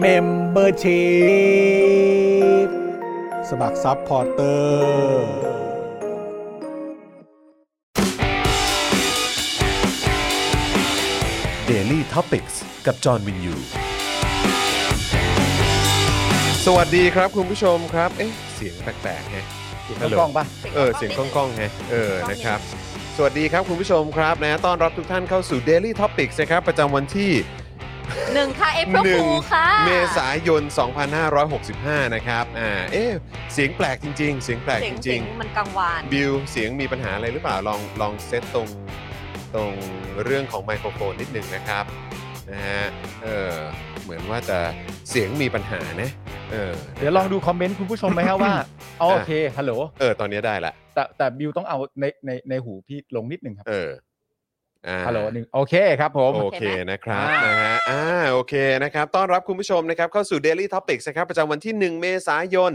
เมมเบอร์ชีพสมัครซัพพอร์เตอร์ Daily t o p i c กกับจอห์นวินยู สวัสดีครับคุณผู้ชมครับ เอ๊ะ เสียงแปลกๆแฮะ เสียงกล้องๆปะ เออ เสียงกล้องๆแฮะเออ นะครับ สวัสดีครับคุณผู้ชมครับนะต้อนรับทุกท่านเข้าสู่ Daily Topics นะครับ ประจำวันที่ หนึ่งค่ะ เอพริล หนึ่ง ฟูค่ะ เมษายน 2565 นะครับ อ่า เอ๊ะ เสียงแปลกจริง ๆ เสียงแปลก เสีย จ ง ริ เสีย ง งมันกังวาน ๆ บิว เสียงมีปัญหาอะไรหรือเปล่า ลอง ลองเซตตรง ตรงเรื่องของไมโครโฟนนิดนึงนะครับ นะฮะ เออ เหมือนว่าจะเสียงมีปัญหานะ เออ เดี๋ยวลองดูคอมเมนต์คุณผู้ชมไหมครับ ว่าอ๋อโอเค ฮัลโหล เออ ตอนนี้ได้ละ แต่แต่บิวต้องเอาในในในหูพี่ลงนิดหนึ่งครับ เอออ่า ฮัลโหลหนึ่งโอเคครับผม โอเคนะครับ อ่าน นะฮะอ่าโอเคนะครับ ต้อนรับคุณผู้ชมนะครับเข้าสู่ Daily Topics นะครับประจำวันที่ 1 เมษายน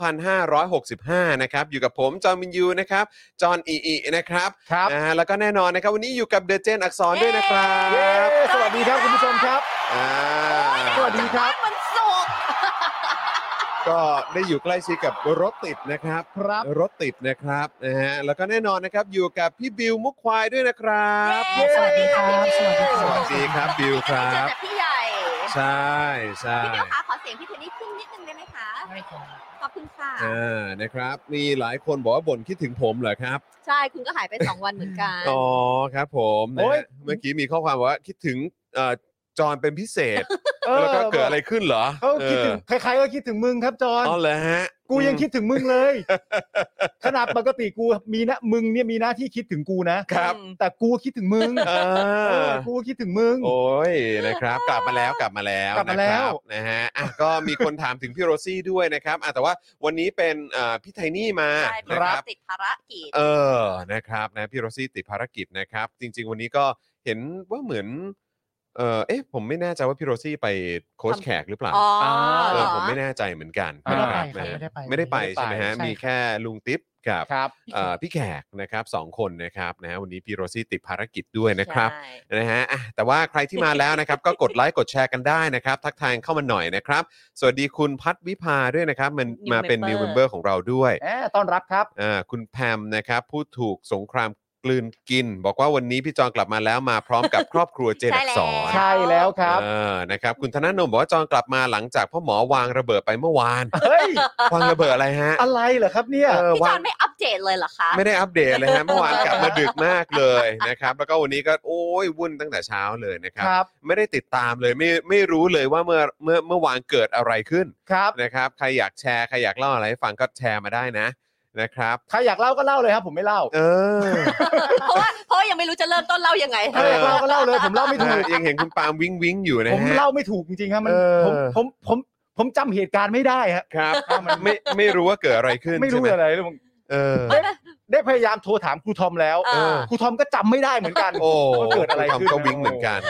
2565 นะครับ อยู่กับผมจอห์นวินยูนะครับ จอห์นอีอีนะครับ ครับ นะฮะแล้วก็แน่นอนนะครับ วันนี้อยู่กับเดอะเจนอักษรด้วยนะครับ เย้สวัสดีครับคุณผู้ชมครับ อ่า สวัสดีครับ มันสุกร์ ก็ได้อยู่ใกล้ชิดกับรถติดนะครับ ครับ รถติดนะครับนะฮะแล้วก็แน่นอนนะครับอยู่กับพี่บิวมุกควายด้วยนะครับ เย้สวัสดีค่ะพี่บิว สวัสดีครับบิวครั เจอบ แต่พี่ใหญ่ ใช่ใช่ พี่บิวคะขอเสียงพี่เทนนี่ขึ้นนิดนึงได้ไหมคะ ขอบคุณค่ะ อ่านะครับมีหลายคนบอกว่าบ่นคิดถึงผมเหรอครับ ใช่ คุณก็หายไป 2 วันเหมือนกัน อ๋อครับผมนะ โอ๊ย ฮะเมื่อกี้มีข้อความบอกว่าคิดถึงเอ่อจอนเป็นพิเศษ เออ แล้วก็เกิดอะไรขึ้นเหรอ เขาคิดถึงใครๆก็คิดถึงมึงครับจอ เออน อ๋อเหรอฮะ กูยังคิดถึงมึงเลย ขนาดปกติกูมีนะมึงเนี่ยมีหน้าที่คิดถึงกูนะครับแต่กูคิดถึงมึง อ่า เออกูคิดถึงมึง โอ้ยนะครับ กลับมาแล้วกลับมาแล้ว กลับมาแล้นะควรับนะฮะอ่ะก็มีคนถามถึงพี่โรซี่ด้วยนะครับอ่ะแต่ว่าวันนี้เป็นเอ่อพี่ไทนี่มา ใช่ นะ ค ค รั รั บบ ติดภารกิจ เออ นะครับ นะ พี่โรซี่ติดภารกิจนะครับ จริง ๆ วันนี้ก็เห็นว่าเหมือน เออเอ๊ะ ผมไม่แน่ใจว่าพี่โรซี่ไปโค้ช ทำ แขกหรือเปล่า อ๋อ เอ เหร อ อ ผมไม่แน่ใจเหมือนกัน ไม่ได้ไป นะ ค่ะไม่ได้ไป ไม่ได้ไป ไม่ได้ไป ใช่ไหมฮะ ใช่ มีแค่ลุงติ๊บกับ ครับ เอ่อพี่แขกนะครับสองคนนะครับนะฮะวันนี้พี่โรซี่ติดภารกิจด้วยนะครับ ใช่ นะฮะอ่ะแต่ว่าใครที่มาแล้วนะครับ ก็กดไลค์กดแชร์กันได้นะครับ ทักทายเข้ามาหน่อยนะครับ สวัสดีคุณพัฒวิภาด้วยนะครับ มันมาเป็น new member ของเราด้วย แอบต้อนรับครับ อ่าคุณแพมนะครับพูดถูกสงครามกลืนกิน บอกว่าวันนี้พี่จอนกลับมาแล้วมาพร้อมกับ ครอบครัวเจน ใช่ อัก แล้ ษ ว ร ใช่แล้วครับ เออนะครับคุณธนาโนมบอกว่าจอนกลับมาหลังจากพ่อหมอวางระเบิดไปเมื่อวาน เฮ้ยว างระเบิดอะไรฮะ อะไรเหรอครับเนี่ย เออ พี่จ วา อง นไม่อัปเดตเลยเหรอคะ ไม่ได้อัปเดตเลยฮะเมื่อวานกลับมาดึกมากเลยนะครับ แล้วก็วันนี้ก็โอ้ยวุ่นตั้งแต่เช้าเลยนะครับ ครับ ไม่ได้ติดตามเลยไม่ไม่รู้เลยว่าเมื่อเมื่อเมื่อวานเกิดอะไรขึ้น ครับ นะครับ ใครอยากแชร์ใครอยากเล่าอะไรให้ฟังก็แชร์มาได้นะนะครับ ใครอยากเล่าก็เล่าเลยครับผมไม่เล่า เออ เพราะว่าเพราะว่ายังไม่รู้จะเริ่มต้นเล่ายังไง ถ้าอยากเล่าก็เล่าเลยผมเล่าไม่ นะ ถูก ฮะยังเห็นคุณปาล์มวิ้งวิ้งอยู่นะ ผม ฮะ เล่าไม่ถูกจริงๆครับมัน เออ ผมผมผมผมจำเหตุการณ์ไม่ได้ฮะ ครับไม่ไม่รู้ว่าเกิดอะไรขึ้น ไม่รู้ ใช่ห อะไรเลยผม เออ ได้พยายามโทรถามครูทอมแล้ว เออ ครูทอมก็จำไม่ได้เหมือนกัน โอ้ ว่าเกิดอะไร คุณ ขึ้ ทำ น ก็วิ้งเหมือนกัน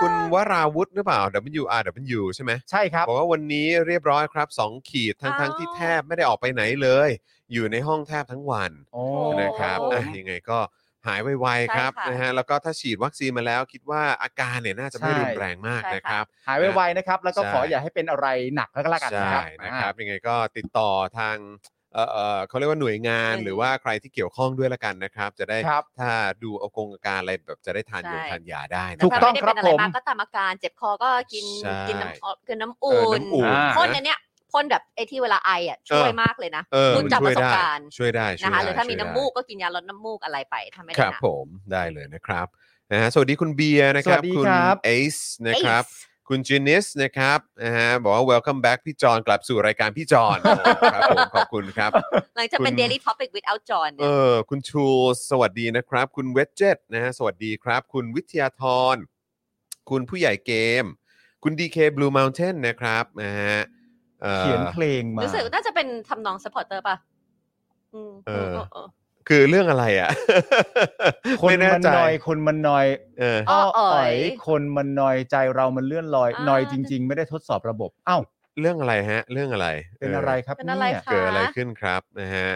คุณวราวุธหรือเปล่า W R W ใช่ไหม ใช่ครับ บอกว่าวันนี้เรียบร้อยครับ 2 ขีดทั้ง อ้าว ทั้งที่แทบไม่ได้ออกไปไหนเลย อยู่ในห้องแทบทั้งวัน โอ้ นะครับ โอ้ อ่ะยังไงก็หายไวๆครับ ใช่ค่ะ นะฮะแล้วก็ถ้าฉีดวัคซีนมาแล้วคิดว่าอาการเนี่ยน่าจะไม่ ใช่ รุนแรงมาก ใช่ค่ะ นะครับ หายไวๆนะครับ แล้วก็ ใช่ ขออย่าให้เป็นอะไรหนักแล้วก็แล้วกันนะค ใช่ รับ นะครับ อ่า ยังไงก็ติดต่อทางเอ่อเอ่อเขาเรียกว่าหน่วยงาน หน่วยงาน หรือว่าใครที่เกี่ยวข้องด้วยละกันนะครับ จะได้ ครับ ถ้าดูอากงอาการอะไรแบบจะได้ทาน ใช่ ยงทานยาได้นะ ถูกต้อง ถ้า ครับ ไได้เป็นอะไาก ผม ก็ตามอาการ เจ็บคอก็กิน ใช่ กินน้ำอ้อกินน้ำ เอ อุ่ อน้ำอุ่น อ่า พ่น นะ อันเนี้ย พ่นแบบไอที่เวลาไออ่ะช่วย เออ มากเลยนะ เออ รุ่นจาก ช่ ป วย ระสบ ได้ การณ์ ช่วยได้ช่วย นะคะ หรือถ้ามี ช่วยได้ น้ำมูกก็กินยาลดน้ำมูกอะไรไปทำให้ ค ได้ รับ นะ ผมได้เลยนะครับนะฮะสวัสดีคุณเบียร์นะครับ สวัสดี ณ ครับ เอซ์นะครับ Ace คุณจินิสนะครับนะฮะบอกว่า welcome back พี่จอนกลับสู่รายการพี่จอนโอ้ครับ ผมขอบคุณครับ หลังจากเป็น คุณ daily topic without John เอ เนี่ย อคุณชูสวัสดีนะครับ คุณเวจเจตนะฮะสวัสดีครับ คุณวิทยาธรคุณผู้ใหญ่เกม คุณ DK Blue Mountain นะครับนะฮะเอ่อ เขียนเพลงมา รู้สึกน่าจะเป็นทำนอง supporter ป่ะอืม เออ เออเออ คือเรื่องอะไรอ่ะ คน ไม่แ มันหนอย คนมันหนอย เออ อ้ออ๋อย คนมันหนอยใจเรามันเลื่อนลอย อ่า หนอยจริง ๆ ไม่ได้ทดสอบระบบอ้าว เรื่องอะไรฮะ เรื่องอะไร เป็น ออ อะไรครับ เป็นอะไร เนี่ย คะ เกิดอะไรขึ้นครับนะฮะ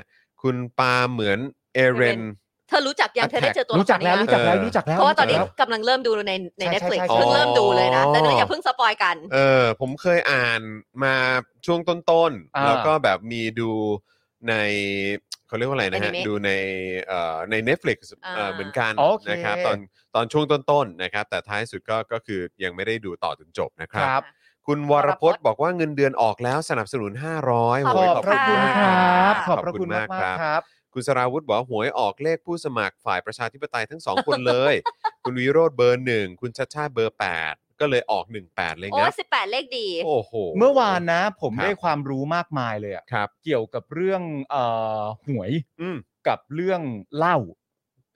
คุณปาเหมือนเอเรน Eren เธอรู้จักยัง Attack เธอได้เจอตัว รู้จักแล้ว ละค รู้จักแล้ว เออ รู้จักแล้ว เพราะว่าตอนนี้ รู้จักแล้ กำลังเริ่มดูในใน ใช่ Netflix ใช่ใช่ เพิ่งเริ่มดูเลยนะ แต่เดี๋ยวอย่าเพิ่งสปอยกัน เออผมเคยอ่านมาช่วงต้น อ่า ๆ แล้วก็แบบมีดูในเขาเรียกว่าอะไรนะฮะ Anime ดูในเอ่อใน Netflix อ่า เอ่อเหมือนกัน โอเค นะครับตอนตอนช่วงต้นๆนะครับ แต่ท้ายสุดก็ก็คือยังไม่ได้ดูต่อจนจบนะค ค รั รับ บ คุณวรพจน์บอกว่าเงินเดือนออกแล้วสนับสนุน 500 ข ข อ อ บบ คุ โย ณ พระคุณ มาก ครับ ค่ะ ขอบพระคุณมากๆครับ คุณสราวุธบอกว่าหวยออกเลขผู้สมัครฝ่ายประชาธิปไตยทั้งสองคนเลย คุณวิโรธเบอร์หนึ่งคุณชัดชาติเบอร์ 8 ก็เลยออก 18 เลย โอ้ งับ สิบแปดเลขดี โอ้โห เมื่อวานนะ ผม ครับ ได้ความรู้มากมายเลยอะ ครับ เกี่ยวกับเรื่องเอ่อหวย อืม กับเรื่องเล่า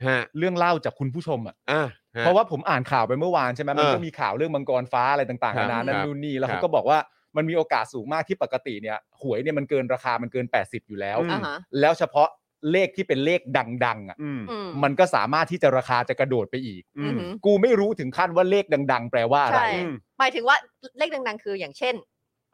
ฮะ เรื่องเล่าจากคุณผู้ชมอ่ะ อ่ะฮ เพราะว่าผมอ่านข่าวไปเมื่อวานใช่ไหมมันก็ เออ มีข่าวเรื่องมังกรฟ้าอะไรต่างๆ ครั นา บ นาคนั่น รับ นู่นนี่แล้ว ครับเขาก็บอกว่ามันมีโอกาสสูงมากที่ปกติเนี่ยหวยเนี่ยมันเกินราคามันเกิน 80 อยู่แล้ว อืม อ่าฮะ แล้วเฉพาะเลขที่เป็นเลขดังๆอ่ะ อืม อืม มันก็สามารถที่จะราคาจะกระโดดไปอีก อืม กูไม่รู้ถึงขั้นว่าเลขดัง ๆ แปลว่าอะไร ใช่ อืม หมายถึงว่าเลขดังๆ คืออย่างเช่น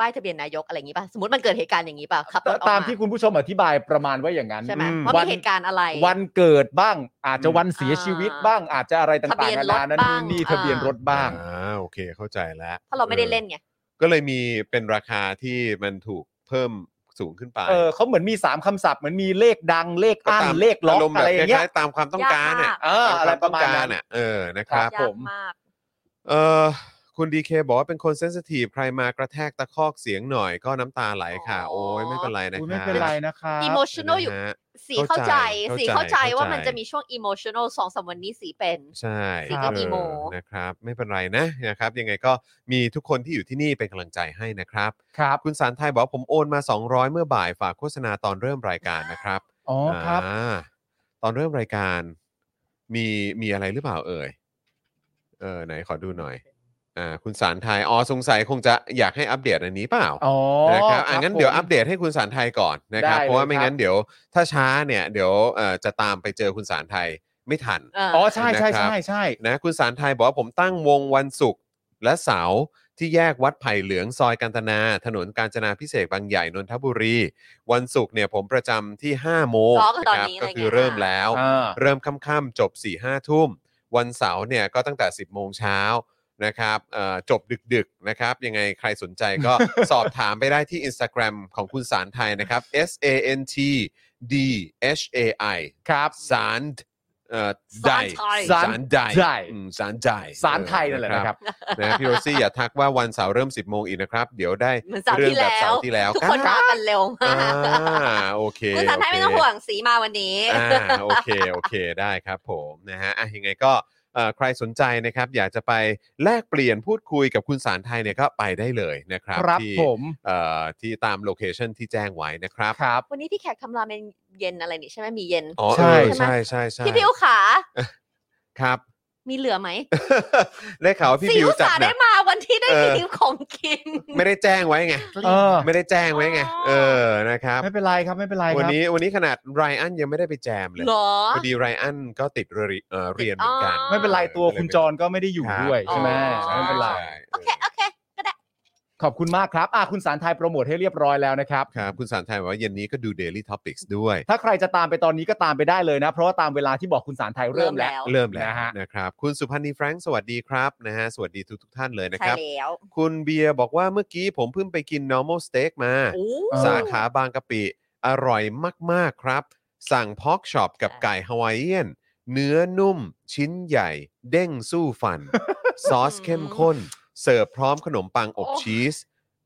ป้ายทะเบียนนายกอะไรอย่างนี้ป่ะ สมมติมันเกิดเหตุการณ์อย่างนี้ป่ะขับรถออก ตาม มา ที่คุณผู้ชมอธิบายประมาณว่าอย่างนั้น ใช่ไหม อืม ว่ามีเหตุการณ์อะไร วันเกิดบ้าง อาจจะ อืม วันเสียชีวิตบ้าง อาจจะอะไรต่างๆนานานั่นนู่นนี่ ทะ ทะ เบี เบี ย ย น น ร ร ถ ถ บ้า บ้าง ง อ่าโอเคเข้าใจแล้ว เพราะเราไม่ได้เล่นไง ก็เลยมีเป็นราคาที่มันถูกเพิ่มสูงขึ้นไป เออเขาเหมือนมีสามคำศัพท์เหมือนมีเลขดังเลขอั้น ตาม เลขล็อก ารมณ์แบ อะ บ ไรอย่างเงี้ ค ย ล้ๆตามความต้องการน่ะ ยากมาก เอออะไรประมาณ ตคว นั้ ต้งก น น่ะเออนะครับ ยากผม มาก เออคุณดีเคบอกว่าเป็นคนเซนสทีฟใครมากระแทกตะคอกเสียงหน่อยก็น้ำตาไหลค่ะ อ๋อ โอ้ยไม่เป็นไรนะค อุ๊ รับยไม่เป็นไรนะครับ emotional อยู่ นะฮะ สีเข้าใจสีเข้า เข้า ใจ ใจ ว่า เข้าใจ มันจะมีช่วง emotional สองสามวันนี้สีเป็น ใช่ สีก็อีโม เออนะครับ ไม่เป็นไรนะนะครับ ยังไงก็มีทุกคนที่อยู่ที่นี่เป็นกำลังใจให้นะครับ ครับ คุณสารไทยบอกว่าผมโอนมา 200 เมื่อบ่ายฝากโฆษณาตอนเริ่มรายการนะครับ อ๋อครับ อ่าตอนเริ่มรายการ มีมีอะไรหรือเปล่าเอ่ยเออไหนขอดูหน่อยอ่าคุณสารไทยอ๋อสงสัยคงจะอยากให้อัปเดตอันนี้เปล่า อ๋อ นะครับอ่ะงั้นเดี๋ยว ผม อัปเดตให้คุณสารไทยก่อนนะครับ ได้เลย เพราะว่าไม่ ครับ งั้นเดี๋ยวถ้าช้าเนี่ยเดี๋ยวเอ่อจะตามไปเจอคุณสารไทยไม่ทัน เอออ อ๋อใช่ใช่ นะครับ ใช่ใช่ นะคุณสารไทยบอกว่าผมตั้งวงวันศุกร์และเสาร์ที่แยกวัดไผ่เหลืองซอยกันตนา ถนนกาญจนาพิเศษกบางใหญ่นนทบุรี วันศุกร์เนี่ยผมประจำที่ 5 โมง ร้องตอน นะครับ นี้ ก็ อะไร คื เงี้ อยเริ่มแล้ว อ่า เริ่มค่ำๆจบ4ี่ห้าทุ่ม วันเสาร์เนี่ยก็ตั้งแต่ 10บโมงเช้านะครับเอ่อจบดึกๆนะครับ ยังไงใครสนใจ ก็ สอบถามไปได้ที่ Instagram ของคุณสารไทยนะครับ S A N T D H A I ครับสารเอ่อได สารไทย สารได ได อืมสารได สารไทยนั่นแหละนะครับ นะพี่โรซี่อย่าทักว่าวันเสาร์เริ่ม 10บโมงอีกนะครับ เดี๋ยวได้ เหมือนเสาร์ เรื่ ที่ แบบ แล้ เสาว ร์ที่แล้ว ทุกคน อ่ะ มากันเร็วมา อ่าก โอเค คุณสารไทยไม่ต้อง โเค ห่วงสีมาวันนี้ อ่าโอเค โอเค ได้ครับผมนะฮะอ่ะยังไงก็เอ่อใครสนใจนะครับ อยากจะไปแลกเปลี่ยนพูดคุยกับคุณสารไทยเนี่ยก็ไปได้เลยนะครับ ครับ ที่ ผม เอ่อที่ตามโลเคชันที่แจ้งไว้นะครับ ครับ วันนี้ที่แขกทำราเมนเย็นอะไรนี่ใช่ไหมมีเย็น อ๋อ ใช่ เออใช่ใช่ใช่ พี่บิวขา ครับ มีเหลือไหม ได้ข่าวว่าพี่ สี บิว อุต จัด สาห์ หนั ได้ ก มาวันที่ได้ เออ มีของกิน ไม่ได้แจ้งไว้ไง เออ ไม่ได้แจ้งไว้ไงเออนะครับ ไม่เป็นไรครับไม่เป็นไร วั คนรับ นี้วันนี้ขนาดไรอันยังไม่ได้ไปแจมเลย เหรอ พอดีไรอันก็ติดเรียนเอ่อเรียนเหมือนกัน อ๋อ ไม่เป็นไรตัวคุณจรก็ไม่ได้อยู่ ครับ ด้วยใช่ไหม อ๋อ ไม่เป็นไร ใช่ โอเค โอเค ขอบคุณมากครับอ่ะคุณสารไทยโปรโมทให้เรียบร้อยแล้วนะครับ ครับคุณสารไทยบอกว่าเย็นนี้ก็ดู Daily Topics ด้วย ถ้าใครจะตามไปตอนนี้ก็ตามไปได้เลยนะ เพราะว่าตามเวลาที่บอกคุณสารไทยเริ่มแล้ว เริ่มแล้ว นะฮะ นะครับ คุณสุพันธ์นีแฟรงค์สวัสดีครับนะฮะสวัสดีทุกทุกๆท่านเลยนะ ใช่ ครับ แล้ว คุณเบียร์บอกว่าเมื่อกี้ผมเพิ่งไปกิน normal steak มา โอ้ เออ สาขาบางกะปิ อร่อยมาก ๆ ครับ สั่งพอกช็อปกับ ใช่ ไก่ฮาวายเอียน เนื้อนุ่ม ชิ้นใหญ่ เด้งสู้ฟัน ซอสเข้มข้น เสิร์ฟพร้อมขนมปังอบชีส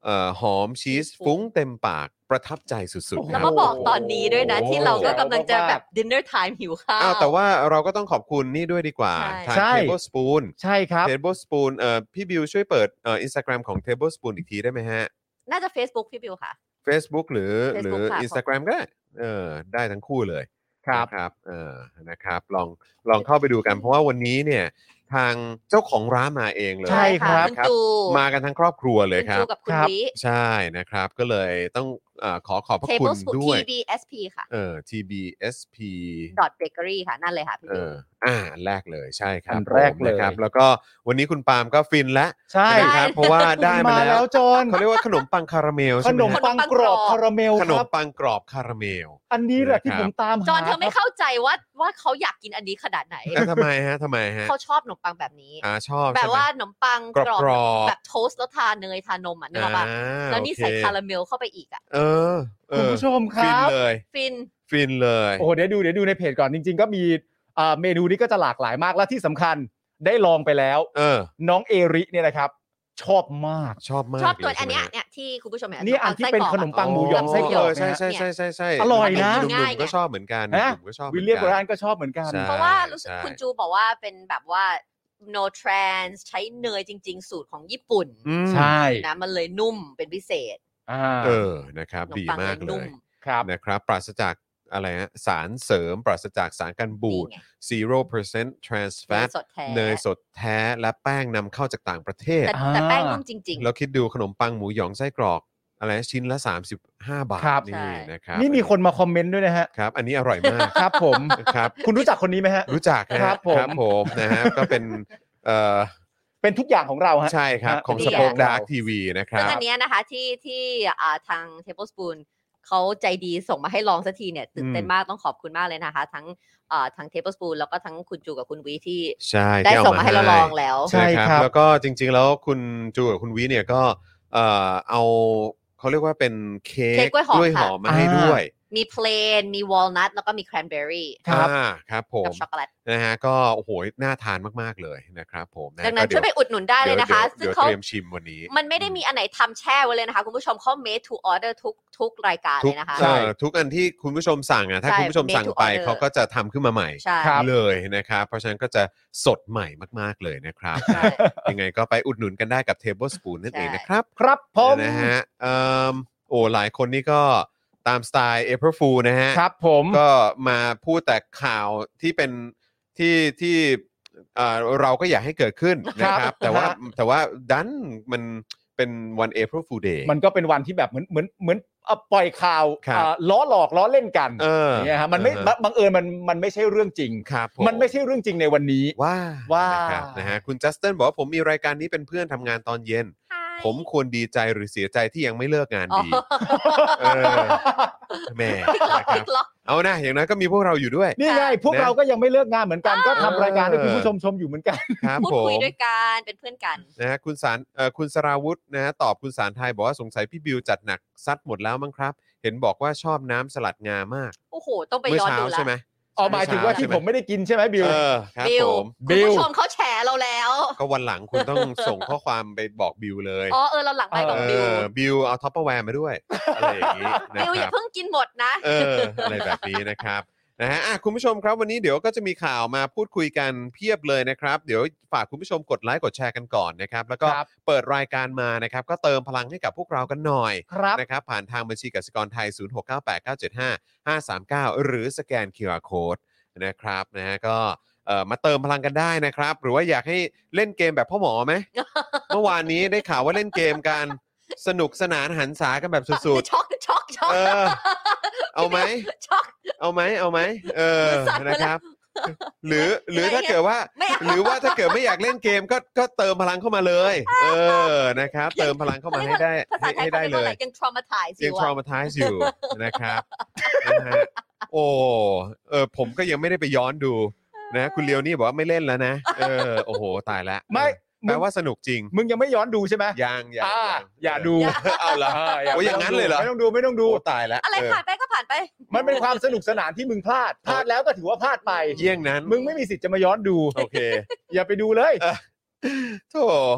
เอ่อหอมชีสฟุ้งเต็มปากประทับใจสุดๆค แล้ รั ว บ มาบอกตอนนี้ด้วยนะ โอ้ ที่เราก็กำลังจะแบบ dinner time หิวข้า อ้าว วแต่ว่าเราก็ต้องขอบคุณนี่ด้วยดีกว่า ใช่ ทาง ใช่ เทเบิลสปูน ใช่ครับ เทเบิลสปูนเอ่อพี่บิวช่วยเปิดเอ่ออินสตาแกรมของเทเบิลสปูนอีกทีได้ไหมฮะ น่าจะ Facebook พี่บิวค่ะ Facebook หรือ หรือ Facebook ค่ะ Instagram ก็ได้เออได้ทั้งคู่เลย ครับ นะครับเออนะครับลองลองเข้าไปดูกัน เพราะว่าวันนี้เนี่ยทางเจ้าของร้านมาเองเลย ใช่ครับ คุณตู มากันทั้งครอบครัวเลยครับณตูกับคุณ ครับ วิ ใช่นะครับก็เลยต้องเออขอขอบพระคุณ Tables Food ด้วย TBSP ค่ะ เออ TBSP dot bakery ค่ะ นั่นเลยค่ะพี่ เอ บิว ออ่าแรกเลยใช่ครับ อันแรก ผม เลย นะครับ แล้วก็วันนี้คุณปาล์มก็ฟินแล้ว ใช่ ได้ นะครับ เพราะว่าได้มา มา แล้ แล้ววจอห์น เขาเรียกว่าขนมปังคาราเมล ข ใช่ไห น ม ม ฮะ ปังกรอบคาราเมล ขน ค ม รับ ปังกรอบคาราเมล อันนี้แหละที่ นะค ผ รับ มตามหา จอห์นเธอไม่ ครับ เข้าใจว่าว่าเขาอยากกินอันนี้ขนาดไหน แล้วทำไมฮะทำไมฮะ เขาชอบขนมปังแบบนี้ อ่าชอบ แบ ใช่ บ ไหม ว่าขนมปัง กรอบ กรอบ ๆ แบบโทสต์แล้วทาเนยทานมอ่ะนึกออกปะ อ่า แล้วนี่ โอเค ใส่คาราเมลเข้าไปอีกอ่ะ เออเอ คุณ อ ผู้ชมค ฟิน รับ เลย ฟิน ฟินเลย โอ้โหเดี๋ยวดูเดี๋ยวดูในเพจก่อนจริง ๆ ก็มีอ่าเมนูนี้ก็จะหลากหลายมากและที่สำคัญได้ลองไปแล้ว เออ น้องเอริเนี่ยนะครับ ชอบมาก ชอบมาก ชอบตัว เลย อันเนี้ย ใช่ไหมฮะ เนี่ยที่คุณผู้ชมเห็น นี่อันที่ ไส้ เป็น กรบ ขนมปังหมูหยองไส้กรอก เใช่ นะฮะ ใช่ใช่ใช่ใช่ อร่อยนะ หนุ่มๆก็ชอบเหมือนกันห ฮะ นุ่มๆก็ชอบหมื วิ อ ล กั เลียมโบราณก็ชอบเหมือนกัน ใช่ เพราะว่ารู้สึก ใช่ คุณจูบอกว่าเป็นแบบว่า no trans ใช้เนยจริง ๆ สูตรของญี่ปุ่น อืม ใช่ นะมันเลยนุ่มเป็นพิเศษ อ่า เออนะครับ ขนม ดี ปัง มาก เลย เล นุ่ม ย ครับ นะครับปราศจากอะไรฮะสารเสริม ปราศจากสารกันบูด นี่ไง 0% trans เนย fat สดแท้ เนยสดแท้และแป้งนำเข้าจากต่างประเทศ แต่ อ่า แต่แป้งนุ่มจริง แล้วคิดดูขนมปังหมูหยองไส้กรอกอะไรนะชิ้นละ 35 บาท ครับ นี่ ใช่ นะครับ นี่มีคนมาคอมเมนต์ด้วยนะฮะ ครับ อันนี้อร่อยมาก ครับผม นะครับ คุณรู้จักคนนี้ไหมฮะ รู้จักฮะ ครับผม มนะฮะก็เป็นเอ่ อ เป็นทุกอย่างของเราฮะ ใช่ครับ ของ ดี ส อะ ป็อคดาร์กทีวีนะค ซึ่ง รับ อันเนี้ยนะคะที่ที่อ่าทาง tablespoon เขาใจดีส่งมาให้ลองสักทีเนี่ยตื่นเต้นมากต้องขอบคุณมากเลยนะคะ ทั้งเอ่อทั้ง tablespoon แล้วก็ทั้งคุณจูกับคุณวีที่ ใช่ ได้ ที่เอ ส่งมาให้เราลองแล้ว ใช่ นะครับ แล้วก็จริงๆแล้วคุณจูกับคุณวิเนี่ยก็เอ่อเอาเขาเรียกว่าเป็นเค้ เค้ ก กกล้วยหอม วยห ค่ะ อมมาให้ด้วย มีเพลนมีวอลนัทแล้วก็มีแครนเบอรี่ ครับ อ่าครับผ กั ม บช็อกโกแลต นะฮะก็โอ้โหน่าทานมากๆเลยนะครับผมะ ดังนั้น ก็ ช่วยไปอุดหนุนได้เลยนะคะ ดี๋วซึ่ง เดี๋ยว เขา เตรียมชิมวันนี้ มันไม่ได้มีอันไหนทำแช่ไว้เลยนะคะ คุณผู้ชมเขา made to order ทุกทุกรายการ ทุ เล ก ยนะคะ เอ่อทุกอันที่คุณผู้ชมสั่งอ่ะถ้า ใช่ คุณผู้ชม made to สั่งไป order เขาก็จะทำขึ้นมาใหม่ ใช่ ครับ เลยนะครับ เพราะฉะนั้นก็จะสดใหม่มากๆเลยนะครับ ใช่ ยังไงก็ไปอุดหนุนกันได้กับ Table Spoon นั่นเองนะครับ ครับผม นะฮะเอิ่มโอ้หลายคนนี่ก็ตามสไตล์ April Fool นะฮะ ครับผม ก็มาพูดแต่ข่าวที่เป็นที่ที่เอ่อเราก็อยากให้เกิดขึ้นนะค ครั รับ บ แต่ว่าแต่ว่าดันมันเป็นวัน April Fool Day มันก็เป็นวันที่แบบเหมือนเหมือนเหมือนเอ่อปล่อยข่าว ครับ อ่าล้อหลอกล้อเล่นกัน เออ อย่างเงี้ยฮะมันไม่ อ่า บังบังเอิญมันมันไม่ใช่เรื่องจริง ครับผ มันไม่ใช่เรื่องจริงในวันนี้ ว่า ว่า นะครับนะฮะคุณจัสตินบอกว่าผมมีรายการนี้เป็นเพื่อนทำงานตอนเย็น ผมควรดีใจหรือเสียใจที่ยังไม่เลิกงาน อ๋อ ดีเออแหม่ พลิกล็อก นะค พ รั ลิ บ กล็อก เอานะอย่างน้อยก็มีพวกเราอยู่ด้วย นี่ไงพวกเราก็ยังไม่เลิกงานเหมือนกันก็ทำรายการให้ เออ คุณผู้ชมชมอยู่เหมือนกัน ครับ พูด ผม คุยด้วยกันเป็นเพื่อนกัน นะฮะคุณสารเอ่อคุณสราวุธนะฮะตอบคุณสารไทยบอกว่าสงสัยพี่บิวจัดหนักซัดหมดแล้วมั้งครับ เห็นบอกว่าชอบน้ำสลัดงามาก โอ้โห ต้องไป เมื่อ ย้อน เช้า ดูละ ใช่ไหม เอาหมายถึงว่าที่ผมไม่ได้กินใช่ไหมบิว เออครับ บิว ผม คุณผู้ชมเขาแฉเราแล้ว ก็วันหลังคุณต้องส่งข้อความไปบอกบิวเลย อ๋อเออเราหลังไปบอก เอ บิว อบิวเอาท็อปเปอร์แวร์มาด้วยอะไรอย่างนี้นะ บิวอ ค ย่า รับ เพิ่งกินหมดนะ เอออะไรแบบนี้นะครับนะฮะอ่ะคุณผู้ชมครับวันนี้เดี๋ยวก็จะมีข่าวมาพูดคุยกันเพียบเลยนะครับ เดี๋ยวฝากคุณผู้ชมกดไลค์กดแชร์กันก่อนนะครับแล้วก็ ครับ เปิดรายการมานะครับ ก็เติมพลังให้กับพวกเรากันหน่อย ครับ นะครับผ่านทางบัญชีกสิกรไทย 0698975539 หรือสแกน QR Code นะครับนะฮะก็เอ่อมาเติมพลังกันได้นะครับ หรือว่าอยากให้เล่นเกมแบบพ่อหมอ ไหม เมื่อวานนี้ได้ข่าวว่าเล่นเกมกันสนุกสนานหันษากันแบบสุด ช็อกช็อกช็อก เออเอาไหม ช็อก ๆ เอาไหมเอาไหมเออ มือสั่นหมดแล้ว นะครับ ห รือหรือ ไม่ ถ้าเกิดว่า ไม่เอา หรือว่าถ้าเกิดไม่อยากเล่นเกมก็ก็เติมพลังเข้ามาเลย เออนะครับ เติมพลังเข้ามาให้ได้ ภาษาไทย ให้ เขา ได้ เรียก เล ว่าอะไร ย ยัง traumatize ยังอยู่อะ traumatize อยู่ นะครับนะฮะโอ้เออผมก็ยังไม่ได้ไปย้อนดูนะคุณเลียวนี่บอกว่าไม่เล่นแล้วนะเออโอ้โหตายแล้ว ไม่ แปลว่าสนุกจริง มึงยังไม่ย้อนดูใช่ไหม ยังยัง อ่า ยัง อย่าดู เอาละ โอ้ยอย่างนั้นเลยเหรอ ไม่ต้องดูไม่ต้องดู โอ้ตายแล้ว อะไร เออ ผ่านไปก็ผ่านไป มันเป็นความสนุกสนานที่มึงพลาด พลาดแล้วก็ถือว่าพลาดไป เยี่ยงนั้น มึงไม่มีสิทธิ์จะมาย้อนดู โอเค อย่าไปดูเลย เออ โธ่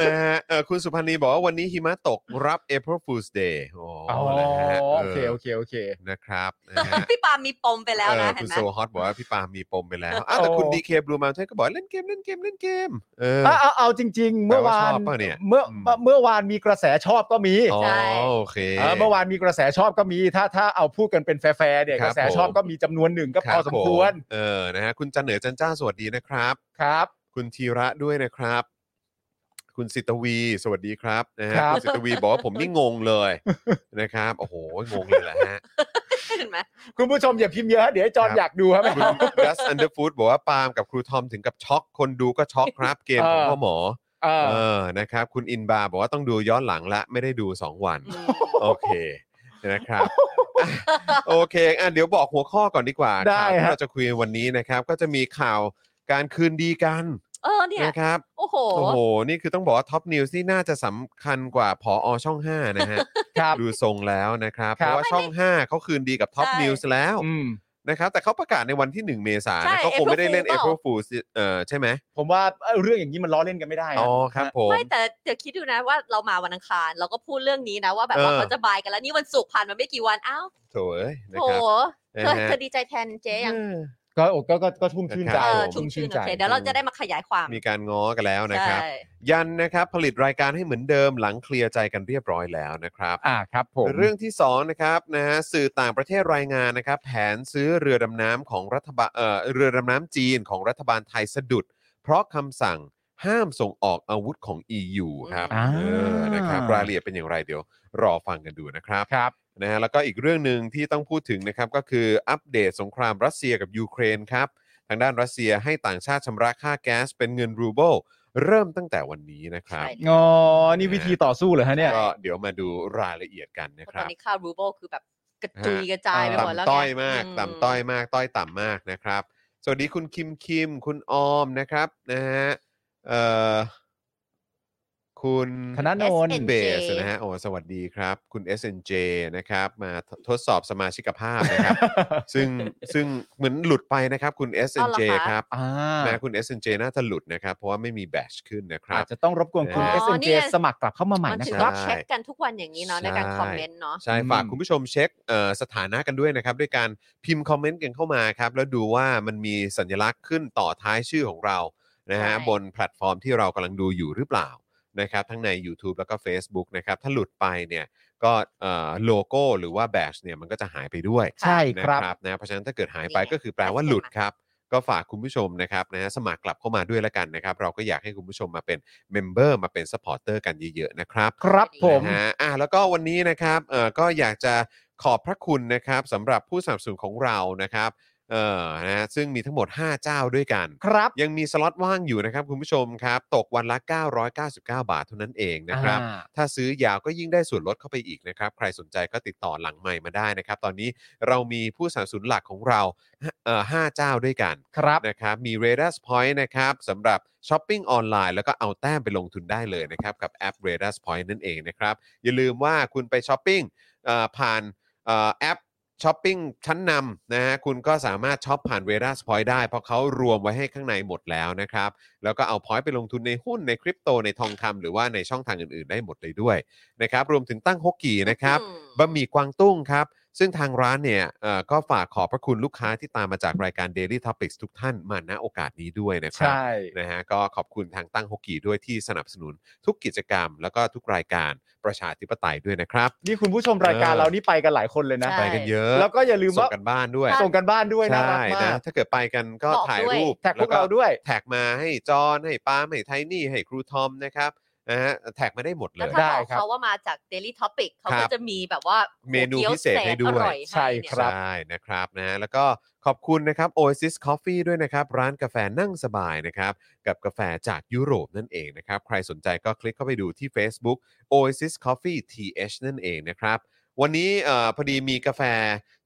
นะฮะเอ่อคุณสุพันธ์นีบอกว่าวันนี้หิมะตกรับ April Fool's Day โอ้ อ๋อ นะฮะ โอเคโอเคโอเค นะครับนะฮะ พี่ปาล์มมีปมไปแล้วนะ เออ เห็ คุณนไหม โซฮอตบอกว่าพี่ปาล์มมีปมไปแล้วอ้าวแต่คุณดีเคบลูมาเทนก็บอกเล่นเกมเล่นเกมเล่นเกมเออ เอาเอาเอาจริง ๆ เมื่อวาน แต่ว่าชอบป่ะเนี่ย เมื่อ ม เมื่อเมื่อวานมีกระแสชอบก็มี อ๋อโอเค เออเมื่อวานมีกระแสชอบก็มี ถ้าถ้าเอาพูดกันเป็นแฟร์ๆเนี่ย ค ก รับ ระแสชอบ ผม ก็มีจำนวนหนึ่งก็พอสมควร บผมเออนะฮะคุณจันเหนือจันจ้าสวัสดีนะครับ ครับ คุณธีระด้วยนะครับ คุณสิตวีสวัสดีครับนะฮะ ครับ คุณสิตวีบอกว่าผมนี่งงเลยนะครับโอ้โหงงเลยแหละฮะ เห็นไหม คุณผู้ชมอย่าพิมพ์เยอะเดี๋ยวจอห์น ครับ อยากดูครับ คุณ Dust Underfood บอกว่าปาล์มกับครูทอมถึงกับช็อก คนดูก็ช็อกครับ เกมของ เออ พ่อหมอ เออ เออนะครับ คุณอินบาร์บอกว่าต้องดูย้อนหลังละ ไม่ได้ดู 2 วัน อืม โอเคนะครับ อ่ะโอเคอ่ะเดี๋ยวบอกหัวข้อก่อนดีกว่าข่าได้วที่ ฮะ เราจะคุยวันนี้นะครับ ก็จะมีข่าวการคืนดีกัน เออเนี่ย นะครับ โอ้โห โอ้โห นี่คือต้องบอกว่าท็อปนิวส์นี่น่าจะสำคัญกว่าผออช่อง 5 นะฮะ ครับ ดูทรงแล้วนะครับ ค เพ รับ ราะว่าช่อง 5 เขาคืนดีกับท็อป ใช่ นิวส์แล้ว อืม นะครับ แต่เขาประกาศในวันที่ 1 เมษายน ใช่ นะเขาคงไม่ได้เล่น April April Fool เอ่อใช่ไหม ผมว่าเอ่อเรื่องอย่างนี้มันล้อเล่นกันไม่ได้นะ อ๋อครับผม ไม่แต่เดี๋ยวคิดดูนะว่าเรามาวันอังคารเราก็พูดเรื่องนี้นะว่าแบบว่า เออ เขาจะบายกันแล้วนี่วันศุกร์ผ่านมาไม่กี่วันอ้าว โถเอ้ยนะ โห ครับ เธอ นะฮะ เธอดีใจแทนเจ๊ยัง เออ ก็โอ้ก็ก็ก็ทุ่มชื่นใจ ค เอ รับ อ ผม ชุ่มชื่นโอเคเดี๋ยวเราจะได้มาขยายความ มีการง้อกันแล้วนะค ใช่ รับ ยันนะครับผลิตรายการให้เหมือนเดิมหลังเคลียร์ใจกันเรียบร้อยแล้วนะครับ อ่าครับผม เรื่องที่2นะครับนะฮะสื่อต่างประเทศรายงานนะครับ แผนซื้อเรือดำน้ำของรัฐบาลเอ่อเรือดำน้ำจีนของรัฐบาลไทยสะดุด เพราะคำสั่งห้ามส่งออกอาวุธของ EU ครับ อ่า เออนะครับรายละเอียดเป็นอย่างไรเดี๋ยวรอฟังกันดูนะครับ ครับ นะฮะแล้วก็อีกเรื่องหนึ่งที่ต้องพูดถึงนะครับ ก็คืออัปเดตสงครามรัสเซียกับยูเครนครับ ทางด้านรัสเซียให้ต่างชาติชำระค่าแก๊สเป็นเงินรูเบิลเริ่มตั้งแต่วันนี้นะครับ ใช่ อ๋อ นี่วิธีต่อสู้เหรอฮะเนี่ย ก็เดี๋ยวมาดูรายละเอียดกันนะ เพคราะตอ รั น บ นี้ค่ารูเบิลคือแบบกระจุย ฮะ กระจายไปหมดแล้วไง ต่ำต้อยมาก ม ต่ำต้อยมาก ต้อยต่ำมากนะครับ สวัสดีคุณคิมคิม คุณออมนะครับนะฮะเอ่อคุณ ธนาโนน เบสนะฮะโอ้สวัสดีครับ คุณ SNJ นะครับ มาทดสอบสมาชิกภาพนะครับ ซึ่งซึ่งเหมือนหลุดไปนะครับ คุณ SNJ ครับ อ่า นะคุณ SNJ น่าจะหลุดนะครับ เพราะว่าไม่มีแบชขึ้นนะครั อา บ จจะต้องรบกวนคุณ อ๋อ SNJ นี่ไง สมัครกลับเข้ามาใหม่ มัน นะ ถึง ครั ต้อบงเช็คกันทุกวันอย่างนี้เนาะในการ ใช่ คอมเมนต์เนาะ ใช่ อืม ฝากคุณผู้ชมเช็คเอ่อสถานะกันด้วยนะครับ ด้วยการพิมพ์คอมเมนต์กันเข้ามาครับ แล้วดูว่ามันมีสัญลักษณ์ขึ้นต่อท้ายชื่อของเรานะฮะ ใช่ บนแพลตฟอร์มที่เรากำลังดูอยู่หรือเปล่านะครับ ทั้งใน YouTube แล้วก็ Facebook นะครับ ถ้าหลุดไปเนี่ยก็เอ่อโลโก้หรือว่าแบชเนี่ยมันก็จะหายไปด้วย ใช่ นะครับ นะเพราะฉะนั้นถ้าเกิดหายไปก็คือแปลว่าหลุดครับ ก็ฝากคุณผู้ชมนะครับนะฮะสมัครกลับเข้ามาด้วยละกันนะครับ เราก็อยากให้คุณผู้ชมมาเป็นเมมเบอร์มาเป็นสปอร์เตอร์กันเยอะๆนะครับ ครับผม นะฮะอ่ะแล้วก็วันนี้นะครับเอ่อก็อยากจะขอบพระคุณนะครับสำหรับผู้สนับสนุนของเรานะครับเอ่อนะฮะซึ่งมีทั้งหมด 5 เจ้าด้วยกัน ครับ ยังมีสล็อตว่างอยู่นะครับคุณผู้ชมครับ ตกวันละ 999 บาทเท่านั้นเองนะครับ อ่า ถ้าซื้อยาวก็ยิ่งได้ส่วนลดเข้าไปอีกนะครับ ใครสนใจก็ติดต่อหลังใหม่มาได้นะครับ ตอนนี้เรามีผู้สนับสนุนหลักของเราเอ่อห้าเจ้าด้วยกัน ครับ นะครับมี r a d a r Point นะครับสำหรับช้อปปิ้งออนไลน์แล้วก็เอาแต้มไปลงทุนได้เลยนะครับ กับแอป r a d a r Point นั่นเองนะครับ อย่าลืมว่าคุณไปช้อปปิ้งเอ่อผ่านเอ่อแอปช้อปปิ้งชั้นนำนะฮะคุณก็สามารถช้อปผ่าน r a d a r Point ได้ เพราะเขารวมไว้ให้ข้างในหมดแล้วนะครับ แล้วก็เอา Point ไปลงทุนในหุ้นในคริปโตในทองคำหรือว่าในช่องทางอื่นๆ ได้หมดเลยด้วยนะครับรวมถึงตั้งฮกกี่นะครับ อืม บะหมี่กวางตุ้งครับ ซึ่งทางร้านเนี่ยเอ่อก็ฝากขอบพระคุณลูกค้าที่ตามมาจากรายการ Daily Topics ทุกท่านมาณโอกาสนี้ด้วยนะครับ ใช่ นะฮะก็ขอบคุณทางตั้งฮกกี้ด้วยที่สนับสนุนทุกกิจกรรม แล้วก็ทุกรายการประชาธิปไตยด้วยนะครับ นี่คุณผู้ชมรายการ เออ เรานี่ไปกันหลายคนเลยนะ ใช่ ไปกันเยอะ แล้วก็อย่าลืม ส่ ว่าง กันบ้านด้วย ส่งกันบ้านด้วยนะ ใช่ รักมา นะ ก ถ้าเกิดไปกันก็ บอกด้วย ถ่ายรูป แท็กพวกเราด้วย แท็กมาให้จอนให้ปาล์มให้ไทนี่ให้ครูทอมนะครับนะฮะแท็กมาได้หมดเล แล้ว ย ถ้า ได้ บอก ครับ เขาว่ามาจาก Daily Topic เขา ครั ก็ บ จะมีแบบว่า เมนูพิเศษให้ด้วย อร่อ ใช่ เนี่ย ครับ ใช่นะครับนะแล้วก็ขอบคุณนะครับ Oasis Coffee ด้วยนะครับ ร้านกาแฟนั่งสบายนะครับ กับกาแฟจากยุโรปนั่นเองนะครับ ใครสนใจก็คลิกเข้าไปดูที่ Facebook Oasis Coffee TH นั่นเองนะครับ วันนี้เอ่อพอดีมีกาแฟ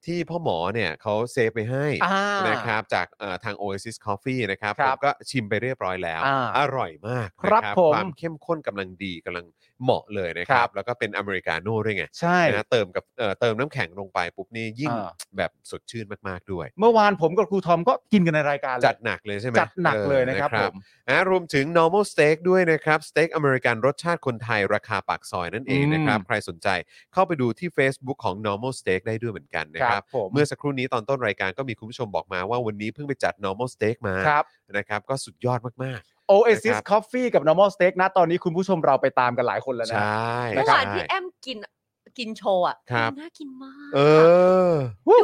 ที่พ่อหมอเนี่ยเขาเซฟไปให้ อ่า นะครับจากเอ่อทาง Oasis Coffee นะครับ ค ผ รับ มก็ชิมไปเรียบร้อยแล้ว อ่า อร่อยมากนะครับ ผม ความเข้มข้นกำลังดีกำลัง เหมาะเลยนะค ค รั รับ บ แล้วก็เป็นอเมริกาโน่ด้วยไง ใช่ นะเติมกับเอ่อเติมน้ำแข็งลงไปปุ๊บนี่ยิ่ง อ่า แบบสดชื่นมากๆด้วย เมื่อวานผมกับครูทอมก็กินกันในรายการเลย จัดหนักเลยใช่ไหม จัดหนักเลยนะครับ ออ ผม นะรวมถึง normal steak ด้วยนะครับสเต็กอเมริกันรสชาติคนไทยราคาปากซอยนั่นเองนะครับ อืม ใครสนใจเข้าไปดูที่ Facebook ของ normal steak ได้ด้วยเหมือนกันนะครับ ผม เมื่อสักครู่นี้ตอนต้นรายการก็มีคุณผู้ชมบอกมาว่าวันนี้เพิ่งไปจัด normal steak มา ครับ นะครับก็สุดยอดมาก นะ Oasis ครับ Coffee กับ normal steak นะตอนนี้คุณผู้ชมเราไปตามกันหลายคนแล้ว ๆ ใช นะ ่ เมื่อ ใช่ วานที่แอมกินกินโชว์อ่ะ ครับ น่ากินมาก เออ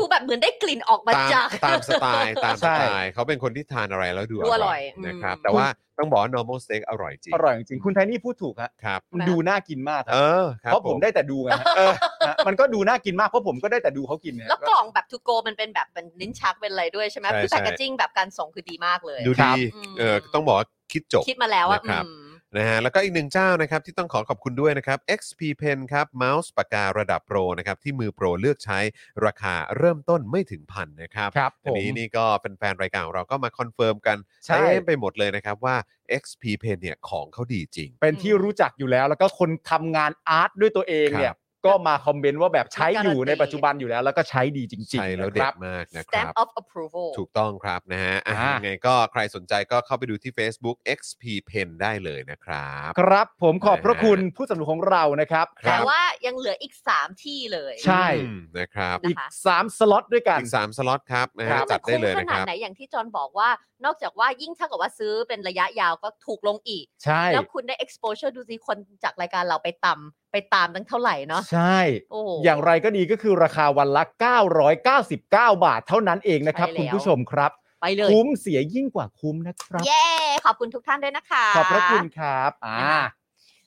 ดูแบบเหมือนได้กลิ่นออกมา ตาม จาก ตามสไตล์ตามส ใช่ ไตล์เขาเป็นคนที่ทานอะไรแล้วดู ดูอร่อย นะครับ อืม แต่ว่าต้องบอกว่า normal steak อร่อยจริง อร่อยจริงๆคุณไทนี่พูดถูกฮะ ครับ มันดูน่ากินมาก เอ ฮะ อครับ เพราะผมได้แต่ดูไงฮะ เออ ฮะมันก็ดูน่ากินมากเพราะผมก็ได้แต่ดูเขากินเนี่ ยแล้วกล่องแบบทูโกมันเป็นแบบเป็นลิ้นชักเป็นอะไรด้วยใช่ไหม ใช่ คือ ใช่ แพคเกจิ้งแบบการส่งคือดีมากเลย ดู ครั ดี บ เออต้องบอกว่าคิดจบ คิดมาแล้วอ่ะ นะครับ อืม นะฮะแล้วก็อีกหนึ่งเจ้านะครับที่ต้องขอขอบคุณด้วยนะครับ XP Pen ครับเมาส์ปากการะดับโปรนะครับที่มือโปรเลือกใช้ราคาเริ่มต้นไม่ถึงพันนะครับ ครับผ อัน ม นี้นี่ก็แฟนๆรายการของเราก็มาคอนเฟิร์มกัน ใช่ เต็มไปหมดเลยนะครับว่า XP Pen เนี่ยของเขาดีจริง เป็นที่รู้จักอยู่แล้ว แล้วก็คนทำงานอาร์ตด้วยตัวเองเนี่ ครั ย บ ก็มาคอมเมนต์ว่าแบบใช้อยู่ การันตี ในปัจจุบันอยู่แล้ว แล้วก็ใช้ดีจริง ใช่ ๆ แล้ว นะ เด็ ครั ด บ มากนะค stamp รับ of approval ถูกต้องครับนะฮะอ่ะ อ่ายั ยังไงก็ใครสนใจก็เข้าไปดูที่ Facebook XP Pen ได้เลยนะครับ ครับผมขอบพระ นะฮะ คุณผู้สนับสนุนของเรานะครับ ครั แต่ บ ว่ายังเหลืออีก 3 ที่เลย ใช่ อืมนะครับ อีก 3 สล็อตด้วยกัน อีก3สล็อตครับนะ ค ฮะ รับ จัดได้เลย มั นะ ข ค นาด รับ ไหนอย่างที่จอห์นบอกว่า นอกจากว่ายิ่งถ้าเกับว่าซื้อเป็นระยะยาวก็ถูกลงอีก ใช่ แล้วคุณได้ exposure ดูสิคนจากรายการเราไปตำไปตามตั้งเท่าไหร่เนาะ ใช่ โอ้โห อย่างไรก็ดีก็คือราคาวันละ 999 บาทเท่านั้นเองนะครับ ใช่แล้ว คุณผู้ชมครับ ไปเลย คุ้มเสียยิ่งกว่าคุ้มนะครับ เย้ ขอบคุณทุกท่านด้วยนะคะ ขอบพระคุณครับอ่า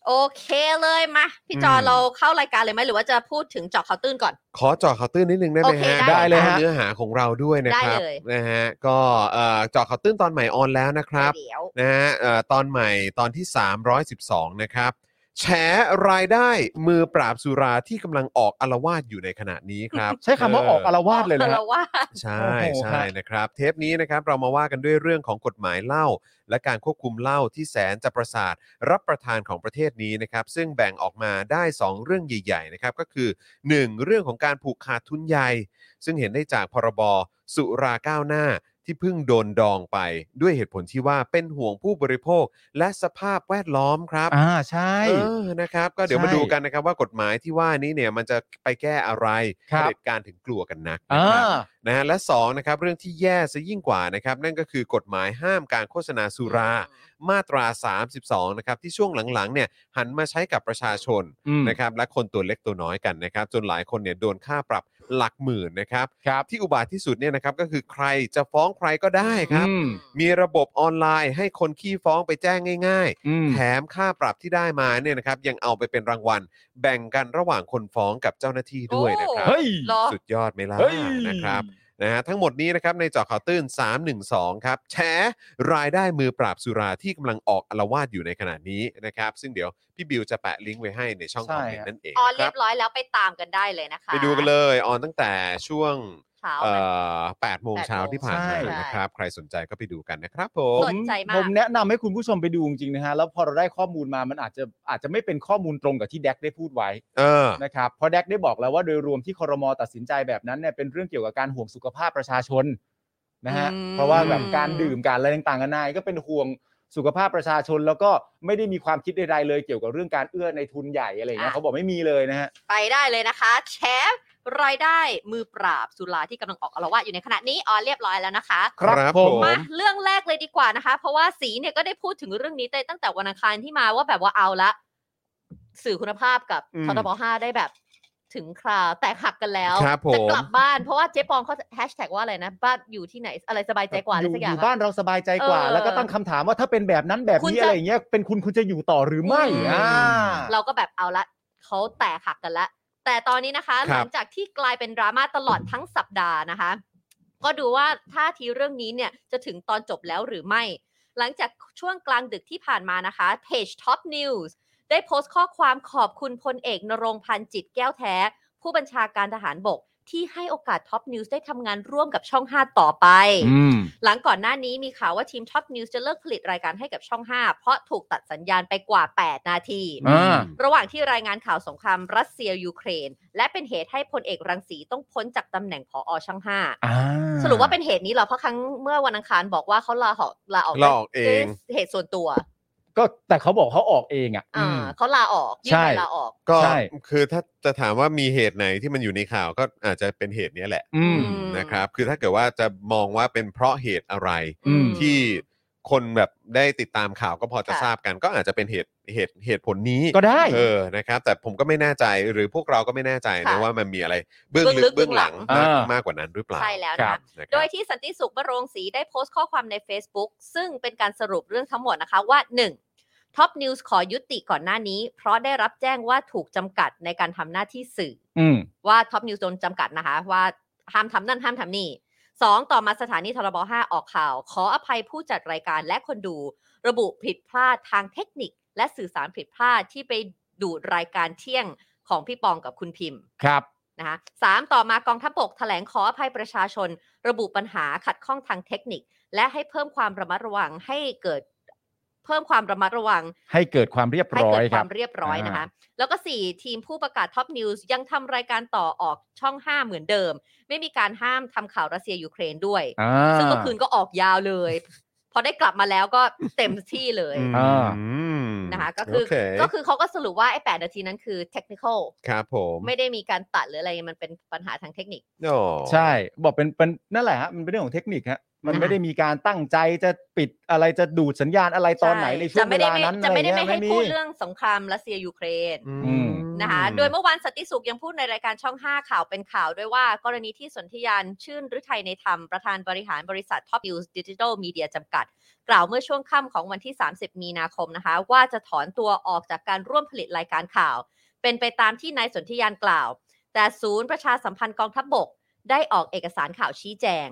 โอเคเลยมา พี่จอ อืม เราเข้ารายการเลยไหมหรือว่าจะพูดถึงเจาะข่าวตื้นก่อน ขอเจาะข่าวตื้นนิดนึงได้ไหม โอเค ฮะ ได้ เลยฮะ เนื้อหาของเราด้วยนะครับ ได้เลย นะฮะก็เอ่อเจาะข่าวตื้นตอนใหม่ออนแล้วนะครับ เดี๋ยว นะฮะเอ่อตอนใหม่ตอนที่ 312 นะครับ แฉรายได้มือปราบสุราที่กำลังออกอารวาสอยู่ในขณะนี้ครับ ใช้คำว่าออกอารวาสเลยนะ อาร ฮะ วาส ใช่ โอ้โห ใช่ ฮะ นะครับ เทปนี้นะครับเรามาว่ากันด้วยเรื่องของกฎหมายเหล้าและการควบคุมเหล้าที่แสนจะประสาทรับประทานของประเทศนี้นะครับ ซึ่งแบ่งออกมาได้ 2 เรื่องใหญ่ ๆ นะครับ ก็คือ 1. เรื่องของการผูกขาดทุนใหญ่ ซึ่งเห็นได้จากพรบสุราก้าวหน้าที่เพิ่งโดนดองไปด้วยเหตุผลที่ว่าเป็นห่วงผู้บริโภคและสภาพแวดล้อมครับ อ่าใช่ เออ นะครับ ก็เดี๋ยว ใช่ มาดูกันนะครับว่ากฎหมายที่ว่านี้เนี่ยมันจะไปแก้อะไร ครั เผ บ ด็จการถึงกลัวกันนักนะ อ่า ครับ นะฮะและ 2 นะครับ เรื่องที่แย่ซะยิ่งกว่านะครับ นั่นก็คือกฎหมายห้ามการโฆษณาสุรามาตรา 32 นะครับ ที่ช่วงหลังๆเนี่ยหันมาใช้กับประชาชน อืม นะครับ และคนตัวเล็กตัวน้อยกันนะครับ จนหลายคนเนี่ยโดนค่าปรับหลักหมื่นนะครับ ครับ ที่อุบาทที่สุดเนี่ยนะครับก็คือใครจะฟ้องใครก็ได้ครับ อืม มีระบบออนไลน์ให้คนขี้ฟ้องไปแจ้งง่าย อืม ๆ แถมค่าปรับที่ได้มาเนี่ยนะครับยังเอาไปเป็นรางวัล แบ่งกันระหว่างคนฟ้องกับเจ้าหน้าที่ด้วยนะครับ เฮ้ย เหรอ สุดยอดไหมล่ะ เฮ้ย นะครับ นะฮะทั้งหมดนี้นะครับในเจอข่าวตื้น 312 ครับ แชร์รายได้มือปราบสุราที่กำลังออกอารวาสอยู่ในขณะนี้นะครับ ซึ่งเดี๋ยวพี่บิวจะแปะลิงก์ไว้ให้ในช่องค ใช่ อม ฮะ เมนต์นั่นเอง ออน นะค เรี รั ย บบ ร้อยแล้วไปตามกันได้เลยนะคะ ไปดูกันเลยออนตั้งแต่ช่วง เช้า เอ่ เลย อ8โมงเช้าที่ผ่านมา ใช่ นะครับ ใครสนใจก็ไปดูกันนะครับผ ส ม ดใจมาก ผมแนะนำให้คุณผู้ชมไปดูจริงๆนะฮะแล้วพอเราได้ข้อมูลมามันอาจจะอาจจะไม่เป็นข้อมูลตรงกับที่แดกได้พูดไว้ เออ นะครับเพราะแดกได้บอกแล้วว่าโดยรวมที่คอรมอตัดสินใจแบบนั้นเนี่ยเป็นเรื่องเกี่ยวกับการห่วงสุขภาพประชาชนนะฮะ อืม เพราะว่าแบบการดื่มการอะไรต่างๆกันานาก็เป็นห่วงสุขภาพประชาชน แล้วก็ไม่ได้มีความคิดใดๆเลยเกี่ยวกับเรื่องการเอื้อในทุนใหญ่อะไรอย่างเงี้ยเขาบอกไม่มีเลยนะฮะ ไปได้เลยนะคะแชร์รายได้มือปราบสุราที่กำลังออกอารวาสอยู่ในขณะนี้ออนเรียบร้อยแล้วนะคะ ครับผม มาเรื่องแรกเลยดีกว่านะคะ เพราะว่าสีเนี่ยก็ได้พูดถึงเรื่องนี้ตั้งแต่วันอังคารที่มาว่าแบบว่าเอาละ สื่อคุณภาพกับ อืม ททบห้าได้แบบ ถึงคราวแตกหักกันแล้ว ครับผม จะกลับบ้านเพราะว่าเจ๊ปองเขาแฮชแท็กว่าอะไรนะบ้านอยู่ที่ไหนอะไรสบายใจกว่าอะ อ ไร ยู่ สักอย่อา ยู่ ง บ้า อะ นเราสบายใจกว่า เออ แล้วก็ตั้งคำถามว่าถ้าเป็นแบบนั้นแบบ คุณ นี้ จะ อะไรอย่างเงี้ยเป็นคุณคุณจะอยู่ต่อหรือไม่อ่า เราก็แบบเอาละเขาแตกหักกันละแต่ตอนนี้นะคะ ครับ หลังจากที่กลายเป็นดราม่าตลอดทั้งสัปดาห์นะคะ ก็ดูว่าท่าทีเรื่องนี้เนี่ยจะถึงตอนจบแล้วหรือไม่ หลังจากช่วงกลางดึกที่ผ่านมานะคะเพจ Top News ได้โพสต์ข้อความขอบคุณพลเอกนรงค์พันธ์จิตแก้วแท้ ผู้บัญชาการทหารบก ที่ให้โอกาสท็อปนิวส์ได้ทำงานร่วมกับช่อง 5 ต่อไป อืม หลังก่อนหน้านี้มีข่าวว่าทีมท็อปนิวส์จะเลิกผลิตรายการให้กับช่อง 5 เพราะถูกตัดสัญญาณไปกว่า 8 นาที อ่า ระหว่างที่รายงานข่าวสงครามรัสเซียยูเครน และเป็นเหตุให้พลเอกรังสีต้องพ้นจากตำแหน่งผออช่อง 5 อ่า สรุปว่าเป็นเหตุนี้เหรอ เพราะครั้งเมื่อวันอังคารบอกว่าเขาลาออกลาออก ลาออกเอง ด้วยเหตุส่วนตัว ก็แต่เขาบอกเขาออกเองอ่ะ อ่า อืม เขาลาออกยื่น ใช่ ใบลาออก ก็ ใช่ คือถ้าจะถามว่ามีเหตุไหนที่มันอยู่ในข่าวก็อาจจะเป็นเหตุเนี้ยแหละ อืม ม นะครับ คือถ้าเกิดว่าจะมองว่าเป็นเพราะเหตุอะไร อืม ที่คนแบบได้ติดตามข่าวก็พอจะ ค่ะ ทราบกัน ก็อาจจะเป็นเหตุเหตุเหตุผลนี้ ก็ได้ เออนะครับ แต่ผมก็ไม่แน่ใจหรือพวกเราก็ไม่แน่ใจนะ ค่ะ ว่ามันมีอะไรเบื้องลึก เบื้ เบื้อ อง ง ห หลั ลัง ง มาก อ่าม มากกว่านั้นหรือเปล่า ใช่แล้ว ครั นะ บ นะครับ โดยที่สันติสุขบรงศรีได้โพสต์ข้อความใน Facebook ซึ่งเป็นการสรุปเรื่องทั้งหมดนะคะว่า 1. ท็อปนิวส์ขอยุติก่อนหน้านี้ เพราะได้รับแจ้งว่าถูกจำกัดในการทำหน้าที่สื่อ อืม ว่าท็อปนิวส์โดนจำกัดนะคะ ว่าห้ามทำนั่นห้ามทำนี่สองต่อมาสถานีทรบ5ออกข่าว ขออภัยผู้จัดรายการและคนดู ระบุผิดพลาดทางเทคนิค และสื่อสารผิดพลาดที่ไปดูดรายการเที่ยงของพี่ปองกับคุณพิมพ์ ครับ นะคะสามต่อมากองทัพบกแถลงขออภัยประชาชน ระบุปัญหาขัดข้องทางเทคนิค และให้เพิ่มความระมัดระวังให้เกิดเพิ่มความระมัดระวัง ให้เกิดความเรียบ ให้ ร้อ เกิ ย ด ค ค รั วา บ มเรียบร้อยนะคะ อ่า แล้วก็ 4 ทีมผู้ประกาศท็อปนิวส์ยังทำรายการต่อออกช่อง 5 เหมือนเดิม ไม่มีการห้ามทำข่าวรัสเซียยูเครนด้วย อ่า ซึ่งเมื่อคืนก็ออกยาวเลย พอได้กลับมาแล้วก็เต็มที่เลย อ่า ม นะคะก็คือ โเ ก็คือเขาก็สรุปว่าไอ้8นาทีนั้นคือเทคนิคอล ครับผม ไม่ได้มีการตัดหรืออะไรมันเป็นปัญหาทางเทคนิค อ๋อ ใช่ บอกเป็นเป็นนั่นแหละฮะมันเป็นเรื่องของเทคนิคฮะมันไม่ อ่า ได้มีการตั้งใจจะปิดอะไรจะดูดสัญญาณอะไรตอนไหน ช่ ในช่ว จะ งเว ไม่ได้ ลา ไม่ นั้น จะไม่ได้ อะร ไม่ให้ เงี้ย พูดเรื่องสงครามรัสเซียยูเครน อื อืม นะคะโดยเมื่อวานสนติสุขยังพูดในรายการช่อง 5 ข่าวเป็นข่าวด้วยว่า กรณีที่สนธิยานชื่นฤทัยในธรรม ประธานบริหารบริษัท Top News Digital Media จำกัด กล่าวเมื่อช่วงค่ำของวันที่ 30 มีนาคมนะคะ ว่าจะถอนตัวออกจากการร่วมผลิตรายการข่าว เป็นไปตามที่นายสนธิยานกล่าว แต่ศูนย์ประชาสัมพันธ์กองทัพบบก ได้ออกเอกสารข่าวชี้แจง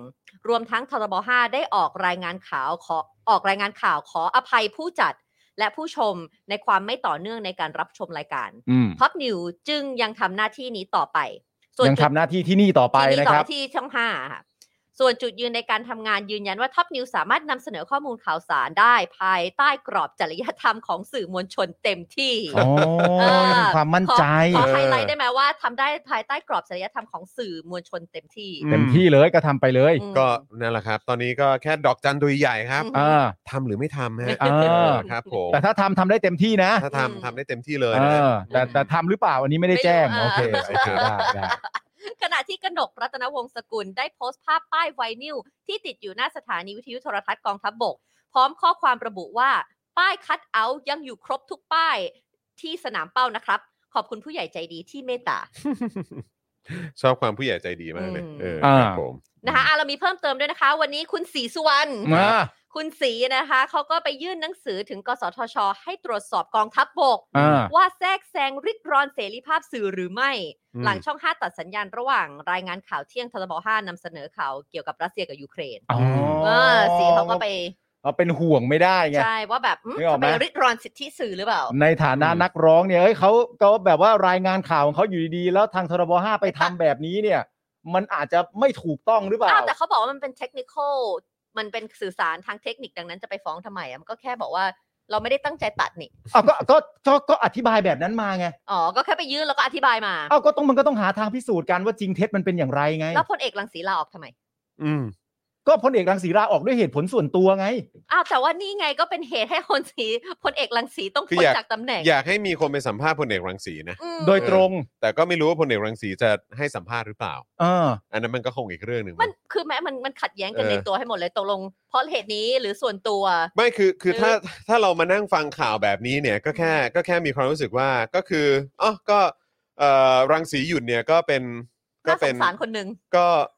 รวมทั้งทรบ5ได้ออกรายงานข่าวขอออกรายงานข่าวขออภัยผู้จัด และผู้ชมในความไม่ต่อเนื่องในการรับชมรายการ อืม ท็อปนิวจึงยังทำหน้าที่นี้ต่อไป ส่วน ยังทำหน้าที่ที่นี่ต่อไป ที่ นะ ต่อ ครับ ที่ช่องห้าค่ะ ส่วนจุดยืนในการทำงานยืนยันว่าท็อปนิวสามารถนำเสนอข้อมูลข่าวสารได้ภายใต้กรอบจริยธรรมของสื่อมวลชนเต็มที่ อ๋อ เออ เป็นความมั่นใจ ขอขอไฮไลท์ได้ไหมว่าทำได้ภายใต้กรอบจริยธรรมของสื่อมวลชนเต็มที่ เต็มที่เลยก็ทำไปเลย อืม ก็นั่นแหละครับ ตอนนี้ก็แค่ดอกจันตัวใหญ่ครับ อืม อ่า ทำหรือไม่ทำฮะ อ่า เออครับผม แต่ถ้าทำทำได้เต็มที่นะ ถ้าทำทำได้เต็มที่เลย เอ นะ อแต่แต่ทำหรือเปล่าอันนี้ไม่ได้แจ้ง ไม่รู้ โอเค อ่า โอเคได้ได้ ขณะที่กนกรัตนวงศ์สกุลได้โพสต์ภาพป้ายไวนิลที่ติดอยู่หน้าสถานีวิทยุโทรทัศน์กองทัพบบก พร้อมข้อความระบุว่า ป้ายคัดเอาท์ยังอยู่ครบทุกป้ายที่สนามเป้านะครับ ขอบคุณผู้ใหญ่ใจดีที่เมตตา ชอบความผู้ใหญ่ใจดีมากเลย อืม เออ อ่า ครับผม นะคะอ่ะเรามีเพิ่มเติมด้วยนะคะ วันนี้คุณศรีสุวรรณ มา คุณศรีนะคะเขาก็ไปยื่นหนังสือถึงกสทช ให้ตรวจสอบกองทัพบบก อ่า ว่าแทรกแซงริดรอนเสรีภาพสื่อหรือไม่ อืม หลังช่อง 5 ตัดสัญญาณระหว่างรายงานข่าวเที่ยงทรบ5นำเสนอข่าวเกี่ยวกับรัสเซียกับยูเครน อ๋อ เออสีเขาก็ไป เอาเป็นห่วงไม่ได้ไง ใช่ว่าแบบอืม นึกออก ทำ ไหม ไมริดรอนสิทธิสื่อหรือเปล่า ในฐานะ อืม นักร้องเนี่ยเอ้ยเขาก็แบบว่ารายงานข่าวของเขาอยู่ดีๆ แล้วทางทรบห้าไปทำแบบนี้เนี่ย มันอาจจะไม่ถูกต้องหรือเปล่า อ้าวแต่เขาบอกว่ามันเป็นเทคนิคอลมันเป็นสื่อสารทางเทคนิคดังนั้นจะไปฟ้องทำไมอ่ะมันก็แค่บอกว่าเราไม่ได้ตั้งใจตัดนี่ อ้าวก็ก็ก็ก็อธิบายแบบนั้นมาไง อ๋อก็แค่ไปยื่นแล้วก็อธิบายมา อ้าวก็ต้องมันก็ต้องหาทางพิสูจน์กันว่าจริงเท็จมันเป็นอย่างไรไง แล้วพลเอกรังสีลาออกทำไม อืม ก็พลเอกรังสีราออกด้วยเหตุผลส่วนตัวไง อ้าวแต่ว่านี่ไงก็เป็นเหตุให้คนสีพลเอกรังสีต้อง คือ พ้นจากตำแหน่ง อยากให้มีคนไปสัมภาษณ์พลเอกรังสีนะ อืม โดยตรง แต่ก็ไม่รู้ว่าพลเอกรังสีจะให้สัมภาษณ์หรือเปล่า เออ อันนั้นมันก็คงอีกเรื่องหนึ่ง มั มั้ น ง คือแม้มันมันขัดแย้งกัน เออ ในตัวให้หมดเลยตกลง เพราะเหตุนี้หรือส่วนตัว ไม่คือคือ หรือ ถ้าถ้าเรามานั่งฟังข่าวแบบนี้เนี่ยก็แค่ก็แค่มีความรู้สึกว่าก็คืออ๋อก็เอ่อรังสีหยุดเนี่ยก็เป็นก็ น่าส เป็น งสารคนหนึ่ง ก็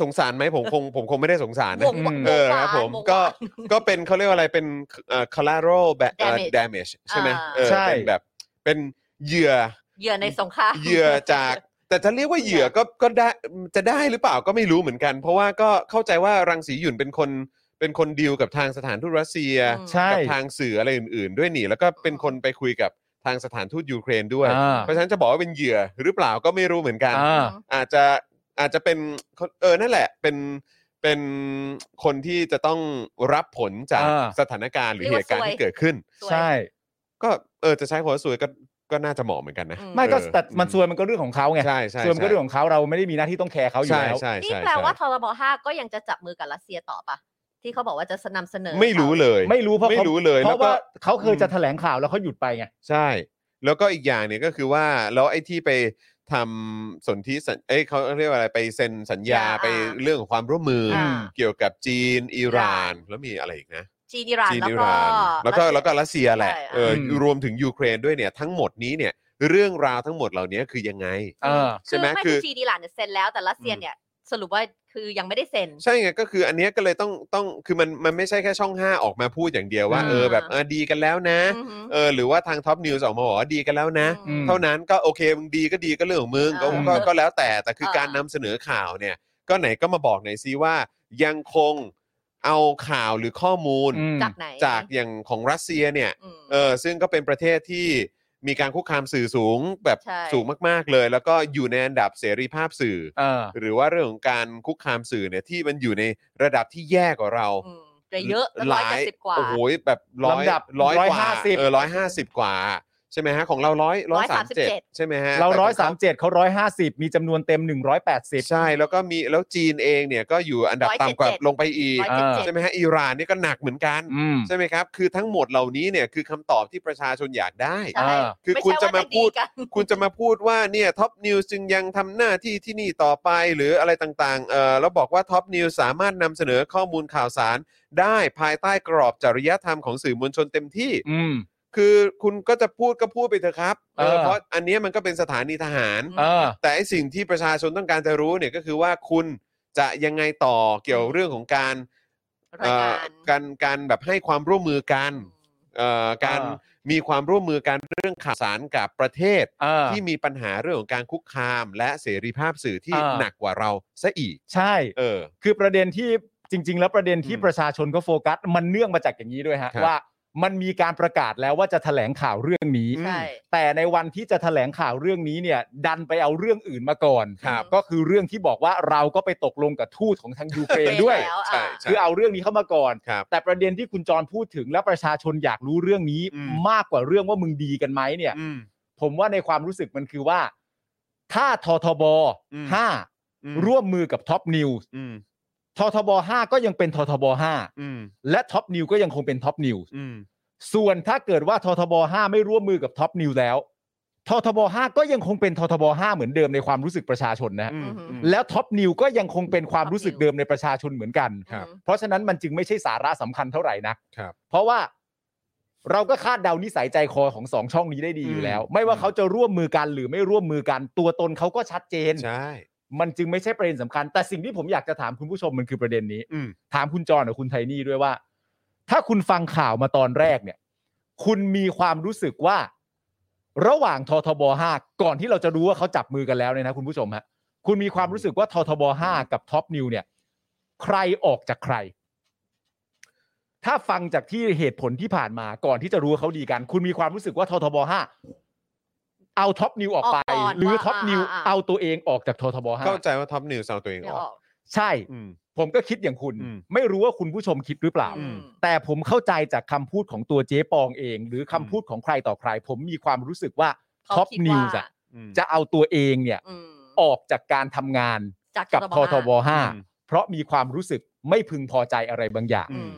สงสารไหมผมคงผมคงไม่ได้สงสาร ว นะ งวง เออ วง ครับ วาน ผม วง ก็ วาน ก็เป็นเขาเรียกว่าอะไรเป็นเอ่อ collateral ba- เอ่อ Damage damage ใช่ไหม อ่า เออ ใช่ เป็นแบบเป็นเหยื่อ เหยื่อในสงคราม เหยื่อจาก แต่จะเรียกว่าเหยื่อก็ก็ได้จะได้หรือเปล่าก็ไม่รู้เหมือนกัน เพราะว่าก็เข้าใจว่ารังสีหยุ่นเป็นคนเป็นคนดีลกับทางสถานทูตรัสเซีย อืม ใช่ กับทางสื่ออะไรอื่น ๆ ด้วยนี่ แล้วก็เป็นคนไปคุยกับทางสถานทูตยูเครนด้วย อ่า เพราะฉะนั้นจะบอกว่าเป็นเหยื่อหรือเปล่าก็ไม่รู้เหมือนกัน อ่า อาจจะ อาจจะเป็นเออนั่นแหละเป็นเป็นคนที่จะต้องรับผลจาก อ่า สถานการณ์หรือเหตุการณ์ที่เกิดขึ้น สวย ใช่ ก็เออจะใช้คำว่าซวยก็ก็น่าจะเหมาะเหมือนกันนะ อืม ไม่ก็ เออ แต่มันซวยมันก็เรื่องของเขาไง ใช่ใช่ ซวยมันก็เรื่องของเขาเราไม่ได้มีหน้าที่ต้องแคร์เขาอยู่ ใช่ แล้ว ใช่ นี่ ใช่ แปล ใช่ ว่าทรบห้าก็ยังจะจับมือกับรัสเซียต่อปะที่เขาบอกว่าจะนำเสนอ ไม่รู้เลย ไม่รู้เพราะ ไม่ เขา รู้เลย เพ แล้ว ราะ ก็ ว่าเขาเคยจะแถลงข่าวแล้วเขาหยุดไปไง ใช่ แล้วก็อีกอย่างเนี่ยก็คือว่าแล้วไอ้ที่ไปทำสนธิสัญเอ้ยเขาเรียกว่าอะไรไปเซ็นสัญญาไปเรื่องของความร่วมมืออา เกี่ยวกับจีนอิหร่าน แล้วมีอะไรอีกนะ จีนอิหร่าน จีน แล้อวิห ก็ ร่านแล้วก็แล้วก็รัสเซียแหละ ใช่ เออ อืม รวมถึงยูเครนด้วยเนี่ยทั้งหมดนี้เนี่ยเรื่องราวทั้งหมดเหล่านี้คือยังไง เออ ใช่ คือ ไหม ไม่ คื คือ อจีนอิหร่านเนี่ยเซ็นแล้วแต่รัสเซียเนี่ยสรุปว่าคือยังไม่ได้เซ็น ใช่ไงก็คืออันเนี้ยก็เลยต้องต้องคือมันมันไม่ใช่แค่ช่อง 5 ออกมาพูดอย่างเดียวว่า อ่า เออแบบเออดีกันแล้วนะ อือหือ เออหรือว่าทางท็อปนิวส์ออกมาบอกว่าดีกันแล้วนะ อืม เท่านั้นก็โอเคมึงดีก็ดีก็เรื่องของมึงก็ อ่า ก็ก็แล้วแต่แต่คือ เออ การนำเสนอข่าวเนี่ย ก็ไหนก็มาบอกหน่อยซิว่า ยังคงเอาข่าวหรือข้อมูล อืม จากไหน จากอย่างของรัสเซียเนี่ย อืม เออซึ่งก็เป็นประเทศที่มีการคุกคามสื่อสูงแบบ ใช่ สูงมากๆเลย แล้วก็อยู่ในอันดับเสรีภาพสื่อ เออ หรือว่าเรื่องของการคุกคามสื่อเนี่ยที่มันอยู่ในระดับที่แย่กว่าเรา อืมแต่เยอะ ห ร้อย ลายเจ็ดสิบกว่า โอ้โหแบบร้อย ลำดับ ร้อยกว่า 150 เออร้อยห้าสิบกว่า ใช่ไหมฮะ ของเราร้อยร้อยสามเจ็ด 137 ใช่ไหมฮะ เรา แต่ข ร้อง ยสามเจ็ดเขาร้อยห้าสิบมีจำนวนเต็มหนึ่งร้อยแปดสิบ ใช่แล้วก็มีแล้วจีนเองเนี่ยก็อยู่อันดับต่ำกว่าลงไปอีก ร้อย อ่า เจ็ดสิบ ใช่ไหมฮะอิหร่านนี่ก็หนักเหมือนกัน อืม ใช่ไหมครับ คือทั้งหมดเหล่านี้เนี่ยคือคำตอบที่ประชาชนอยากได้ ใช่ า คือ ไใช่ คุณจะ ว่ มาพูด กัน คุณจะมาพูดว่าเนี่ยท็อปนิวส์จึงยังทำหน้าที่ที่นี่ต่อไปหรืออะไรต่างๆเออแล้วบอกว่าท็อปนิวส์สามารถนำเสนอข้อมูลข่าวสาร ได้ภายใต้กรอบจริยธรรมของสื่อมวลชนเต็มที่ อืม คือคุณก็จะพูดก็พูดไปเถอะครับเออ เออ เพราะอันเนี้ยมันก็เป็นสถานีทหาร เออ แต่ไอ้สิ่งที่ประชาชนต้องการจะรู้เนี่ยก็คือว่าคุณจะยังไงต่อเกี่ยวเรื่องของการ ราย เอ่อ การ การการแบบให้ความร่วมมือกันเอ่อการ เออ มีความร่วมมือกันเรื่องข่าวสารกับประเทศ เออ ที่มีปัญหาเรื่องของการคุกคามและเสรีภาพสื่อที่ อ่า หนักกว่าเราซะอีก ใช่ เออ คือประเด็นที่จริง ๆ แล้วประเด็นที่ อืม ประชาชนก็โฟกัส มันเนื่องมาจากอย่างนี้ด้วยฮะ ครับ ว่ามันมีการประกาศแล้วว่าจะแถลงข่าวเรื่องนี้ ใช่ แต่ในวันที่จะแถลงข่าวเรื่องนี้เนี่ย ดันไปเอาเรื่องอื่นมาก่อน ครับ ก็คือเรื่องที่บอกว่าเราก็ไปตกลงกับทูตของทางยูเครนด้วย ไปแล้ว ใช่ใช่ คือเอาเรื่องนี้เข้ามาก่อน ครับ แต่ประเด็นที่คุณจรพูดถึงและประชาชนอยากรู้เรื่องนี้ อืม มากกว่าเรื่องว่ามึงดีกันไหมเนี่ย อืม ผมว่าในความรู้สึกมันคือว่า ถ้าททบ อืม ห้า อืม ร่วมมือกับท็อปนิวส์ อืม ททบห้าก็ยังเป็นททบห้า อืม และท็อปนิวก็ยังคงเป็นท็อปนิวส์ อืม ส่วนถ้าเกิดว่าททบห้าไม่ร่วมมือกับท็อปนิวส์แล้วททบห้าก็ยังคงเป็นททบห้าเหมือนเดิมในความรู้สึกประชาชนนะฮะ อืม อืม อืม แล้วท็อปนิวก็ยังคงเป็นความ Top รู้สึก News เดิมในประชาชนเหมือนกัน ครับ อืม เพราะฉะนั้นมันจึงไม่ใช่สาระสำคัญเท่าไหร่นะครับ เพราะว่าเราก็คาดเดานิสัยใจคอของสองช่องนี้ได้ดีอยู่แล้ว อืม ไม่ว่าเขาจะร่วมมือกันหรือไม่ร่วมมือกัน ตัวตนเขาก็ชัดเจน ใช่ มันจึงไม่ใช่ประเด็นสำคัญ แต่สิ่งที่ผมอยากจะถามคุณผู้ชมมันคือประเด็นนี้ อืม ถามคุณจรหรือคุณไทนี่ด้วยว่า ถ้าคุณฟังข่าวมาตอนแรกเนี่ย คุณมีความรู้สึกว่า ระหว่างททบห้าก่อนที่เราจะรู้ว่าเขาจับมือกันแล้วเนี่ยนะคุณผู้ชมฮะคุณมีความรู้สึกว่าททบห้ากับท็อปนิวเนี่ย ใครออกจากใคร ถ้าฟังจากที่เหตุผลที่ผ่านมาก่อนที่จะรู้ว่าเขาดีกัน คุณมีความรู้สึกว่าททบห้าเอาท็อปนิวออกไป ออกก่อน หรือ ว่า ท็อปนิว อ่าอ่า เอาตัวเองออกจากททบห้า เข้าใจว่าท็อปนิวส์เอาตัวเอง เดี๋ย อ ว อ อก อก ใช่ อืม ผมก็คิดอย่างคุณ อืม ไม่รู้ว่าคุณผู้ชมคิดหรือเปล่า อืม แต่ผมเข้าใจจากคำพูดของตัวเจ๊ปองเอง หรือคำพูดของใครต่อใคร ผมมีความรู้สึกว่า เขา ท็อป คิดว่า นิวส์อะ อืม จะเอาตัวเองเนี่ย อืม ออกจากการทำงาน จาก กับททบห้า อืม เพราะมีความรู้สึกไม่พึงพอใจอะไรบางอย่าง อืม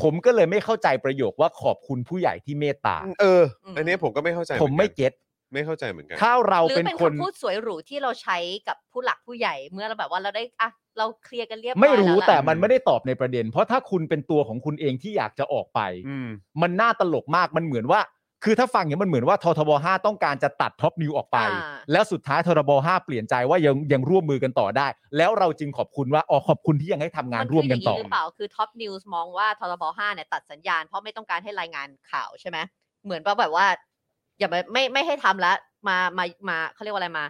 ผมก็เลยไม่เข้าใจประโยคว่าขอบคุณผู้ใหญ่ที่เมตตา เอออ ม อันนี้ผมก็ไม่เข้าใจ ผมไม่ เหอนกัน เก็ต ไม่เข้าใจเหมือนกัน ถ้าเรา หรือ เป็น เป็น คน คำพูดสวยหรูที่เราใช้กับผู้หลักผู้ใหญ่เมื่อเราแบบว่าเราได้อะเราเคลียร์กันเรียบอย ไม่รู้ ล้วล่ะ แต่มันไม่ได้ตอบในประเด็น เพราะถ้าคุณเป็นตัวของคุณเองที่อยากจะออกไป อืม มันน่าตลกมาก มันเหมือนว่า คือถ้าฟังอย่างนี้มันเหมือนว่าททบห้าต้องการจะตัดท็อปนิวออกไป อ่า แล้วสุดท้ายททบห้าเปลี่ยนใจว่ายังยังร่วมมือกันต่อได้ แล้วเราจึงขอบคุณว่าอ๋อขอบคุณที่ยังให้ทำงาน มั ร่วมกันต่อ คืย่างหรือเปล่าคือท็อปนิวส์มองว่าทรบห้าเนี่ยตัดสัญญาณเพราะไม่ต้องการให้รายงานข่าวใช่ไหมเหมือนว่าแบบว่า อย่าไปไม่ไม่ให้ทำแล้วมามามาเขาเรียกว่าอะไรมา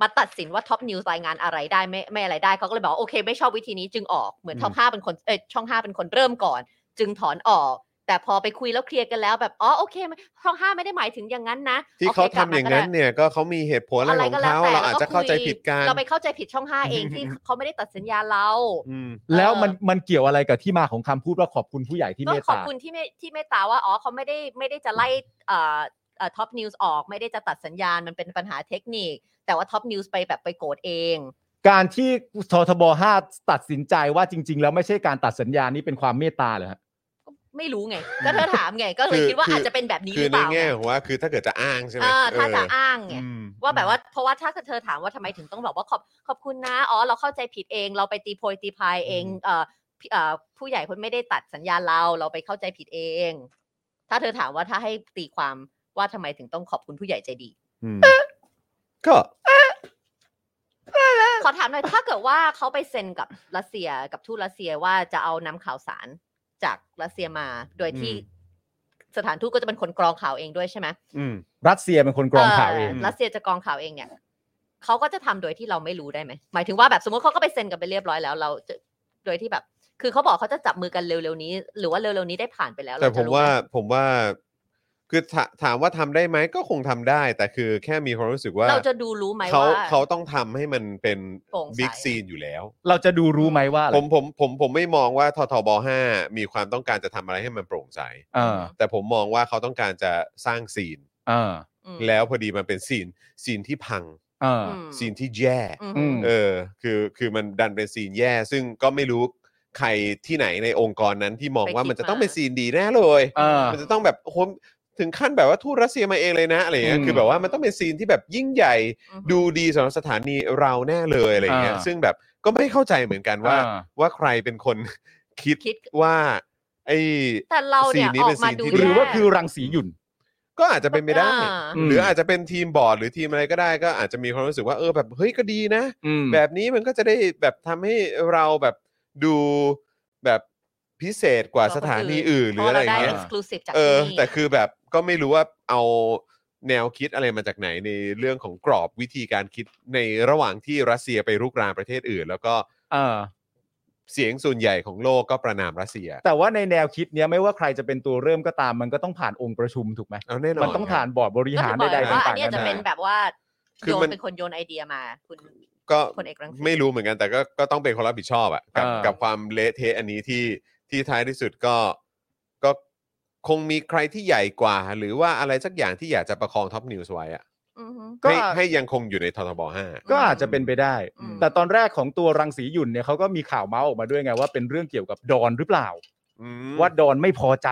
มาตัดสินว่าท็อปนิวส์รายงานอะไรได้ไม่ไม่อะไรได้เขาก็เลยบอกว่าโอเค ไม่ชอบวิธีนี้จึงออกเหมือนท็อปห้าเป็นคนเอยช่องห้าเป็นคนเริ่มก่อน จึงถอนออก แต่พอไปคุยแล้วเคลียร์กันแล้วแบบอ๋อโอเคมันช่องห้าไม่ได้หมายถึงอย่างนั้นนะ ที่ โค เขา กลั ทำ บ อ ม ย่าง ก็ นั้น ได้ เนี่ยก็เขามีเหตุผลอะไรของเขาเราก็แล้วแต่ อาจจะเข้าใจผิดกัน เราไปเข้าใจผิดช่องห้าเองที่ เขาไม่ได้ตัดสัญญาเรา อืม แล้วมัน เออ มันเกี่ยวอะไรกับที่มาของคำพูดว่าขอบคุณผู้ใหญ่ที่ ก็ เมต ขอบ ตา คุณที่ไม่ที่เมตตาว่าอ๋อเขาไม่ได้ไม่ได้จะไล่เอ่อเอ่อท็อปนิวส์ออกไม่ได้จะตัดสัญญาณมันเป็นปัญหาเทคนิค แต่ว่าท็อปนิวส์ไปแบบไปโกรธเอง การที่ททบห้าตัดสินใจว่าจริง ๆ แล้วไม่ใช่การตัดสัญญานี้เป็นความเมตตาเหรอฮะ ไม่รู้ไง ก็เธอถามไง ก็เลย คือ คิดว่า คืออ อาจจะเป็นแบบนี้ห คื รือ อ ใน เปล่า แง่ของว่าคือถ้าเกิดจะอ้างใช่ไหม เออถ้าจะ เออ อ้างไง อืม ว่าแบบว่าเพราะว่าถ้าเธอถามว่าทำไมถึงต้องบอกว่าขอบขอบคุณนะอ๋อเราเข้าใจผิดเอง เราไปตีโพยตีพายเองเอ่อพี่เอ่อผู้ใหญ่คนไม่ได้ตัดสัญญาเราเราไปเข้าใจผิดเอง ถ้าเธอถามว่าถ้าให้ตีความว่าทำไมถึงต้องขอบคุณผู้ใหญ่ใจดี อืมก็ ขอถามหน่อย ถ้าเกิดว่าเขาไปเซ็นกับรัสเซียกับทูตรัสเซียว่าจะเอานำข่าวสารจากรัสเซียมา โดยที่ อื สถานทูตก็จะเป็นคนกรองข่าวเองด้วยใช่ไหม อืม รัสเซียเป็นคนกรองข่าวเอง รัสเซียจะกรองข่าวเองเนี่ยเขาก็จะทำโดยที่เราไม่รู้ได้ไหมหมายถึงว่าแบบสมมติเขาก็ไปเซ็นกันไปเรียบร้อยแล้วเราจะโดยที่แบบ คือเขาบอกเขาจะจับมือกันเร็วๆนี้ หรือว่าเร็วๆนี้ได้ผ่านไปแล้ว แต่ เร ผ จะ ม รู้ไห ว่าผมว่าคือถาถามว่าทำได้ไหมก็คงทำได้ แต่คือแค่มีความรู้สึกว่า เราจะดูรู้ไหม เขา ว่า เขาต้องทำให้มันเป็น โปร่งใส บิ๊กซีนอยู่แล้ว เราจะดูรู้ไหมว่า ผมผมผมผมไม่มองว่าททบห้ามีความต้องการจะทำอะไรให้มันโปร่งใส เออ แต่ผมมองว่าเขาต้องการจะสร้างซีน เออ อืม แล้วพอดีมันเป็นซีนซีนที่พัง เออ อืม ซีนที่แย่ อื อื ม ม เออคือคือมันดันเป็นซีนแย่ ซึ่งก็ไม่รู้ใครที่ไหนในองค์กรนั้นที่มอง ไป ว่า คิด มันจะต้อง มา เป็นซีนดีแน่เลย เออ มันจะต้องแบบโอ้โหถึงขั้นแบบว่าทูตรัสเซียมาเองเลยนะอะไรอย่างเงี้ย อืม คือแบบว่ามันต้องเป็นซีนที่แบบยิ่งใหญ่ อืม ดูดีสำหรับสถานีเราแน่เลยอะไรอย่างเงี้ย อ่า ซึ่งแบบก็ไม่เข้าใจเหมือนกันว่า อ่า ว่าใครเป็นคน คิด คิด ว่าไอ้ แต่เราเนี่ย ซีนนี้ ออ เป็น ก ซี มาน ดู ที่ หรือว่าคือ แย่ รังสีหยุ่น ก็อาจจะเป็นไปได้ อ่า อืม หรืออาจจะเป็นทีมบอร์ดหรือทีมอะไรก็ได้ก็อาจจะมีความรู้สึกว่าเออแบบเฮ้ยก็ดีนะ แบ แบบ บนี้มันก็จะได้แบบทำให้เราแบบดูแบบพิเศษกว่าสถานีอื่นหรืออะไรอย่างเงี้ พาว่าด้ ย exclusive จาก เอ ที่ อ นี่ แต่คือแบบก็ไม่รู้ว่าเอาแนวคิดอะไรมาจากไหนในเรื่องของกรอบวิธีการคิดในระหว่างที่รัสเซียไปรุกรานประเทศอื่น แล้วก็ เออ เสียงส่วนใหญ่ของโลกก็ประนามรัสเซีย แต่ว่าในแนวคิดเนี้ยไม่ว่าใครจะเป็นตัวเริ่มก็ตามมันก็ต้องผ่านองค์ประชุมถูกไหม เอาแน่นอน มันต้อง ค ผ่า รับ นบอร์ดบริ ก็ หาร ถึงบอก ใด ไง ๆ ว่าอั ต่าน งๆ เนี้ยจะ นา เป็น นา แบบว่า คือ โย มัน น เป็นคนโยนไอเดียมาคุณ ก็ คนเอกรังสิ ไม่รู้เหมือนกันแต่ก็ก็ต้องเป็นคนรับผิดชอบอะกับ เออ กับความเละเทะอันนี้ที่ที่ท้ายที่สุดก็ก็คงมีใครที่ใหญ่กว่า หรือว่าอะไรสักอย่างที่อยากจะประคองท็อปนิวส์ไว้อะ อือฮึ ก็ ให้ให้ยังคงอยู่ในททบห้า ก็อาจจะเป็นไปได้ อืม แต่ตอนแรกของตัวรังสีหยุ่นเนี่ยเขาก็มีข่าวเมาส์ออกมาด้วยไงว่าเป็นเรื่องเกี่ยวกับดอนหรือเปล่า ว่าดอนไม่พอใจ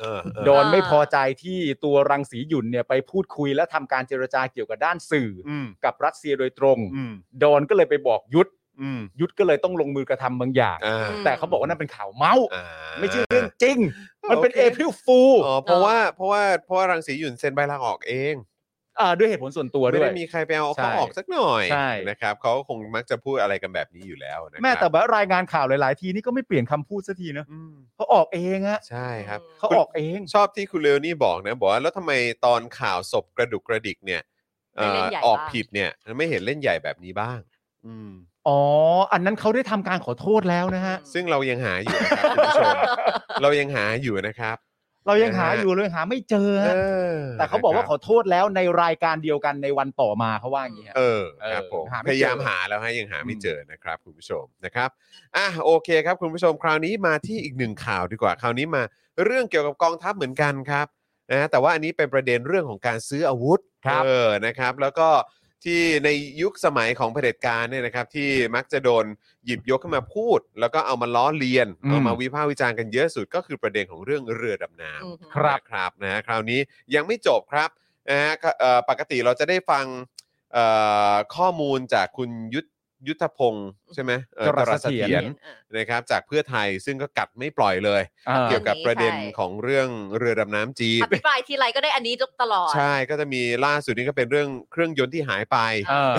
เออเออ ดอนไม่พอใจที่ตัวรังสีหยุ่นเนี่ยไปพูดคุยและทำการเจรจาเกี่ยวกับด้านสื่ออ อืม กับรัสเซียโดยตรง อืม ดอนก็เลยไปบอกยุทธ อืม ยุทธก็เลยต้องลงมือกระทำบางอย่าง อ่า แต่เขาบอกว่านั่นเป็นข่าวเมาส์ อ่า ไม่ใช่เรื่องจริง มันเป็น โอ เอ เค พิลฟู อ๋อเพราะว่าเพราะว่าเพราะว่ารังสีหยุ่นเซ็นใบลาออกเอง ด้วยเหตุผลส่วนตัว ไม่ ด้วย ได้มีใครไปเอา ใช่ เขาออกสักหน่อย ใช่ นะครับเขาคงมักจะพูดอะไรกันแบบนี้อยู่แล้วนะครับ แม่แต่ว่ารายงานข่าวหลาย ๆ ทีนี่ก็ไม่เปลี่ยนคำพูดสักทีนะ อืม เขาออกเองอะ ใช่ครับ เขาออกเอง ชอบที่คุณเลวนี่บอกนะ บอกว่าแล้วทำไมตอนข่าวศพกระดุกกระดิกเนี่ยเอ่ ไม่เล่ อน ใหญ่ ออก บ้าง ผิดเนี่ยไม่เห็นเล่นใหญ่แบบนี้บ้าง อืม อ๋อ อันนั้นเขาได้ทำการขอโทษแล้วนะฮะ ซึ่งเรายังหาอยู่นะครับคุณผู้ช มเรายังหาอยู่นะครับ เรายังหาอยู่เลยหาไม่เจอฮะ เออ แต่เขาบอกว่า นะครับ ขอโทษแล้วในรายการเดียวกันในวันต่อมาเขาว่าอย่างนี้ฮะ เออครับผม เออหาไม่ พยายาม เจอ หาแล้วฮะยังหาไม่ อืม เจอนะครับคุณผู้ชมนะครับอ่ะโอเคครับคุณผู้ชมคราวนี้มาที่อีกหนึ่งข่าวดีกว่า คราวนี้มาเรื่องเกี่ยวกับกองทัพเหมือนกันครับนะแต่ว่าอันนี้เป็นประเด็นเรื่องของการซื้ออาวุธ ครับ เออนะครับ แล้วก็ที่ในยุคสมัยของเผด็จการเนี่ยนะครับ ที่มักจะโดนหยิบยกขึ้นมาพูด แล้วก็เอามาล้อเลียนเอามาวิพากษ์วิจารณ์กันเยอะสุดก็คือประเด็นของเรื่องเรือดำน้ำ อือฮึ ครับ นะครับนะฮะคราวนี้ยังไม่จบครับนะฮะก็เอ่อปกติเราจะได้ฟังเอ่อข้อมูลจากคุณยุทธยุทธพงศ์ใช่ไหมเอ่อ จรัสเสถียร จนะครับจากเพื่อไทยซึ่งก็กัดไม่ปล่อยเลย อ่า เกี่ยวกับประเด็น ใช่ ของเรื่องเรือดำน้ำจีน อภิปรายทีไรก็ได้อันนี้ตลอด ใช่ก็จะมีล่าสุดนี้ก็เป็นเรื่องเครื่องยนต์ที่หายไป เออ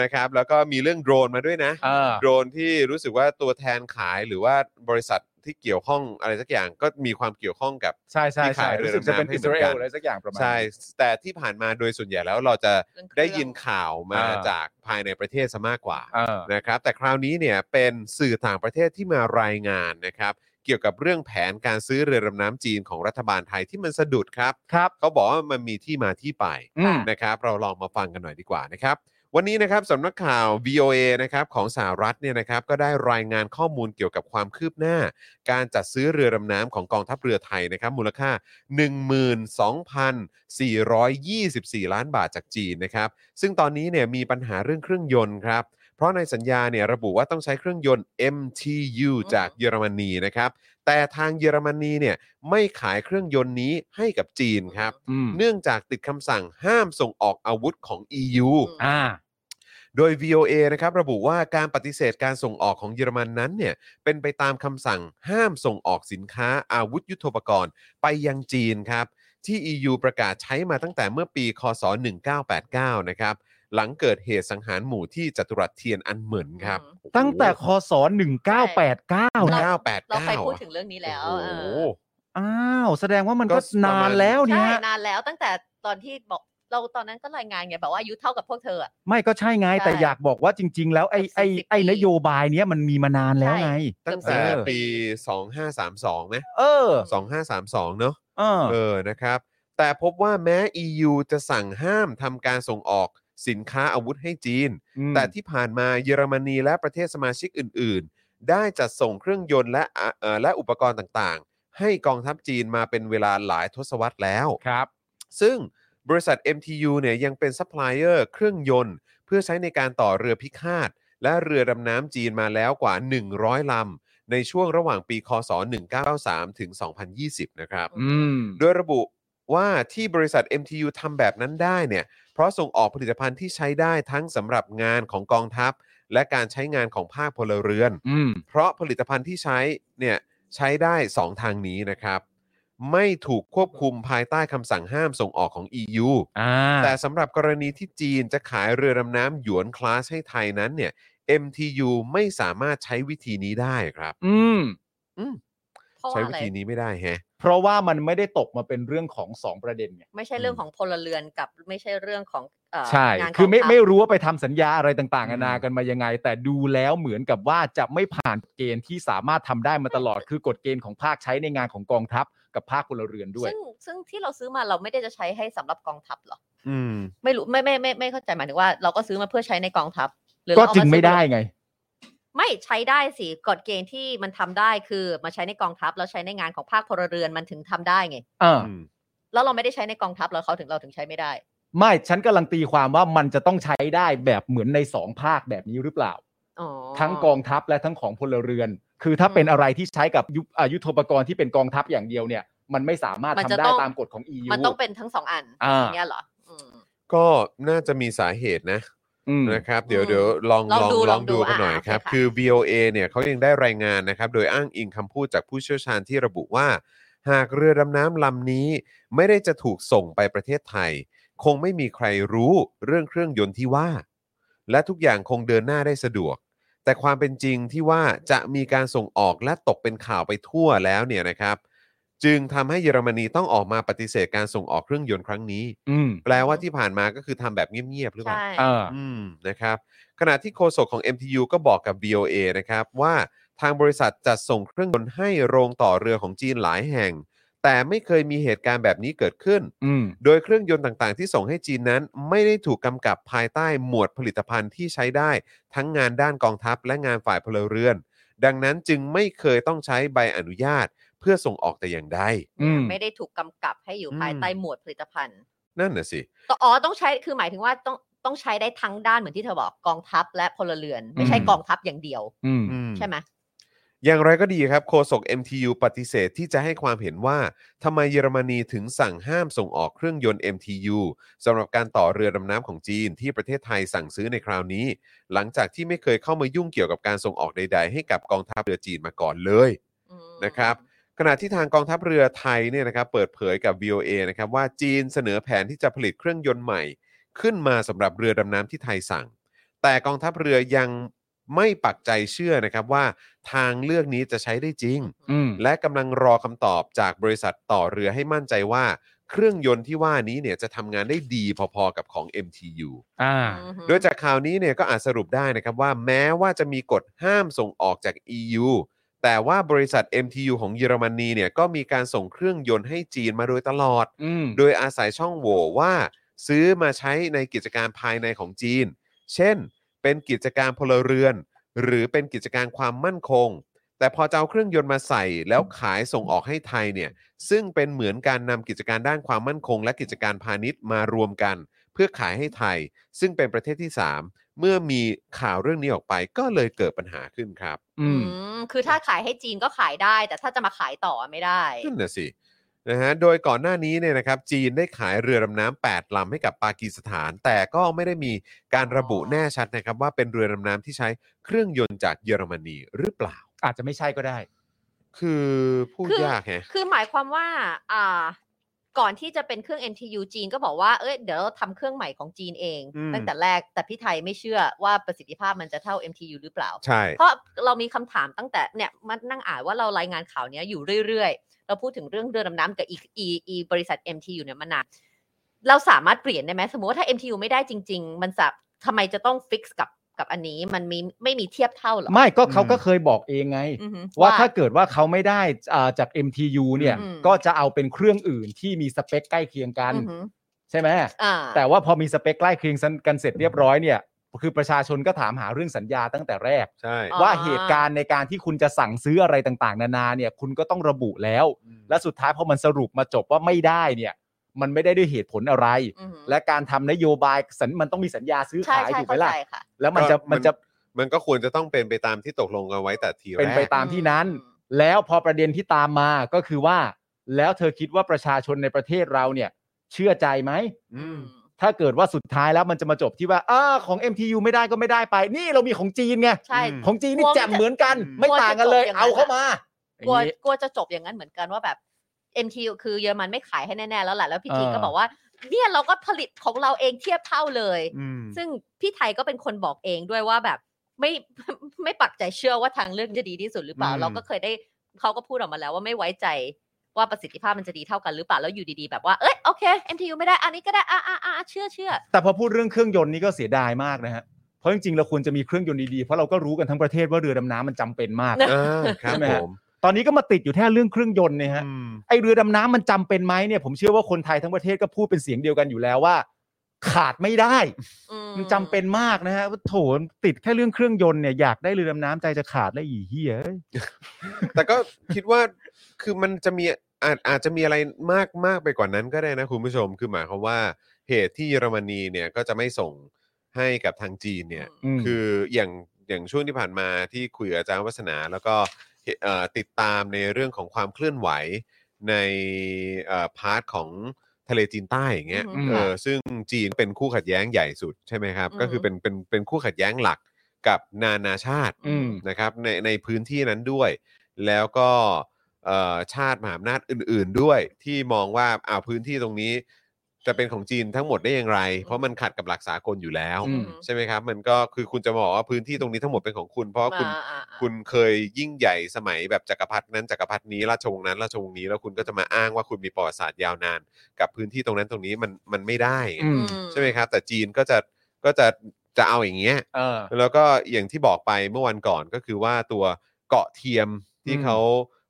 นะครับ แล้วก็มีเรื่องโดรนมาด้วยนะ เออ โดรนที่รู้สึกว่าตัวแทนขายหรือว่าบริษัทที่เกี่ยวข้องอะไรสักอย่างก็มีความเกี่ยวข้องกับ ใช่ใช่ ที่ขา ใช่ ยเรือ รู้สึกจะเป็น ดำน้ำให้ อิสราเอ เหมือนกันลอะไรสักอย่างประมาณ ใช่ แต่ที่ผ่านมาโดยส่วนใหญ่แล้วเราจะได้ยินข่าวมา อ่า จากภายในประเทศซะมากกว่า เออ นะครับ แต่คราวนี้เนี่ยเป็นสื่อต่างประเทศที่มารายงานนะครับ เกี่ยวกับเรื่องแผนการซื้อเรือดำน้ำจีนของรัฐบาลไทยที่มันสะดุดครับ ครับ เขาบอกว่ามันมีที่มาที่ไป อืม นะครับเราลองมาฟังกันหน่อยดีกว่านะครับ วันนี้นะครับสำนักข่าว VOA นะครับของสหรัฐเนี่ยนะครับก็ได้รายงานข้อมูลเกี่ยวกับความคืบหน้า การจัดซื้อเรือดำน้ำของกองทัพเรือไทยนะครับมูลค่า 12,424 ล้านบาทจากจีนนะครับ ซึ่งตอนนี้เนี่ยมีปัญหาเรื่องเครื่องยนต์ครับ เพราะในสัญญาเนี่ยระบุว่าต้องใช้เครื่องยนต์ MTU จากเยอรมนีนะครับ แต่ทางเยอรมนีเนี่ยไม่ขายเครื่องยนต์นี้ให้กับจีนครับ อืม เนื่องจากติดคำสั่งห้ามส่งออกอาวุธของ EU อืม อ่า โดย VOA นะครับระบุว่าการปฏิเสธการส่งออกของเยอรมันนั้นเนี่ยเป็นไปตามคำสั่งห้ามส่งออกสินค้าอาวุธยุทโธปกรณ์ไปยังจีนครับ ที่ EU ประกาศใช้มาตั้งแต่เมื่อปี คศ 1989 นะครับ หลังเกิดเหตุสังหารหมู่ที่จัตุรัสเทียนอันเหมินครับ ตั้งแต่คศ1989นะ เรา 1989 เราเคยพูดถึงเรื่องนี้แล้ว โอ้โห เออ อ้าวแสดงว่ามัน ก็ ก็ ประมาณ นานแล้วเนี่ ใช่ ย นานแล้วตั้งแต่ตอนที่บอกเราตอนนั้นก็รายงานไงแบบว่าอายุเท่ากับพวกเธออะ ไม่ก็ใช่ไง แต่ ใช่ อยากบอกว่าจริง ๆ แล้วไอ้ไอ้ สิบปี ไอ้นโยบายเนี้ยมันมีมานานแล้ว ใช่ ไง ตั้งแต่ เกือบ ปี 2532ไหม เออ 2532 เนอะ เออ เออ นะครับ แต่พบว่าแม้ EU จะสั่งห้ามทำการส่งออกสินค้าอาวุธให้จีน แต่ที่ผ่านมาเยอรมนีและประเทศสมาชิกอื่น ๆ ได้จัดส่งเครื่องยนต์และอ่ะเอ่อและอุปกรณ์ต่าง ๆ ให้กองทัพจีนมาเป็นเวลาหลายทศวรรษแล้ว ครับ ซึ่งบริษัท MTU เนี่ยยังเป็นซัพพลายเออร์เครื่องยนต์ เพื่อใช้ในการต่อเรือพิฆาต และเรือดำน้ำจีนมาแล้วกว่า 100 ลำ ในช่วงระหว่างปี คศ 1993 ถึง 2020 นะครับ อืม โดยระบุว่าที่บริษัท MTU ทำแบบนั้นได้เนี่ย เพราะส่งออกผลิตภัณฑ์ที่ใช้ได้ทั้งสำหรับงานของกองทัพ และการใช้งานของภาคพลเรือน อืม เพราะผลิตภัณฑ์ที่ใช้เนี่ยใช้ได้ 2 ทางนี้นะครับ ไม่ถูกควบคุมภายใต้คำสั่งห้ามส่งออกของ EU อ่า แต่สำหรับกรณีที่จีนจะขายเรือดำน้ำหยวนคลาสให้ไทยนั้นเนี่ย MTU ไม่สามารถใช้วิธีนี้ได้ครับ อืม เพราะ ใช้ ว่าวิอะไร ธีนี้ไม่ได้แฮะ เพราะว่ามันไม่ได้ตกมาเป็นเรื่องของสองประเด็นไง ไม่ใช่เรื่องของพลเรือนกับไม่ใช่เรื่องของเอ่อ ใช่ งาน คือไม่ ขง ไม่รู้ว่าไปทำสัญญาอะไรต่าง อืมๆนานากันมายังไง แต่ดูแล้วเหมือนกับว่าจะไม่ผ่านเกณฑ์ที่สามารถทำได้มาตลอด คือกฎเกณฑ์ของภาคใช้ในงานของกองทัพกับภาคพลเรือนด้วย ซึ่งซึ่งที่เราซื้อมาเราไม่ได้จะใช้ให้สำหรับกองทัพเหรอ อืม ไม่รู้ไม่ไม่ไม่ไม่เข้าใจหมายถึงว่าเราก็ซื้อมาเพื่อใช้ในกองทัพหรือ ก็ เราเอาา จึงไม่ได้ ซื้อ ไง ไม่ใช้ได้สิกฎเกณฑ์ที่มันทำได้คือมาใช้ในกองทัพแล้วใช้ในงานของภาคพลเรือนมันถึงทำได้ไง เอออ อืม แล้วเราไม่ได้ใช้ในกองทัพแล้วเขาถึงเราถึงใช้ไม่ได้ ไม่ฉันกำลังตีความว่ามันจะต้องใช้ได้แบบเหมือนในสองภาคแบบนี้หรือเปล่า อ๋อ ทั้งกองทัพและทั้งของพลเรือน คือถ้า อืม เป็นอะไรที่ใช้กับยุอ่ายุทโธปกรณ์ที่เป็นกองทัพอย่างเดียวเนี่ย มันไม่สามารถ มัน ทำ จะ ได้ ต้อง ตามกฎของ EU มันต้องเป็นทั้งสองอัน อ่า ย่างเงี้ยเหรออืม ก็น่าจะมีสาเหตุนะ อืม นะครับเดี๋ยว อืม เดี๋ยวลอง ลอลองงดู ล ล อ องงดู ดูกัน อ่ะ หน่อยครับ โอเคค่ะ คือ VOA เนี่ยเขายังได้รายงานนะครับ โดยอ้างอิงคำพูดจากผู้เชี่ยวชาญที่ระบุว่า หากเรือดำน้ำลำนี้ ไม่ได้จะถูกส่งไปประเทศไทย คงไม่มีใครรู้เรื่องเครื่องยนต์ที่ว่า และทุกอย่างคงเดินหน้าได้สะดวก แต่ความเป็นจริงที่ว่าจะมีการส่งออกและตกเป็นข่าวไปทั่วแล้วเนี่ยนะครับ จึงทำให้เยอรมนีต้องออกมาปฏิเสธการส่งออกเครื่องยนต์ครั้งนี้ อืม แปลว่าที่ผ่านมาก็คือทำแบบเงียบๆหรือเปล่า ใช่ เออ อืมนะครับขณะที่โฆษกของ MTU ก็บอกกับ VOA นะครับว่าทางบริษัทจัดส่งเครื่องยนต์ให้โรงต่อเรือของจีนหลายแห่ง แต่ไม่เคยมีเหตุการณ์แบบนี้เกิดขึ้น อืม โดยเครื่องยนต์ต่างๆ ที่ส่งให้จีนนั้นไม่ได้ถูกกำกับภายใต้หมวดผลิตภัณฑ์ที่ใช้ได้ ทั้งงานด้านกองทัพและงานฝ่ายพลเรือน ดังนั้นจึงไม่เคยต้องใช้ใบอนุญาตเพื่อส่งออกแต่อย่างใด อืม ไม่ได้ถูกกำกับให้อยู่ อืม ภายใต้หมวดผลิตภัณฑ์ นั่นน่ะสิ ก็อ๋อต้องใช้คือหมายถึงว่าต้องต้องใช้ได้ทั้งด้านเหมือนที่เธอบอกกองทัพและพลเรือน ไม่ใช่ อืม กองทัพอย่างเดียว อืม อืม ใช่ไหม อย่างไรก็ดีครับโฆษก MTU ปฏิเสธที่จะให้ความเห็นว่าทำไมเยอรมนีถึงสั่งห้ามส่งออกเครื่องยนต์ MTU สำหรับการต่อเรือดำน้ำของจีนที่ประเทศไทยสั่งซื้อในคราวนี้ หลังจากที่ไม่เคยเข้ามายุ่งเกี่ยวกับการส่งออกใด ๆ ให้กับกองทัพเรือจีนมาก่อนเลย อืม นะครับ ขณะที่ทางกองทัพเรือไทยเนี่ยนะครับเปิดเผยกับ VOA นะครับว่าจีนเสนอแผนที่จะผลิตเครื่องยนต์ใหม่ ขึ้นมาสำหรับเรือดำน้ำที่ไทยสั่ง แต่กองทัพเรือยังไม่ปักใจเชื่อนะครับว่าทางเลือกนี้จะใช้ได้จริง อืม และกำลังรอคำตอบจากบริษัทต่อเรือให้มั่นใจว่า เครื่องยนต์ที่ว่านี้เนี่ยจะทำงานได้ดีพอๆกับของ MTU อ่า อืม โดยจากข่าวนี้เนี่ยก็อาจสรุปได้นะครับว่าแม้ว่าจะมีกฎห้ามส่งออกจาก EU แต่ว่าบริษัท MTU ของเยอรมนีเนี่ยก็มีการส่งเครื่องยนต์ให้จีนมาโดยตลอด อืม โดยอาศัยช่องโหว่ว่า ซื้อมาใช้ในกิจการภายในของจีน เช่น เป็นกิจการพลเรือน หรือเป็นกิจการความมั่นคง แต่พอจะเอาเครื่องยนต์มาใส่แล้วขายส่งออกให้ไทยเนี่ยซึ่งเป็นเหมือนการนำกิจการด้านความมั่นคง และกิจการพาณิชย์มารวมกัน เพื่อขายให้ไทย ซึ่งเป็นประเทศที่ 3 เมื่อมีข่าวเรื่องนี้ออกไปก็เลยเกิดปัญหาขึ้นครับ อืม อืมคือถ้าขายให้จีนก็ขายได้ แต่ถ้าจะมาขายต่อไม่ได้ นั่นน่ะสินะฮะโดยก่อนหน้านี้เนี่ยนะครับจีนได้ขายเรือดำน้ำ8ลำให้กับปากีสถาน แต่ก็ไม่ได้มีการระบุแน่ชัดนะครับว่าเป็นเรือดำน้ำที่ใช้เครื่องยนต์จากเยอรมนีหรือเปล่า อาจจะไม่ใช่ก็ได้ คือพูด คือ ยากแฮะ คือหมายความว่า อ่า ก่อนที่จะเป็นเครื่อง NTU จีนก็บอกว่า เอ้ย เดี๋ยวเราทำเครื่องใหม่ของจีนเอง อืม ตั้งแต่แรก แต่พี่ไทยไม่เชื่อว่าประสิทธิภาพมันจะเท่า MTU หรือเปล่า ใช่ เพราะเรามีคำถามตั้งแต่เนี่ยมันนั่งอ่านว่าเรารายงานข่าวเนี้ยอยู่เรื่อยๆ เราพูดถึงเรื่องเรือดำน้ำกับอีกอีอีบริษัท MTU เนี่ยมานานเราสามารถเปลี่ยนได้ไหมสมมติว่าถ้า MTU ไม่ได้จริง ๆ มันจะทำไมจะต้องฟิกซ์กับกับอันนี้มันมีไม่มีเทียบเท่าเหรอ ไม่ก็ อืม เขาก็เคยบอกเองไง อือหือ ว่าถ้าเกิดว่าเขาไม่ได้อ่าจาก MTU เนี่ย อืม ก็จะเอาเป็นเครื่องอื่นที่มีสเปคใกล้เคียงกัน อือหือ ใช่ไหม อ่า แต่ว่าพอมีสเปคใกล้เคียงกันเสร็จเรียบร้อยเนี่ย คือประชาชนก็ถามหาเรื่องสัญญาตั้งแต่แรก ใช่ อ๋อ ว่าเหตุการณ์ในการที่คุณจะสั่งซื้ออะไรต่างๆ นานาเนี่ย คุณก็ต้องระบุแล้ว และสุดท้ายพอมันสรุปมาจบว่าไม่ได้เนี่ย มันไม่ได้ด้วยเหตุผลอะไร อือหือ และการทำนโยบายสัญมันต้องมีสัญญาซื้อ ใช่ ขาย ใช่ ถูกไหม เข้า ล่ะ ใจค่ะ แล้วมันจะ ก็ มันจะ มันก็ควรจะต้องเป็นไปตามที่ตกลงกันไว้แต่ทีแรก เป็นไปตามที่นั้น แล้วพอประเด็นที่ตามมาก็คือว่า แล้วเธอคิดว่าประชาชนในประเทศเราเนี่ย เชื่อใจไหม อืม ถ้าเกิดว่าสุดท้ายแล้วมันจะมาจบที่ว่าอาของ MTU ไม่ได้ก็ไม่ได้ไป นี่เรามีของจีนไง ใช่ อืม ของจีนนี่แจ่มเหมือนกัน อืม ไม่ต่างกันเลย กลัวจะจบอย่างนั้น เอาเข้ามาอก ลัว ย่างนี้ กลัวจะจบอย่างนั้นเหมือนกันว่าแบบ MTU คือเยอรมันไม่ขายให้แน่ๆแล้วแหละแล้วพี่ที เออ ก็บอกว่า เนี่ยเราก็ผลิตของเราเองเทียบเท่าเลย อืม ซึ่งพี่ไทยก็เป็นคนบอกเองด้วยว่าแบบไม่ ไม่ปักใจเชื่อว่าทางเลือกจะดีที่สุดหรือเปล่า อืม เราก็เคยได้เขาก็พูดออกมาแล้วว่าไม่ไว้ใจว่าประสิทธิภาพมันจะดีเท่ากันหรือเปล่าแล้วอยู่ดีๆแบบว่าเอ้ยโอเค MTU ไม่ได้อันนี้ก็ได้อ่าอ่าอ่าเชื่อเชื่อ แต่พอพูดเรื่องเครื่องยนต์นี่ก็เสียดายมากนะฮะ เพราะจริงๆเราควรจะมีเครื่องยนต์ดีๆ เพราะเราก็รู้กันทั้งประเทศว่าเรือดำน้ำมันจำเป็นมาก อ่าครับ ใช่ไหม ผ ฮะ ม ตอนนี้ก็มาติดอยู่แค่เรื่องเครื่องยนต์เนี่ยฮะ อืม ไอเรือดำน้ำมันจำเป็นไหมเนี่ยผมเชื่อว่าคนไทยทั้งประเทศก็พูดเป็นเสียงเดียวกันอยู่แล้วว่า ขาดไม่ได้ อื มันจำเป็นมากนะฮะว่าโถติดแค่เรื่องเครื่องยนต์เนี่ยอยากได้เรือดำน้ำใจจะขาดแล้วอีเหี้ยเอ้ย แต่ก็คิดว่าคือมันจะมีอาจอาจจะมีอะไรมากมากไปกว่านั้นก็ได้นะคุณผู้ชม คือหมายความว่าเหตุที่เยอรมนีเนี่ยก็จะไม่ส่งให้กับทางจีนเนี่ย อืม คืออย่างอย่างช่วงที่ผ่านมาที่คุยกับอาจารย์วัฒนา แล้วก็เห็นเอ่อติดตามในเรื่องของความเคลื่อนไหวในเอ่อพาร์ทของทะเลจีนใต้อย่างเงี้ย อืม เออซึ่งจีนเป็นคู่ขัดแย้งใหญ่สุดใช่ไหมครับ อืม ก็คือเป็นเป็นเป็นคู่ขัดแย้งหลักกับนานาชาติ อืม นะครับในในพื้นที่นั้นด้วย แล้วก็เอ่อชาติมหาอำนาจอื่น ๆด้วย ที่มองว่าอ้าวพื้นที่ตรงนี้ จะเป็นของจีนทั้งหมดได้อย่างไร เพราะมันขัดกับหลักสากลอยู่แล้ว อืม ใช่ไหมครับ มันก็คือคุณจะบอกว่าพื้นที่ตรงนี้ทั้งหมดเป็นของคุณ เพราะว่าคุณ อ่าอ่าอ่า คุณเคยยิ่งใหญ่สมัยแบบจักรพรรดินั้นจักรพรรดินี้ราชวงศ์นั้นราชวงศ์นี้แล้วคุณก็จะมาอ้างว่าคุณมีประวัติศาสตร์ยาวนาน กับพื้นที่ตรงนั้นตรงนี้มันมันไม่ได้ไง อืม ใช่ไหมครับ แต่จีนก็จะก็จะจะเอาอย่างเงี้ย เออ แล้วก็อย่างที่บอกไปเมื่อวันก่อนก็คือว่าตัวเกาะเทียมที่ อืม เขา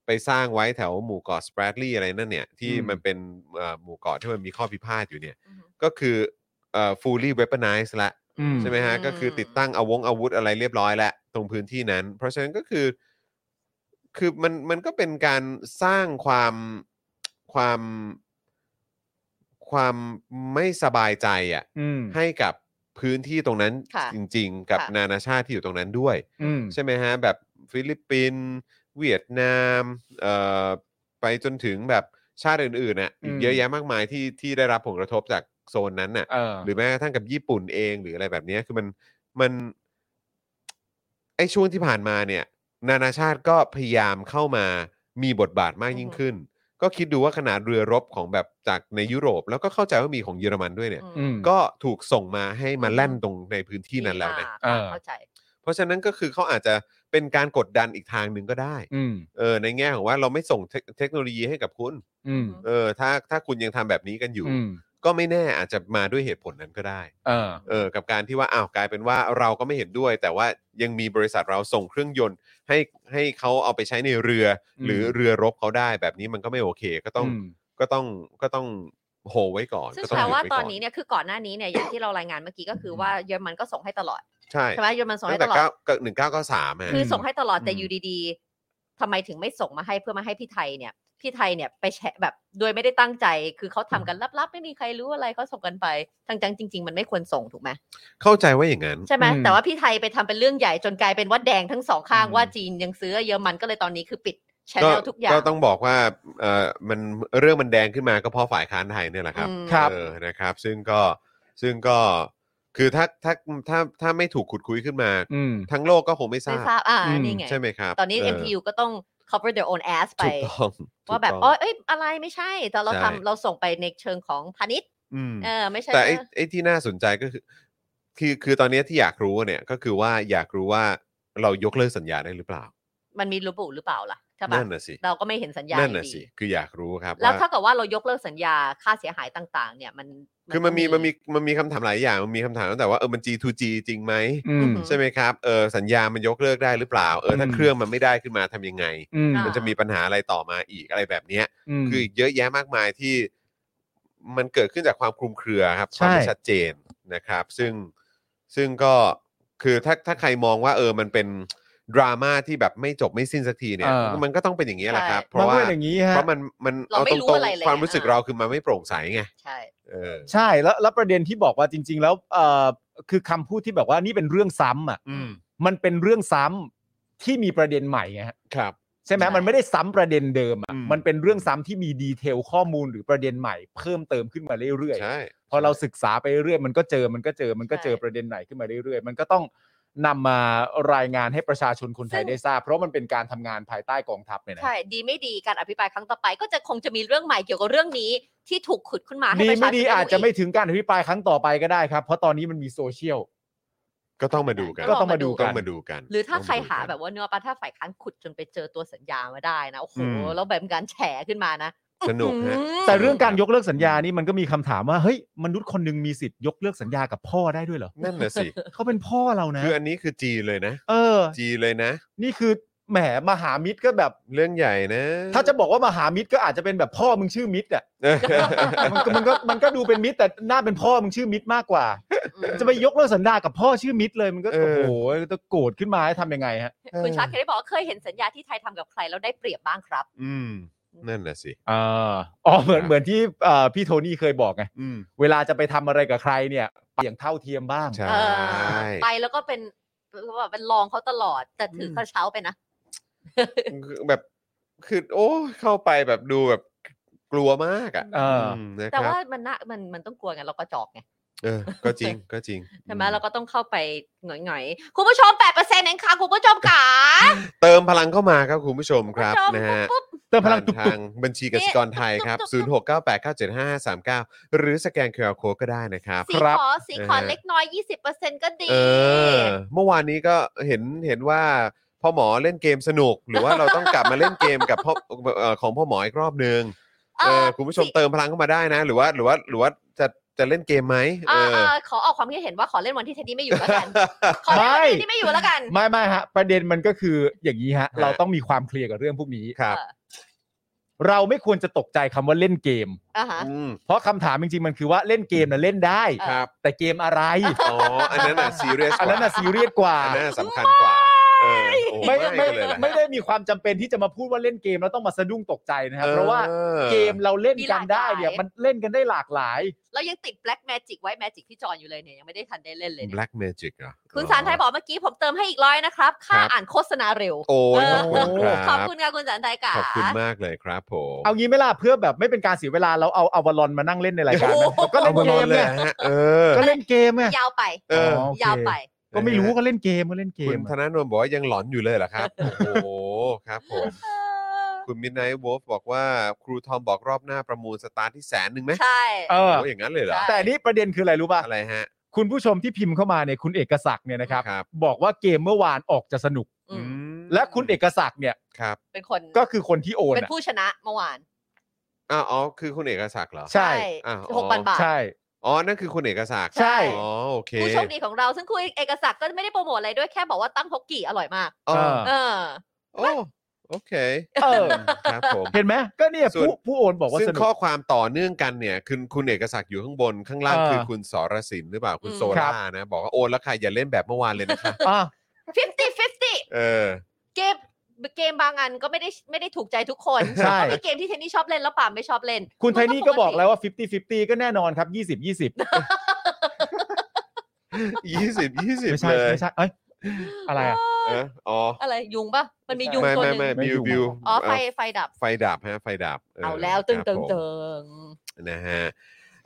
ไปสร้างไว้แถวหมู่เกาะสเปรดลีย์อะไรนั่นเนี่ย ที่ อืม มันเป็นเอ่อหมู่เกาะที่มันมีข้อพิพาทอยู่เนี่ย อือฮึ ก็คือเอ่อ fully weaponized ละ อืม ใช่ไหมฮะ อืม ก็คือติดตั้งอาวงอาวุธอะไรเรียบร้อยแล้วตรงพื้นที่นั้น เพราะฉะนั้นก็คือ คือมันมันก็เป็นการสร้างความความความไม่สบายใจอะ่ะ อืม ให้กับพื้นที่ตรงนั้น ค่ะ จริง ๆ กับ ค่ะ นานาชาติที่อยู่ตรงนั้นด้วย อืม ใช่ไหมฮะ แบบฟิลิปปินส์เวียดนามเอ่อไปจนถึงแบบชาติอื่นๆน่ะอีก อืม เยอะแยะมากมายที่ที่ได้รับผลกระทบจากโซนนั้นน่ะ เออ หรือแม้กระทั่งกับญี่ปุ่นเองหรืออะไรแบบเนี้ยคือมันมันไอช่วงที่ผ่านมาเนี่ย นานาชาติก็พยายามเข้ามามีบทบาทมากยิ่ง อือฮึ ขึ้น ก็คิดดูว่าขนาดเรือรบของแบบจากในยุโรป แล้วก็เข้าใจว่ามีของเยอรมันด้วยเนี่ย อืม ก็ถูกส่งมาให้มาแล่นตรงในพื้นที่ อืม นั้นแล้วนะ อ่าค่ะ เออ เข้าใจ เพราะฉะนั้นก็คือเขาอาจจะเป็นการกดดันอีกทางหนึ่งก็ได้ อืม เออในแง่ของว่าเราไม่ส่งเทคเทคโนโลยีให้กับคุณ อืม เออถ้าถ้าคุณยังทำแบบนี้กันอยู่ อืม ก็ไม่แน่อาจจะมาด้วยเหตุผลนั้นก็ได้ เออ เออกับการที่ว่าอ้าวกลายเป็นว่าเราก็ไม่เห็นด้วย แต่ว่ายังมีบริษัทเราส่งเครื่องยนต์ ให้ให้เขาเอาไปใช้ในเรือ อืม หรือเรือรบเขาได้แบบนี้มันก็ไม่โอเค ก็ต้อง อืม ก็ต้องก็ต้องโหไว้ก่อน ซึ่ง ก็ แปล หยุด ว่า ไว้ ต ก่ อนนี้เนี่ยคือก่อนหน้านี้เนี่ยอย่างที่เรารายงานเมื่อกี้ก็คือว่าเยอรมันก็ส่งให้ตลอด ใช่ ใช่ไหมเยอรมันส่ง ตั้ ให้ งแต่ ตลอด เก้าหนึ่งเก้าเก้าสามอ่ะ คือส่งให้ตลอด อืม แต่อยู่ดีๆทำไมถึงไม่ส่งมาให้เพื่อมาให้พี่ไทยเนี่ย พี่ไทยเนี่ยไปแฉะแบบโดยไม่ได้ตั้งใจ คือเขาทำกันลับๆ ไม่มีใครรู้อะไรเขาส่งกันไปทั้งจังจริง ๆ มันไม่ควรส่งถูกไหม เข้าใจว่าอย่างนั้น ใช่ไหม อืม แต่ว่าพี่ไทยไปทำเป็นเรื่องใหญ่จนกลายเป็นว่าแดงทั้งสองข้าง อืม ว่าจีนยังซื้อเยอรมันก็เลยตอนนี้คือปิดแชน ก็ แนลทุกอย่าง ก็ต้องบอกว่าเออมันเรื่องมันแดงขึ้นมาก็เพราะฝ่ายค้านไทยเนี่ยแหละครับ อืม ครับ เออนะครับ ซึ่งก็ซึ่งก็คือถ้าถ้าถ้าถ้าไม่ถูกขุดคุยขึ้นมา อืม ทั้งโลกก็คงไม่ทรา ไม่ บ ทราบอ่า อืม นี่ไง ใช่ไหมครับ ตอนนี้ เ MTU ก็ต้อง cover their own ass ไป ถูกต้อง ว่าแบบ ถูกต้อ๋อง เอ้ยอะไรไม่ใช่แต่เรา ใช่ ทำเราส่งไปในเชิงของพาณิชย์ ม เออไม่ใช่ แต่ไอ้ ว่า ไอ้ที่น่าสนใจก็คือคือคือตอนนี้ที่อยากรู้เนี่ยก็คือว่าอยากรู้ว่าเรายกเลิกสัญญาได้หรือเปล่า มันมีระบุหรือเปล่าล่ะใช่ปะ นั่นน่ะสิ เราก็ไม่เห็นสัญญาณ นั่นน่ะ อยู่ สิ ดี คืออยากรู้ครับ แล้ว ว่า ถ้าเกิดว่าเรายกเลิกสัญญาค่าเสียหายต่างๆ เนี่ยมัน คือมันมีมันมีมันมีคำถามหลายอย่าง มันมีคำถามตั้งแต่ว่าเออมัน G2G จริงไหม อืม ใช่ไหมครับ เออสัญญามันยกเลิกได้หรือเปล่า เออถ้า อืม เครื่องมันไม่ได้ขึ้นมาทำยังไง อืม มันจะมีปัญหาอะไรต่อมาอีกอะไรแบบเนี้ย ม คือเยอะแยะมากมายที่มันเกิดขึ้นจากความคลุมเครือครับ ใช่ ความไม่ชัดเจนนะครับ ซึ่งซึ่งก็คือถ้าถ้าใครมองว่า เออมันเป็นดราม่าที่แบบไม่จบไม่สิ้นสักทีเนี่ย เออ มันก็ต้องเป็นอย่างนี้ยแหละครับ เพ มัน ราะ ก็ ว่า เป็นอย่างนี้ฮะ เพราะมันมัน เรา เอา ไม่ ตรง รู้ ๆ อะไรเลย ความรู้สึก อ่ะ เราคือมันไม่โปร่งใสไง ใช่ เออ ใช่แล้วแล้วประเด็นที่บอกว่าจริง ๆ แล้วเอ่อคือคำพูดที่แบบว่านี่เป็นเรื่องซ้ำอ่ะ อืม มันเป็นเรื่องซ้ำที่มีประเด็นใหม่ไงฮะ ครับ ใช่ไหม ใช่ มันไม่ได้ซ้ำประเด็นเดิมอ่ะ อืม มันเป็นเรื่องซ้ำที่มีดีเทลข้อมูลหรือประเด็นใหม่ เพิ่มเติมขึ้นมาเรื่อย ใช่ ๆพอเราศึกษาไปเรื่อยมันก็เจอมันก็เจอมันก็เจอ ใช่ ประเด็นไหนขึ้นมาเรื่อยๆ มันก็ต้องนำมารายงานให้ประชาชนคนไทยได้ทราบ เพราะมันเป็นการทำงานภายใต้กองทัพเนี่ยนะ ใช่ ดีไม่ดีการอภิปรายครั้งต่อไป ก็จะคงจะมีเรื่องใหม่เกี่ยวกับเรื่องนี้ที่ถูกขุดขึ้นมาให้ ดี ประชา ไม่ ชน ดี รู้ อาจจะไม่ ก ถึงการอภิปรายครั้งต่อไปก็ได้ครับเพราะตอนนี้มันมีโซเชียล ก็ต้องมาดูกัน ก็ต้องมาดูกั ต้ น องมาดูกัน หรือถ้า ต้งม ใคร ดู หา กัน แบบว่าเนื้อปลาถ้าฝ่ายค้านขุดจนไปเจอตัวสัญญามาได้นะโอ้โห อืม แล้วแบบการแฉขึ้นมานะ สนุกฮะ อืม แต่เรื่องการยกเลิกสัญญานี่มันก็มีคำถามว่าเฮ้ยมนุษย์คนหนึ่งมีสิทธิ์ยกเลิกสัญญากับพ่อได้ด้วยเหรอ นั่นน่ะสิ เขาเป็นพ่อเรานะ คืออันนี้คือจีนเลยนะ เออ จีนเลยนะ นี่คือแหมมหามิตรก็แบบ เรื่องใหญ่นะ ถ้าจะบอกว่ามหามิตรก็อาจจะเป็นแบบพ่อมึงชื่อมิตรอ่ะ เออ มันก็มันก็มันก็ดูเป็นมิตรแต่หน้าเป็นพ่อมึงชื่อมิตรมากกว่า อืม จะไปยกเลิกสัญญากับพ่อชื่อมิตรเลยมันก็โอ้โหจะโกรธขึ้นมาให้ทำยังไงฮะ คุณชาร์คเคยได้บอกว่าเคยเห็นสัญญาที่ไทยทำกับใครแล้วได้เปรียบบ้างครับ อืมนั่นน่ะสิ อ่าอ๋อเหมือนเหมือนที่เอ่อพี่โทนี่เคยบอกไง อืม เวลาจะไปทำอะไรกับใครเนี่ยไปอย่างเท่าเทียมบ้าง ใช่ เออไปแล้วก็เป็นแบบเป็นรองเขาตลอด แต่ถือ ม กระเช้าไปนะ แบบคือโอ้เข้าไปแบบดูแบบกลัวมากอ่ะ เอออื มนะ แต่ ครั ว่า บ มันน่ามันมันต้องกลัวไงเราก็จอกไง เออ ก็จริงก็จริง ใช่ไหม อื เราก็ต้องเข้าไปหน่อยหน่อยๆคุณผู้ชมแปดเปอร์เซ็นต์เองค่ะคุณผู้ชมขา เติมพลังเข้ามาครับคุณผู้ชม คุคณผู้ รับ ชม นะฮะ ปุ๊บ เติมพลังตุก ผ่าน ๆ ทางบัญชีกสิกรไทยครับ ตุ๊บ 0698975539 หรือสแกนเคอร์โคก็ได้นะครับ สี ครับ ขอสีขอ นะฮะ เล็กน้อยยี่สิบเปอร์เซ็นต์ก็ดี เออเมื่อวานนี้ก็เห็นเห็นว่าพ่อหมอเล่นเกมสนุก หรือว่าเราต้องกลับมาเล่นเกมกับพ่อเอ่อของพ่อหมออีกรอบนึง เออ เออคุณผู้ชม สิ เติมพลังเข้ามาได้นะ หรือว่าหรือว่าหรือว่าจะจะเล่นเกมไหมเอ อ่า อ อ่าขอออกความคิดเห็นว่าขอเล่นวันที่เทดดี้ไม่อยู่แล้วกัน ขอ ไม่ เล่นวันที่เทดดี้ไม่อยู่แล้วกัน ไม่ไม่ฮะ ประเด็นมันก็คืออย่างนี้ฮะ เราต้องมีความเคลียร์กับเรื่องพวกนี้ ครับ เออ เราไม่ควรจะตกใจคำว่าเล่นเกม อ่าฮะ อืม เพราะคำถามจริงๆ มันคือว่าเล่นเกมนะเล่นได้ เออ ครับ แต่เกม อะไร อ๋ออันนั้นอ่ะซีเรียส อันนั้นน่ะซีเรียสกว่า อันนั้นน่ะสำคัญกว่าเออโอ้ ไม่ ไม่ ไม่ กันเลยแหละ ไม่ได้มีความจำเป็นที่จะมาพูดว่าเล่นเกมแล้วต้องมาสะดุ้งตกใจนะครับ เพราะว่า ออ เกมเราเล่นกันได้เนี่ยมันเล่นกันได้หลากหลาย เรายังติดแบล็ k แมจิกไว้แมจิกที่จอนอยู่เลยเนี่ยยังไม่ได้ทันได้เล่นเลย แบ เนี่ย ล็กเมจิกอ่ะ คุณสารไทยบอกเมื่อกี้ผมเติมให้อีกร้อยนะครับค่า ครับ อ่านโฆษณาเร็ว โอ้ยขเอออบคุณค ข รั อ บบ คุณค่ะคุณสารไทยกา ขอบคุณมากเลยครับผม เอางี้ไหม่ล่ะเพื่อแบบไม่เป็นการเสียเวลาเราเอาเอาบอลลอนมานั่งเล่นในรายการไหม โอ้โห ก็เล่น บอล เก ลอน ม เลย เนี่ย ฮะเออ ก็เล่นเกมไง ยาวไป เออ โอเค ยาวไป ก็ไม่รู้ก็เล่นเกมก็เล่นเก คุณ ม ธนาโนนบอกว่ายังหลอนอยู่เลยเหรอครับ โอ้โหครับผม คุณมินไนท์วอฟบอกว่าครูทอมบอกรอบหน้าประมูลสตาร์ทที่แสนหนึ่งไหม ใช่ เออ โอ้อย่างนั้นเลยเหรอ ใช่ แต่อันนี้ประเด็นคืออะไรรู้ป่ะ อะไรฮะ คุณผู้ชมที่พิมพ์เข้ามาเนี่ยคุณเอกศักดิ์เนี่ยนะครับ ครับ บอกว่าเกมเมื่อวานออกจะสนุก อืม และคุณเอกศักดิ์เนี่ย ครับ เป็นคน ก็คือคนที่โอน เป็น อะ ผู้ชนะเมื่อวาน อ้าวอ๋อคือคุณเอกศักดิ์เหรอ ใช่ อ่ะอ๋อ หกพันบาท ใช่ อ๋อนั่นคือคุณเอกศักดิ์ ใช่ อ๋อโอเค ผู้โชคดีของเราซึ่งคุยเอกศักดิ์ก็ไม่ได้โปรโมทอะไรด้วยแค่บอกว่าตั้งฮกกี้อร่อยมาก อ๋อ เออ เออ โอ้โอเค เออ ครับผม เห็นไหมก็เนี่ย ส่วน ผู้ผู้โอนบอกว่า ซึ่ง สนุก ข้อความต่อเนื่องกันเนี่ยคือคุณเอกศักดิ์อยู่ข้างบนข้างล่าง เออ คือคุณสรสินหรือเปล่าคุณ อืม โซล่านะ บอกว่าโอนแล้วค่ะอย่าเล่นแบบเมื่อวานเลย นะคะ อ่ะ ฟิฟตี้ฟิฟตี้ เออ เกมเกมบางอันก็ไม่ได้ไม่ได้ถูกใจทุกคน ใช่ ก็มีเกมที่เทนนี่ชอบเล่นแล้วป่าล์มไม่ชอบเล่น คุณไทนี่ก็บอกแล้ว มั ว่า 50 50 ก็แน่นอนครับ 20 20 ยี่สิบยี่สิบ ไม่ใช่ เลย ไม่ใช่ เอ้ย ปกติ อะไรอ่ะ เอออ๋อ อะไรยุงปะมันมียุง ไม่ ตัวห ไม่ นึ่ง ไม่ ไม่ บิ อยู่ วบิว อ๋อไฟ เอ่อ ไฟดับ ไฟดับฮะไฟดับ เอาแล้วตึง ครับตึง ผม ตึง นะฮะ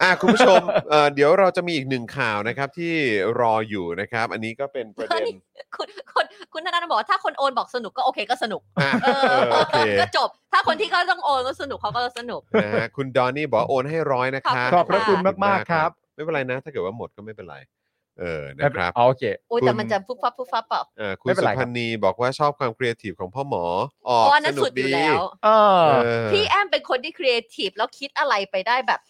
อ่ะคุณผู้ชม เอ่อเดี๋ยวเราจะมีอีกหนึ่งข่าวนะครับที่รออยู่นะครับ อันนี้ก็เป็นประเด็น เฮ้ย คุณคุณคุณธนาธรบอกว่าถ้าคนโอนบอกสนุกก็โอเคก็สนุก อ่ะ เอ เอ อ อโอเค ก็จบ ถ้าคนที่เขาต้องโอนก็สนุกเขาก็สนุก นะฮะคุณดอนนี่บอกว่าโอนให้ร้อยนะคะ ขอบพระคุณ ขอบ มากๆครับ ไม่เป็นไรนะ ถ้าเกิดว่าหมดก็ไม่เป็นไร เออนะครับ อ๋อโอเค โอ้ย คุณ แต่มันจะฟุบฟับฟุบฟับเปล่า เอ่อคุณ ไม่เป็น สุ ไรครับ พันธ์นีบอกว่าชอบความครีเอทีฟของพ่อหมอออก เพราะอัน ส นั้น นุ สุ ก ดอ ดี ยู่แล้ว เอ เอ อ อ พี่แอมเป็นคนที่ครีเอทีฟแล้วคิดอะไรไปได้แบบ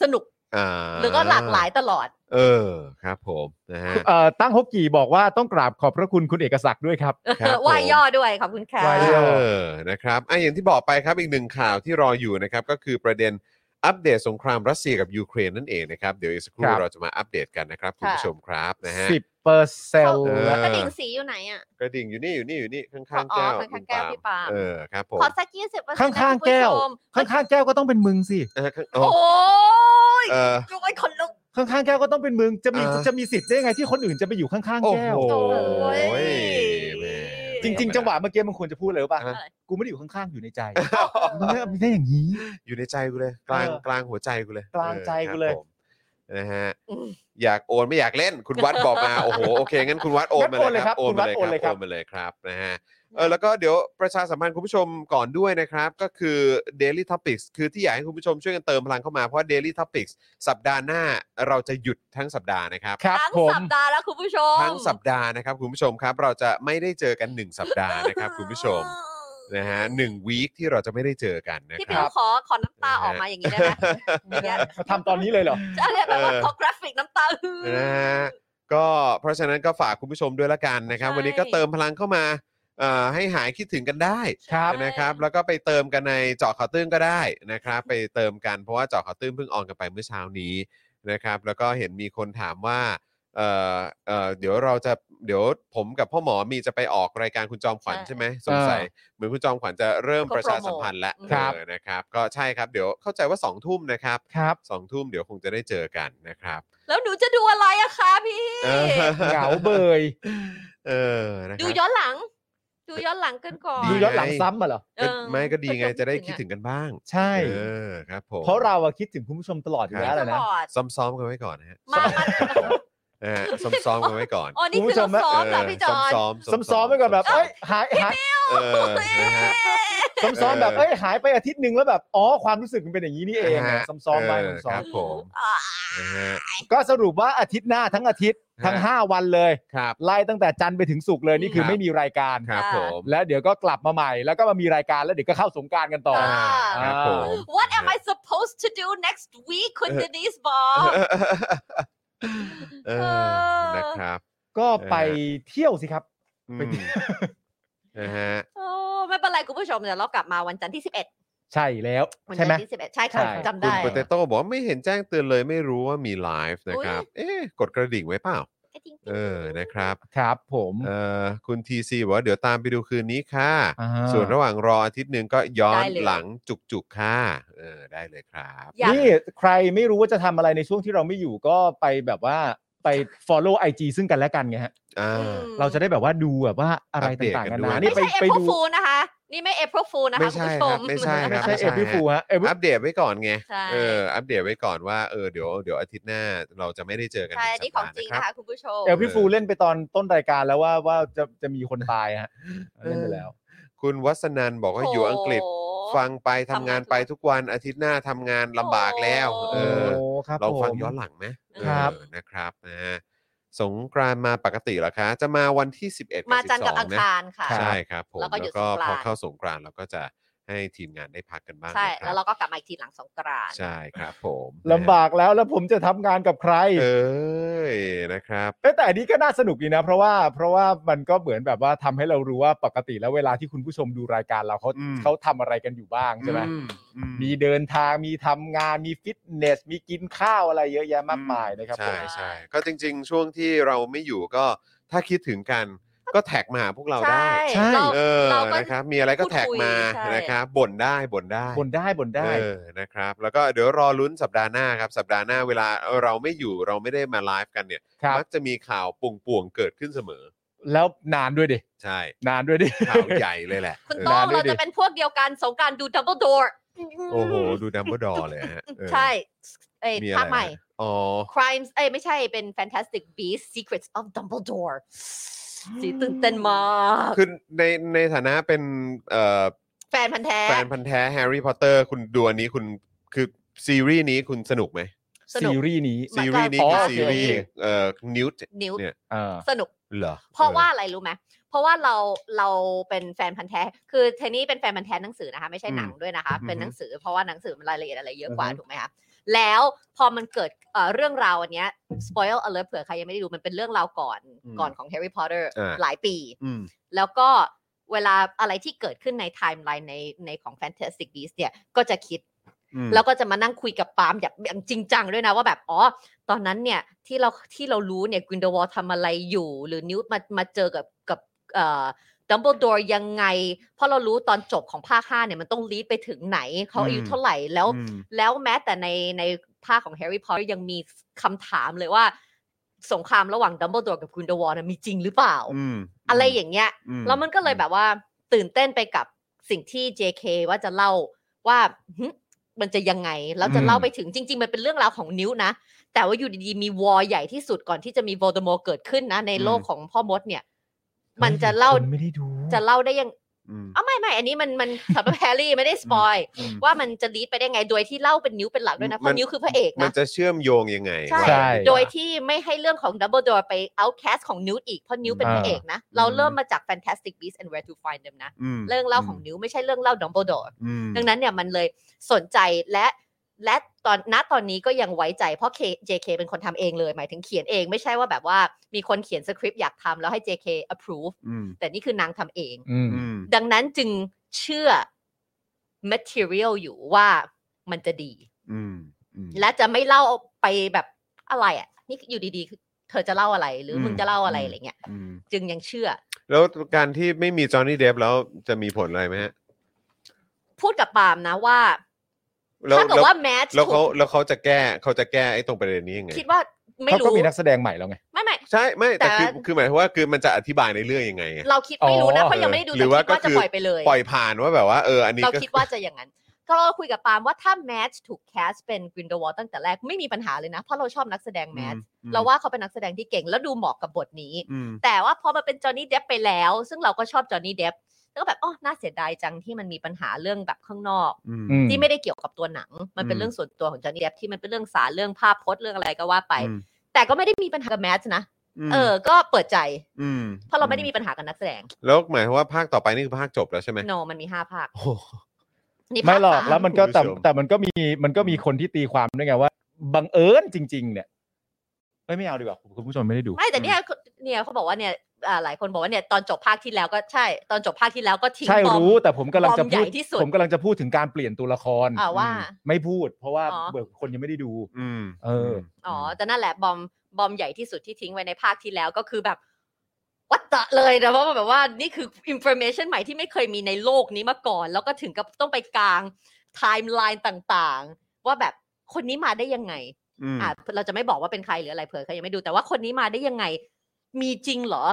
สนุก อ่า หรือก็หลากหลายตลอด เออครับผมนะฮะ เอ่อตั้งฮกกี่บอกว่าต้องกราบขอบพระคุณคุณเอกศักดิ์ด้วยครับ ครับ ว่า ผม ย่อด้วยขอบคุณค่ะ ว่าย่ เออ นะครับ อ่ะอย่างที่บอกไปครับ อีกหนึ่งข่าวที่รออยู่นะครับ ก็คือประเด็นอัปเดตสงครามรัสเซียกับยูเครนนั่นเองนะครับ เดี๋ยวอีกสักครู่ ครับ เราจะมาอัปเดตกันนะครับ คุณผู้ชมครับนะฮะ สิบเปอร์เซลต์ เออ กระดิ่งสีอยู่ไหนอ่ะ กระดิ่งอยู่นี่ อยู่นี่ อยู่นี่ ข้างๆอ๋อแก้ว ข้างๆแก้วพี่ปาล์ม เออ ครับผม ขอสักยี่สิบเปอร์เซ็น ข้าง ต์ ข้างๆแก้ว ข้างข้างๆแก้วก็ต้องเป็นมึงสิ เออข้าง โอ้ โอ้ ย เออ ดูไอ้คนลุก ข้างข้างๆแก้วก็ต้องเป็นมึง จะมี อ่า จะมีสิทธิ์ได้ยังไงที่คนอื่นจะไปอยู่ข้างข้าง โอ้ ๆแก้ว โห โอ้ย แหม จริง ๆ จังหวะเมื่อกี้มันควรจะพูดเลยว่า อ่ะ กูไม่ได้อยู่ข้างๆอยู่ในใจมันไม่ไม่ได้อย่างนี้ อยู่ในใจกูเลย กลาง เออก ลางหัวใจกูเลย กลางใจ ออ กูเลย ครับผมนะฮะ อืม อยากโอนไม่อยากเล่น คุณวัดบอกมา โอ้โห โอเค งั้นคุณวัดโอนมาเลยครับ งั้นโอนเลยครับคุณวัดโอนเลยครับ โอนมาเลยครับนะฮะ เออแล้วก็เดี๋ยวประชาสัมพันธ์คุณผู้ชมก่อนด้วยนะครับ ก็คือ Daily Topics คือที่อยากให้คุณผู้ชมช่วยกันเติมพลังเข้ามา เพราะ Daily Topics สัปดาห์หน้าเราจะหยุดทั้งสัปดาห์นะครับ ครับ ทั้ง ผม สัปดาห์แล้วคุณผู้ชม ทั้งสัปดาห์นะครับคุณผู้ชมครับ เราจะไม่ได้เจอกัน 1 สัปดาห์ นะครับคุณผู้ชมนะฮะหนึ่งวีคที่เราจะไม่ได้เจอกันนะ พี่ ค ปิว รับ ขอขอน้ำตาออกมาอย่างนี้ได้ไหมอย่างเงี้ย มาทำตอนนี้เลยเหรอ จะเรียกแบบว่า เออ ขอกราฟิกน้ำตาอื้อ นะฮะก็เพราะฉะนั้นก็ฝากคุณผู้ชมด้วยละกันนะครับ ใช่ วันนี้ก็เติมพลังเข้ามาเอ่อให้หายคิดถึงกันได้ ครับ นะครับแล้วก็ไปเติมกันในเจาะข่าวตื้นก็ได้นะครับ ไปเติมกันเพราะว่าเจาะข่าวตื้นเพิ่งออนกันไปเมื่อเช้านี้นะครับ แล้วก็เห็นมีคนถามว่าเอ่อเอ่อเดี๋ยวเราจะเดี๋ยวผมกับพ่อหมอมีจะไปออกรายการคุณจอมขวัญ ใช่ ใช่ไหมสงสัยเหมือนคุณจอมขวัญจะเริ่มประชาสัมพันธ์แล้ว ก็โปรโมท เออนะครับก็ใช่ครับเดี๋ยวเข้าใจว่าสองทุ่มนะครับ ครับ สองทุ่มเดี๋ยวคงจะได้เจอกันนะครับ แล้วหนูจะดูอะไรอะคะพี่ เออ เหงาเบย เออนะค ดู รับ ย้อนหลัง ดูย้อนหลังกันก่อน ดี ดูย้อนหลังซ้ำมาเหรอ เอ ก็ อ ไม่ก็ดีไงจะได้คิดถึ อะ งกันบ้าง ใช่ เออครับผม เพราะเราอะคิดถึงคุณผู้ชมตลอดอยู่แล้วแหละ ต นะ ลอด ซ้อมๆกันไว้ก่อนนะฮะ มา นะฮะซ้อมๆกันไว้ก่อน อ๋อนี่ คุณผู้ คือ ช เรา มนะ ซ้อมเหรอพี่จอน ซ้อมๆ ซ้อมๆไปก่อนแบบ ซ้ เอ้ ม ยหายหาย ๆเออนะฮะ ซ้อมๆแบบ เออ เอ้ยหายไปอาทิตย์หนึ่งแล้วแบบอ๋อความรู้สึกมันเป็นอย่างนี้นี่เอง อ่าฮะ นะซ้อมๆไป เออ ซ้อ ครั ม บ ผม อ่ะ นะฮะ ๆก็สรุปว่าอาทิตย์หน้าทั้งอาทิตย์ทั้ง ฮะ 5 วันเลย ครับ ไล่ตั้งแต่จันทร์ไปถึงศุกร์เลยนี่คือไม่มีรายการ ครับผม แล้วเดี๋ยวก็กลับมาใหม่แล้วก็มามีรายการแล้วเดี๋ยวก็เข้าสงกรารกันต่อ อ่าครับผม What am I supposed to do next week คุณ เออ Denise บอก เอ เอ อ อ นะครับ ก็ไปเที่ยวสิครับ อื ไป ม เที่ยว นะฮะ โอ้ไม่เป็นไรคุณผู้ชมเดี๋ยวเรากลับมาวันจันทร์ที่ 11 ใช่แล้ว วัน ใช่ จัน ไหม ทร์ที่ 11 ใช่ค่ะ ใช่ จำ คุณ ได้ โปเตโต้บอกว่าไม่เห็นแจ้งเตือนเลยไม่รู้ว่ามีไลฟ์นะครับ เอ๊ะกดกระดิ่งไว้เปล่า เออนะครับ ครับ ผม เอ่อคุณทีซีบอกว่าเดี๋ยวตามไปดูคืนนี้ค่ะ อ่า ส่วนระหว่างรออาทิตย์หนึ่งก็ย้อน ได้เลย หลังจุกๆค่ะเออได้เลยครับ อยาก นี่ใครไม่รู้ว่าจะทำอะไรในช่วงที่เราไม่อยู่ก็ไปแบบว่าไป follow IG ซึ่งกันและกันไงฮะ อ่า อืม เราจะได้แบบว่าดูแบบว่าอะไร อัปเดต ต่าง กั ๆกันน ด้ว นะ ย นี่ ไม่ ไป ใช่ ไป April ดู Fool นะคะ นี่ไม่ April Fool นะคะ ไม่ คุณ ใช่ ผู้ช ครั ม บไม่ใช่ค ไม่ รับ ใช่เอพิฟูฮะเอพิ อัปเดตไว้ก่อนไง ใช่ เอออัปเดตไว้ก่อนว่าเออเดี๋ยวเดี๋ยวอาทิตย์หน้าเราจะไม่ได้เจอกัน ใช่อันนี่ของจริง สั นะ ปดาห์ คะคุณผู้ชม เอพิฟูเล่นไปตอนต้นรายการแล้วว่าว่าจะจะมีคนตายฮะเล่นไปแล้ว คุณวัสนันบอกว่าอยู่อังกฤษ โโห ฟังไปทำงางทำาน น ไปทุกวันอาทิตย์หน้าทำงานลำบากแล้ว โอ้ เอ โอ้ อ ครับ เราฟัง ผม ย้อนหลังไหมเออ ครับ นะครับนะฮะสงกรานต์มาปกติเหรอคะ จะมาวันที่ 11 กับ มาจันทร์กับ 12 อังคารค่ะ ใช่ครับผม แล้วก็หยุด พ สงอกรานต์ เข้าสงกรานต์เราก็จะ ให้ทีมงานได้พักกันบ้าง ใช่ นะค แล้ว รับ เราก็กลับมาอีกทีหลังสงกรานต์ ใช่ครับผม ลำบากแล้วแล้วผมจะทำงานกับใคร เอ้ยนะครับ เอ้ยแต่อันนี้ก็น่าสนุกดีนะ เพราะว่าเพราะว่ามันก็เหมือนแบบว่าทำให้เรารู้ว่าปกติแล้วเวลาที่คุณผู้ชมดูรายการเราเขา อืม เขาทำอะไรกันอยู่บ้างใช่ไหม อือื มีเดินทางมีทำงานมีฟิตเนส มีกินข้าวอะไรเยอะแยะมากมายนะครับผ ใช่ ม ใช่ก็จริง ๆ ช่วงที่เราไม่อยู่ก็ถ้าคิดถึงกันก็แท็กมาหาพวกเราได้ ใช่เรา เออ เราก็ นะครับ มีอะไรก็แท็กมา พูดคุยใช่ นะครับบ่นได้บ่นได้ บ่นได้บ่นได้ เออ นะครับ แล้วก็เดี๋ยวรอลุ้นสัปดาห์หน้าครับ สัปดาห์หน้าเวลาเราไม่อยู่เราไม่ได้มาไลฟ์กันเนี่ย ครับ มัจะมีข่าวป่วงๆเกิดขึ้นเสมอ แล้วนานด้วยดิ ใช่ นานด้วยดิ ข่าวใหญ่เลยแหละ คุณ เออ โต้ง นานด้ว เรา ยดิ จะเป็นพวกเดียวกันสงกรารดูดับเบิลดอร์ โอ้โห ดูดัมเบิลดอเลยฮะเออ ใช่เอ้ย มีอะ ภา ไร คใหม่ อ๋อ Crimes เอ้ยไม่ใช่เป็น Fantastic Beasts Secrets of Dumbledore สีตื่นเต้นมาก คือในในฐานะเป็นเอ่อ แฟนพันธ์แท้ แฟนพันธ์แท้แฮร์รี่พอตเตอร์คุณดูอันนี้คุณคือซีรีส์นี้คุณสนุกไหม สนุ ซี ก รีส์นี้ มัน ซีรีส์นี้ อ๋อ คือ โอเค ซีรีส์ โอเค เอ่อนิวต์ นิ้ว เออ สนุก เหรอ เพราะว่าอะไรรู้ไหม เพราะว่าเราเราเป็นแฟนพันธ์แท้ คือเทนนี่เป็นแฟนพันธ์แท้หนังสือนะคะไม่ใช่หนังด้วยนะคะ เป็นหนังสือเพราะว่าหนังสือมันรายละเอียดอะไรเยอะกว่า อือฮึ ถูกไหมคะ แล้วพอมันเกิดเอ่อเรื่องราวอันเนี้ย spoil alert เผื่อใครยังไม่ได้ดูมันเป็นเรื่องราวก่อนก่อนของ Harry Potter า หลายปี อืม แล้วก็เวลาอะไรที่เกิดขึ้นในไทม์ไลน์ในในของ Fantastic Beasts เนี่ยก็จะคิด อืม แล้วก็จะมานั่งคุยกับปาล์มอย่างแบบจริงจังด้วยนะว่าแบบอ๋อ ตอนนั้นเนี่ยที่เราที่เรารู้เนี่ยกรินเดวอลทำอะไรอยู่ หรือนิวมามาเจอกับกับเอ่อดัมเบิลดอร์ยังไง เพราะเรารู้ตอนจบของภาค5เนี่ยมันต้องลีดไปถึงไหน เขาอายุ อืม เท่าไหร่แล้ว อืม แล้วแม้แต่ในในภาคของแฮร์รี่พอตยังมีคำถามเลยว่า สงครามระหว่างดัมเบิลดอร์กับกรินเดวอลมีจริงหรือเปล่า อืม อะไรอย่างเงี้ย อื แล้วมันก็เลยแบบว่าตื่นเต้นไปกับสิ่งที่ JK ว่าจะเล่าว่าหึมันจะยังไง แล้วจะเล่าไปถึงจริง ๆ มันเป็นเรื่องราวของนิ้วนะ แต่ว่าอยู่ดีๆ มีวอร์ใหญ่ที่สุดก่อนที่จะมีโวลเดอมอร์เกิดขึ้นนะ ในโลกของพ่อมดเนี่ย มันจะเล่า คนไม่ได้ดู จะเล่าได้ยัง อืม อ้าวไม่ไม่อันนี้มันมันสำหรับแฮร์รี่ไม่ได้สปอย อืม ว่ามันจะลีดไปได้ไงโดยที่เล่าเป็นนิ้วเป็นหลักด้วยนะเพ มั ราะ น นิ้วคือพระเอก มัน นะ จะเชื่อมโยงยังไง ใช่ ว่า โดยที่ไม่ให้เรื่องของดับเบิลดอร์ไปเอาแคสของนิวอีกเพราะนิวเป็นพระเอกนะ เราเริ่มมาจาก Fantastic Beasts and Where to Find Them นะ อืม เรื่องเล่าของนิวไม่ใช่เรื่องเล่าดัมเบิลดอร์ อืม ดังนั้นเนี่ยมันเลยสนใจและและตอนณตอนนี้ก็ยังไว้ใจเพราะ K JK เป็นคนทำเองเลย หมายถึงเขียนเองไม่ใช่ว่าแบบว่ามีคนเขียนสคริปต์อยากทำแล้วให้ JK approve อืม แต่นี่คือนางทำเอง อืม อืม ดังนั้นจึงเชื่อ material อยู่ว่ามันจะดี อืมอืม และจะไม่เล่าไปแบบอะไรอ่ะ นี่อยู่ดีๆคือเธอจะเล่าอะไรหรืออ ม มึงจะเล่าอะไรอะไรเงี้ย อืม จึงยังเชื่อ แล้วการที่ไม่มีจอห์นนี่เดฟแล้วจะมีผลอะไรไหมฮะ พูดกับปาล์มนะว่า แล้ว ถ้าเกิด แล้ว ว่าแมท แล้วเขาแล้วเขาจะแก้เขาจะแก้ไอ้ตรงประเด็นนี้ยังไง คิดว่าไม่ เขาก็ รู้ มีนักแสดงใหม่แล้วไง ไม่ไม่ ใช่ไม่แต่ แต่ คือคือหมายถึงว่าคือมันจะอธิบายในเรื่องยังไงไง เราคิดไม่รู้นะ อ๋อ เพราะยังไม่ได้ดู หรือ แต่ ว่า คิดว่า ก็คือจะปล่อยไปเลย ปล่อยผ่านว่าแบบว่าเอออันนี้ เรา ก็ คิดว่าจะอย่างนั้น ก็เราคุยกับปาล์มว่าถ้าแมทถูกแคสเป็นกรินเดวอลตั้งแต่แรกไม่มีปัญหาเลยนะ เพราะเราชอบนักแสดงแมท อืม เราว่าเขาเป็นนักแสดงที่เก่งแล้วดูเหมาะกับบทนี้ อืม แต่ว่าพอมาเป็นจอห์นนี่เดฟไปแล้ว ซึ่งเราก็ชอบจอห์นนี่เดฟแล้วก็แบบอ๋อน่าเสียดายจังที่มันมีปัญหาเรื่องแบบข้างนอก อืม อืม ที่ไม่ได้เกี่ยวกับตัวหนัง มันเป็ อื น ม เรื่องส่วนตัวของจอห์นนี่เดฟที่มันเป็นเรื่องสารเรื่องภาพพจน์เรื่องอะไรก็ว่าไป อืม แต่ก็ไม่ได้มีปัญหากับแมทนะ ม เออ ก็เปิดใจ ม เพราะเราไม่ได้มีปัญหากับนักแสดง แล้วหมายถึงว่าภาคต่อไปนี่คือภาคจบแล้วใช่ไหม โนมันมีห้าภาค โอ้โห นี่ ไม่ ภาค หรอก สา แล้วมันก็แต่ คุณผู้ชม แต่มันก็มีมันก็มีคนที่ตีความด้วยไงว่าบังเอิญจริง ๆ เนี่ยเอ้ยไม่เอาดีกว่าคุณผู้ชมไม่ได้ดู ไม่แต่เนี่ยเนี่ยเขาบอกว่าเนี่ยอ่าหลายคนบอกว่าเนี่ยตอนจบภาคที่แล้วก็ใช่ ตอนจบภาคที่แล้วก็ทิ้ง ใช่ บอม รู้แต่ผมกำลังจะ บอมใหญ่ พูด ที่สุด ผมกำลังจะพูดถึงการเปลี่ยนตัวละคร อ่าว่า ไม่พูด เพราะว่า อ๋อ เบิกคนยังไม่ได้ดู อืม เออ อ๋อแต่นั่นแหละบอมบอมใหญ่ที่สุดที่ทิ้งไว้ในภาคที่แล้วก็คือแบบวัตตะเลยนะเพราะว่าแบบว่านี่คืออินโฟ a t ชันใหม่ที่ไม่เคยมีในโลกนี้มาก่อน แล้วก็ถึงกับต้องไปกลางไทม์ไลน์ต่างๆ ว่าแบบคนนี้มาได้ยังไง อืม อ่ะเราจะไม่บอกว่าเป็นใครหรืออะไรเผื่อใครยังไม่ดูแต่ว่าคนนี้มาได้ยังไง มีจริงเหรอ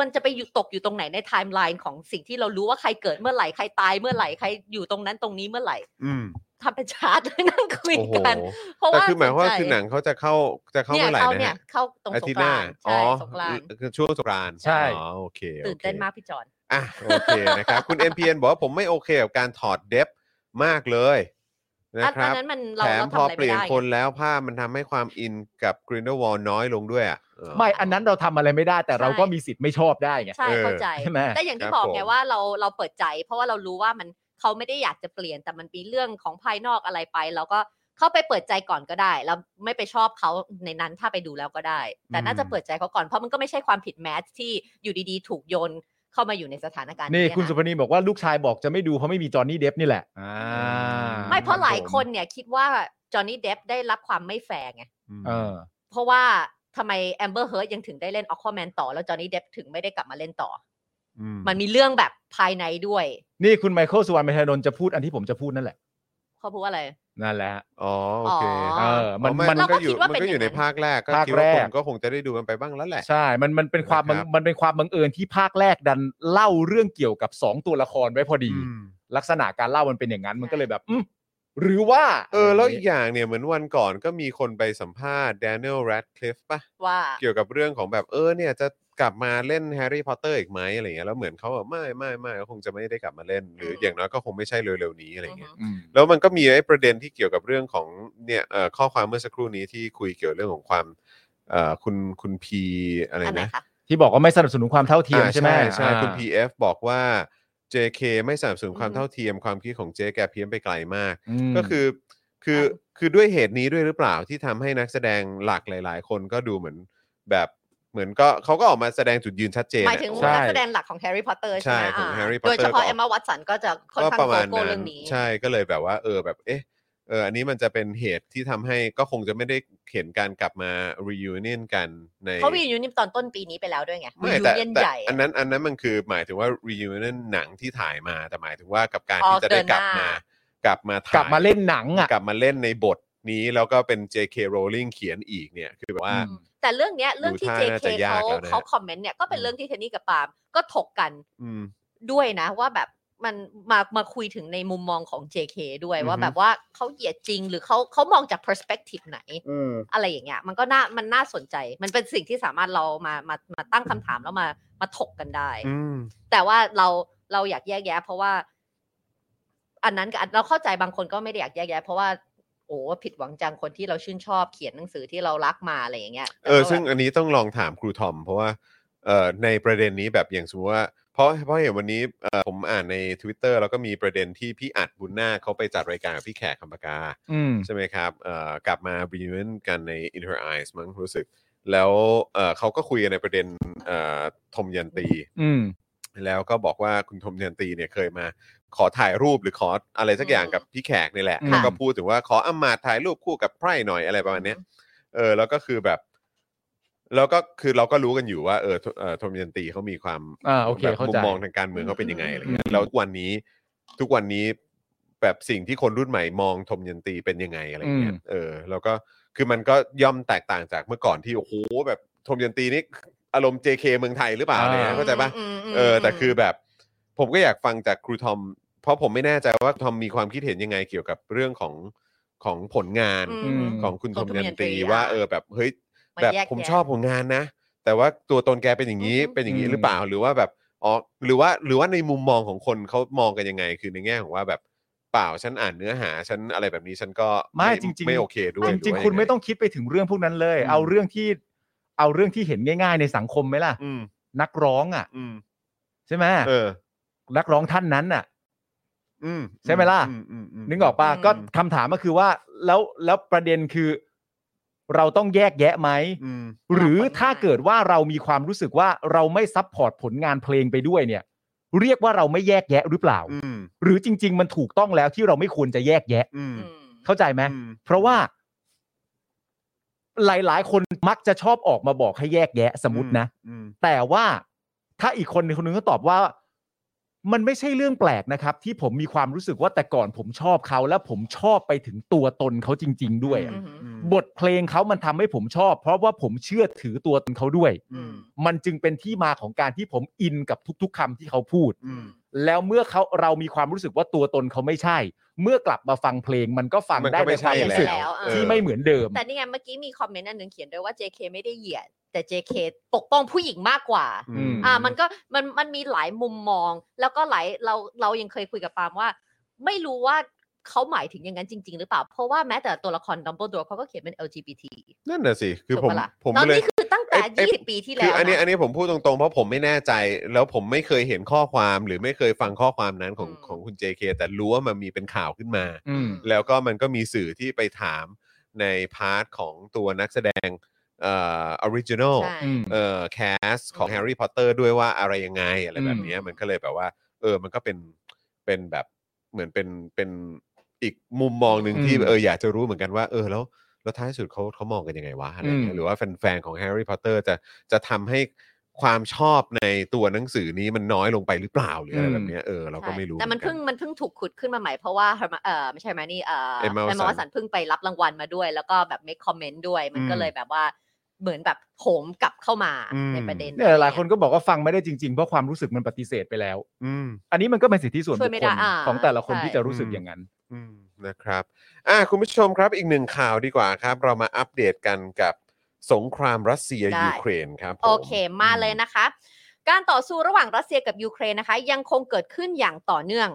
มันจะไปอยู่ตกอยู่ตรงไหนในไทม์ไลน์ของสิ่งที่เรารู้ว่าใครเกิดเมื่อไหร่ใครตายเมื่อไหร่ใครอยู่ตรงนั้นตรงนี้เมื่อไหร่ อืม ทำเป็นชาร์ตเลยนั่งคุย โอ้โห กัน เพราะ แต่ ว่า คือหมายความว่า สใจ คือหนังเขาจะเข้าจะเข้า เนี่เมื่อยไหร่ เข้า นะ เนี่ย ฮะ เข้าตรง อา สง ทิตย์ ก หน้า ราน์ อ๋อ ใช่สงกรานต์ คือช่วงสงกรานต์ ใช่ อ๋อโอเคโอค ตื่นเต้นมากพี่จอน อ่ะโอเคนะครับ คุณ MPN บอกว่าผมไม่โอเคกับการถอดเดฟมากเลยนะ อัน ค อัน รับ นั้นมันเรา แถม เรา พอทำอะไร เป ไม่ ลี่ยน ได้ คนแล้วภาพมันทำให้ความอินกับ Grindelwald น้อยลงด้วยอ่ะเออ ไม่อันนั้นเราทำอะไรไม่ได้ แต่เราก็มีสิทธิ์ไม่ชอบได้ไง ใช่เข้าใจ ใช่ไหม แต่อย่างที่ ครับ บอกไง ผม ว่าเราเราเปิดใจ เพราะว่าเรารู้ว่ามัน เขาไม่ได้อยากจะเปลี่ยนแต่มันมีเรื่องของภายนอกอะไรไป เราก็เข้าไปเปิดใจก่อนก็ได้ แล้วไม่ไปชอบเขาในนั้นถ้าไปดูแล้วก็ได้ แต่น่าจะเปิดใจเขาก่อนเพราะมันก็ไม่ใช่ความผิดแมสที่อยู่ดีๆ ถูกโยนเข้ามาอยู่ในสถานการณ์ นี่ ะ คุณสุพนีบอกว่าลูกชายบอกจะไม่ดูเพราะไม่มีจอห์นนี่เดฟนี่แหละอ่า ไม่เพราะหลาย บผม คนเนี่ยคิดว่าจอห์นนี่เดฟได้รับความไม่แฟร์ไง เออ เพราะว่าทำไมแอมเบอร์เฮิร์ยังถึงได้เล่นออค a แมนต่อ แล้วจอห์นนี่เดฟถึงไม่ได้กลับมาเล่นต่ออมันมีเรื่องแบบภายในด้วย นี่คุณไมเคิลสุวรรณเมธานนท์จะพูดอันที่ผมจะพูดนั่นแหละ เขาพูดว่าอะไร นั่นแหละฮะ อ๋อโอเค อ๋อ เออ มัน อ๋อ มัน เรา ก็อยู่ คิดว่า มั เป็น นก็อยู่ อ ใน ย่างนั้น ภาคแรกก็ ภาค คิดว่า แรก คนก็คงจะได้ดูกันไปบ้างแล้วแหละ ใช่ มันมันเป็นความบัง นะครับ มันเป็นความบังเอิญที่ภาคแรกดันเล่าเรื่องเกี่ยวกับ 2 ตัวละครไว้พอดี อืม ลักษณะการเล่ามันเป็นอย่างนั้น มันก็เลยแบบอืมหรือว่า เออ แล้ว ะไร อีก ย่างงี้ย อย่างเนี่ยเหมือนวันก่อนก็มีคนไปสัมภาษณ์ Daniel Radcliffe ป่ะ ว่า เกี่ยวกับเรื่องของแบบเออเนี่ยจะกลับมาเล่นแฮร์รี่พอตเตอร์อีกไหมอะไรเงี้ยแล้วเหมือนเขาแบบไม่ไม่ไม่ก็คงจะไม่ได้กลับมาเล่น หรือ ม อย่างน้อยก็คงไม่ใช่เร็วๆนี้อะไรเงี้ย อืม แล้วมันก็มีไอ้ประเด็นที่เกี่ยวกับเรื่องของเนี่ยเอ่อข้อความเมื่อสักครู่นี้ที่คุยเกี่ยวเรื่องของความเอ่อคุณคุณพีอะไร อันไหน นะ คะ ที่บอกว่าไม่สนับสนุนความเท่าเทียม อ่า ใช่ไหม ใช่ อ่า คุณ PF บอกว่า JK ไม่สนับสนุนความเท่าเทียมความคิดของเจ๊แกเพี้ยนไปไกลมาก ก็คือคือคือด้วยเหตุนี้ด้วยหรือเปล่าที่ทำให้นักแสดงหลักหลาย ๆ คนก็ดูเหมือนแบบเหมือนก็เขาก็ออกมาแสดงจุดยืนชัดเจน หมายถึง ใช่ ว่า นักแสดงหลักของแฮร์รี่พอตเตอร์ใช่ไหม ใช่ของ อ่า Harry Potter โดยเฉพาะ ก็ เอมมาวัตสันก็จะค่อนข้าง ประ โก มาณ โก้ นั้ เรื่อน งนี้ ใช่ก็เลยแบบว่า เออแบบเอ๊ะเอออันนี้มันจะเป็นเหตุที่ทำให้ก็คงจะไม่ได้เห็นการกลับมา reunion กันใน เขาวียูนิมตอนต้นปีนี้ไปแล้วด้วยไงวี ไม่ ยู แต่ เนียน แต่ ใหญ่ อัน อะ นั้นอันนั้นมันคือหมายถึงว่า reunion หนังที่ถ่ายมาแต่หมายถึงว่ากับการ อ๋อ ที่จะได้ เดินห ก น้า ลับมากลับมาก ก ถ่าย ลับมาเล่นหนังอ่ะ กลับมาเล่นในบทนี้แล้วก็เป็น J.K. Rowling เขียนอีกเนี่ย คือแบบว่า อืม แต่เรื่องเนี้ยเรื่องที่ ดูท่า JK น่าจะยาก เขา แล้วนะ เขาคอมเมนต์เนี่ยก็เป็นเรื่องที่เทนนี่กับปาล์มก็ถกกัน อืม ด้วยนะว่าแบบมันมามาคุยถึงในมุมมองของ JK ด้วย อือฮึ ว่าแบบว่าเขาเหยียดจริงหรือเขาเขามองจาก perspective ไหน อะไรอย่างเงี้ยมันก็น่ามันน่าสนใจ มันเป็นสิ่งที่สามารถเรามามามาตั้งคำถามแล้วมามาถกกันได้ อืม แต่ว่าเราเราอยากแยกแยะ เพราะว่า อันนั้นกับอันเราเข้าใจบางคนก็ไม่ได้อยากแยกแยะ เพราะว่าโอ้ผิดหวังจังคนที่เราชื่นชอบเขียนหนังสือที่เรารักมาอะไรอย่างเงี้ย เออ แต่ก็แบบ ซึ่งอันนี้ต้องลองถามครูทอม เพราะว่าเอ่อในประเด็นนี้แบบอย่างสมมติว่าเพราะเพราะเห็นวันนี้เอ่อผมอ่านใน Twitter แล้วก็มีประเด็นที่พี่อัดบุญนาคเขาไปจัดรายการกับพี่แขกคำปากา อืม ใช่ไหมครับเอ่อกลับมา reunion กันใน In Her Eyes มั้งรู้สึก แล้วเอ่อเขาก็คุยกันในประเด็นเอ่อทมยันตี อืม แล้วก็บอกว่าคุณทมยันตีเนี่ยเคยมาขอถ่ายรูปหรือขออะไรสักอย่างกับพี่แขกนี่แหละ อืม แล้วก็พูดถึงว่าขออามาตย์ถ่ายรูปคู่กับไพร่หน่อยอะไรประมาณเนี้ยเออแล้วก็คือแบบ แล้วก็คือเราก็รู้กันอยู่ว่าเออทเอ่อทมยันตีเขามีความ อ่าโอเค แบบ เข้า มุ ใจ มมองทางการเมืองเขาเป็นยังไงอะไรเงี้ยแล้ววันนี้ทุกวันนี้แบบสิ่งที่คนรุ่นใหม่มองทมยันตีเป็นยังไงอะไรเงี้ย อืม เออ แล้วก็คือมันก็ย่อมแตกต่างจากเมื่อก่อนที่โอ้โหแบบทมยันตีนี่อารมณ์ JK เมืองไทยหรือเปล่าอะไรเงี้ยเข้าใจปะ มมม เออแต่คือแบบผมก็อยากฟังจากครูทอม เพราะผมไม่แน่ใจว่าทอมมีความคิดเห็นยังไงเกี่ยวกับเรื่องของของผลงาน อืม อืม ของคุณทอม ของธม ยัน ยันตี ตี อ่ะ ว่าเออแบบเฮ้ย มัน แบบ แยก ผม แยะ ชอบผลงานนะ แต่ว่าตัวตนแกเป็นอย่างนี้ อือฮึ เป็นอย่างนี้ อืม หรือเปล่าหรือว่าแบบอ๋อหรือว่าหรือว่าในมุมมองของคนเขามองกันยังไง คือในแง่ของว่าแบบเปล่าฉันอ่านเนื้อหาฉันอะไรแบบนี้ฉันก็ ไม่จริงๆ ไม่โอเคด้วย จริง ห ๆ ว่า คุณไม่ ยั ต้องคิดไปถึงเรื่องพวกนั้นเลย เอาเรื่องที่ เอาเรื่องที่เห็นง่าย ๆ ในสังคมไหมล่ะ อืม นักร้องอ่ะ อืม ใช่ไหม เออ นักร้องท่านนั้นอ่ะ อืม ใช่ไหมล่ะ อืมมม นึกออกป่ะ อืม ก็คำถามก็คือว่า แล้วแล้วประเด็นคือ เราต้องแยกแยะไหม อืม หรือถ้าเกิดว่าเรามีความรู้สึกว่าเราไม่ซัพพอร์ตผลงานเพลงไปด้วยเนี่ย เรียกว่าเราไม่แยกแยะหรือเปล่า อืม หรือจริง ๆ มันถูกต้องแล้วที่เราไม่ควรจะแยกแยะ อืม อืม เข้าใจไหม อืม เพราะว่า หลาย ๆ คนมักจะชอบออกมาบอกให้แยกแยะสมมตินะ อืม แต่ว่าถ้าอีกคนหนึ่งคนหนึงก็ตอบว่า มันไม่ใช่เรื่องแปลกนะครับ ที่ผมมีความรู้สึกว่าแต่ก่อนผมชอบเขา และผมชอบไปถึงตัวตนเขาจริง ๆ ด้วยอะ อืม บทเพลงเขามันทำให้ผมชอบ เพราะว่าผมเชื่อถือตัวตนเขาด้วย อืม มันจึงเป็นที่มาของการที่ผมอินกับทุก ๆคำที่เขาพูด อืม แล้วเมื่อเขาเรามีความรู้สึกว่าตัวตนเขาไม่ใช่ เมื่อกลับมาฟังเพลงมันก็ฟัง มัน ได้ ก็ ใน ไม่ ควา ใช่ มรู้ แล้ สึก ว เออ ที่ไม่เหมือนเดิม แต่นี่ไงเมื่อกี้มีคอมเมนต์อันหนึ่งเขียนด้วยว่า JK ไม่ได้เหยียด แต่ JK ปกป้องผู้หญิงมากกว่า อืม อ่ามันก็มันมันมีหลายมุมมอง แล้วก็หลายเราเรายังเคยคุยกับปาล์มว่า ไม่รู้ว่า เขาหมายถึงอย่างนั้นจริง ๆ หรือเปล่า เพราะว่าแม้แต่ตัวละครดัมเบิลด r เขาก็เขียนเป็น LGBT นั่นน่ะสิ คือ ถูผกม ปะล่ะ ผม แล้ว เลย นี่คือตั้งแต่ เอ๊ะเอ๊ะ 20 ปีที่แล้ คือ ว อันนี้อันนะนี้ผมพูดตรงๆ เพราะผมไม่แน่ใจ แล้วผมไม่เคยเห็นข้อความหรือไม่เคยฟังข้อความนั้นของ อืม ของคุณ JK แต่รู้ว่ามันมีเป็นข่าวขึ้นมา อืม แล้วก็มันก็มีสื่อที่ไปถามในพาร์ทของตัวนักแสดงเอ่อออริจินอล ใช่ อืม เอ่อแคสของแฮร์รี่พอตเตอร์ด้วยว่าอะไรยังไงอะไรแบบเนี้ย อืม มันก็เลยแบบว่า เออมันก็เป็นเป็นแบบเหมือนเป็นเป็นอีกมุมมองหนึ่งที่ อืม เอออยากจะรู้เหมือนกันว่า เออแล้วแล้วท้ายสุดเขาเขามองกันยังไงวะอะไรเงี้ยอืม หรือว่าแฟนๆของแฮร์รี่พอตเตอร์จะจะทำให้ความชอบในตัวหนังสือนี้มันน้อยลงไปหรือเปล่าหรืออะไรแบบเนี้ยเออเราก็ไม่รู้ แต่มัน เหอกั เพิ่งมันเพิ่งถูกขุดขึ้นมาใหม่เพราะว่า Herma- เออไม่ใช่ไหมนี่เออ Emma ม Watson วัสันเพิ่งไปรับรางวัลมาด้วย แล้วก็แบบ make comment ด้วย มันก็ อืม เลยแบบว่าเหมือนแบบโผมกลับเข้ามา อืม ในประเด็น เนี่ยหลายคนก็บอกว่าฟังไม่ได้จริงๆ เพราะความรู้สึกมันปฏิเสธไปแล้ว อืม อันนี้มันก็เป็นสิทธิส่วน ช่วบุย ค ไม่ คลได้า ของแต่ละคนที่จะรู้สึก ใช่ อย่างนั้น อืมนะครับอ่ะคุณผู้ชมครับอีกหนึ่งข่าวดีกว่าครับ เรามาอัปเดตกันกับสงครามรัสเซีย ได้ ยูเครนครับผม โอเคมาเลยนะคะ การต่อสู้ระหว่างรัสเซียกับยูเครนนะคะ ยังคงเกิดขึ้นอย่างต่อเนื่อง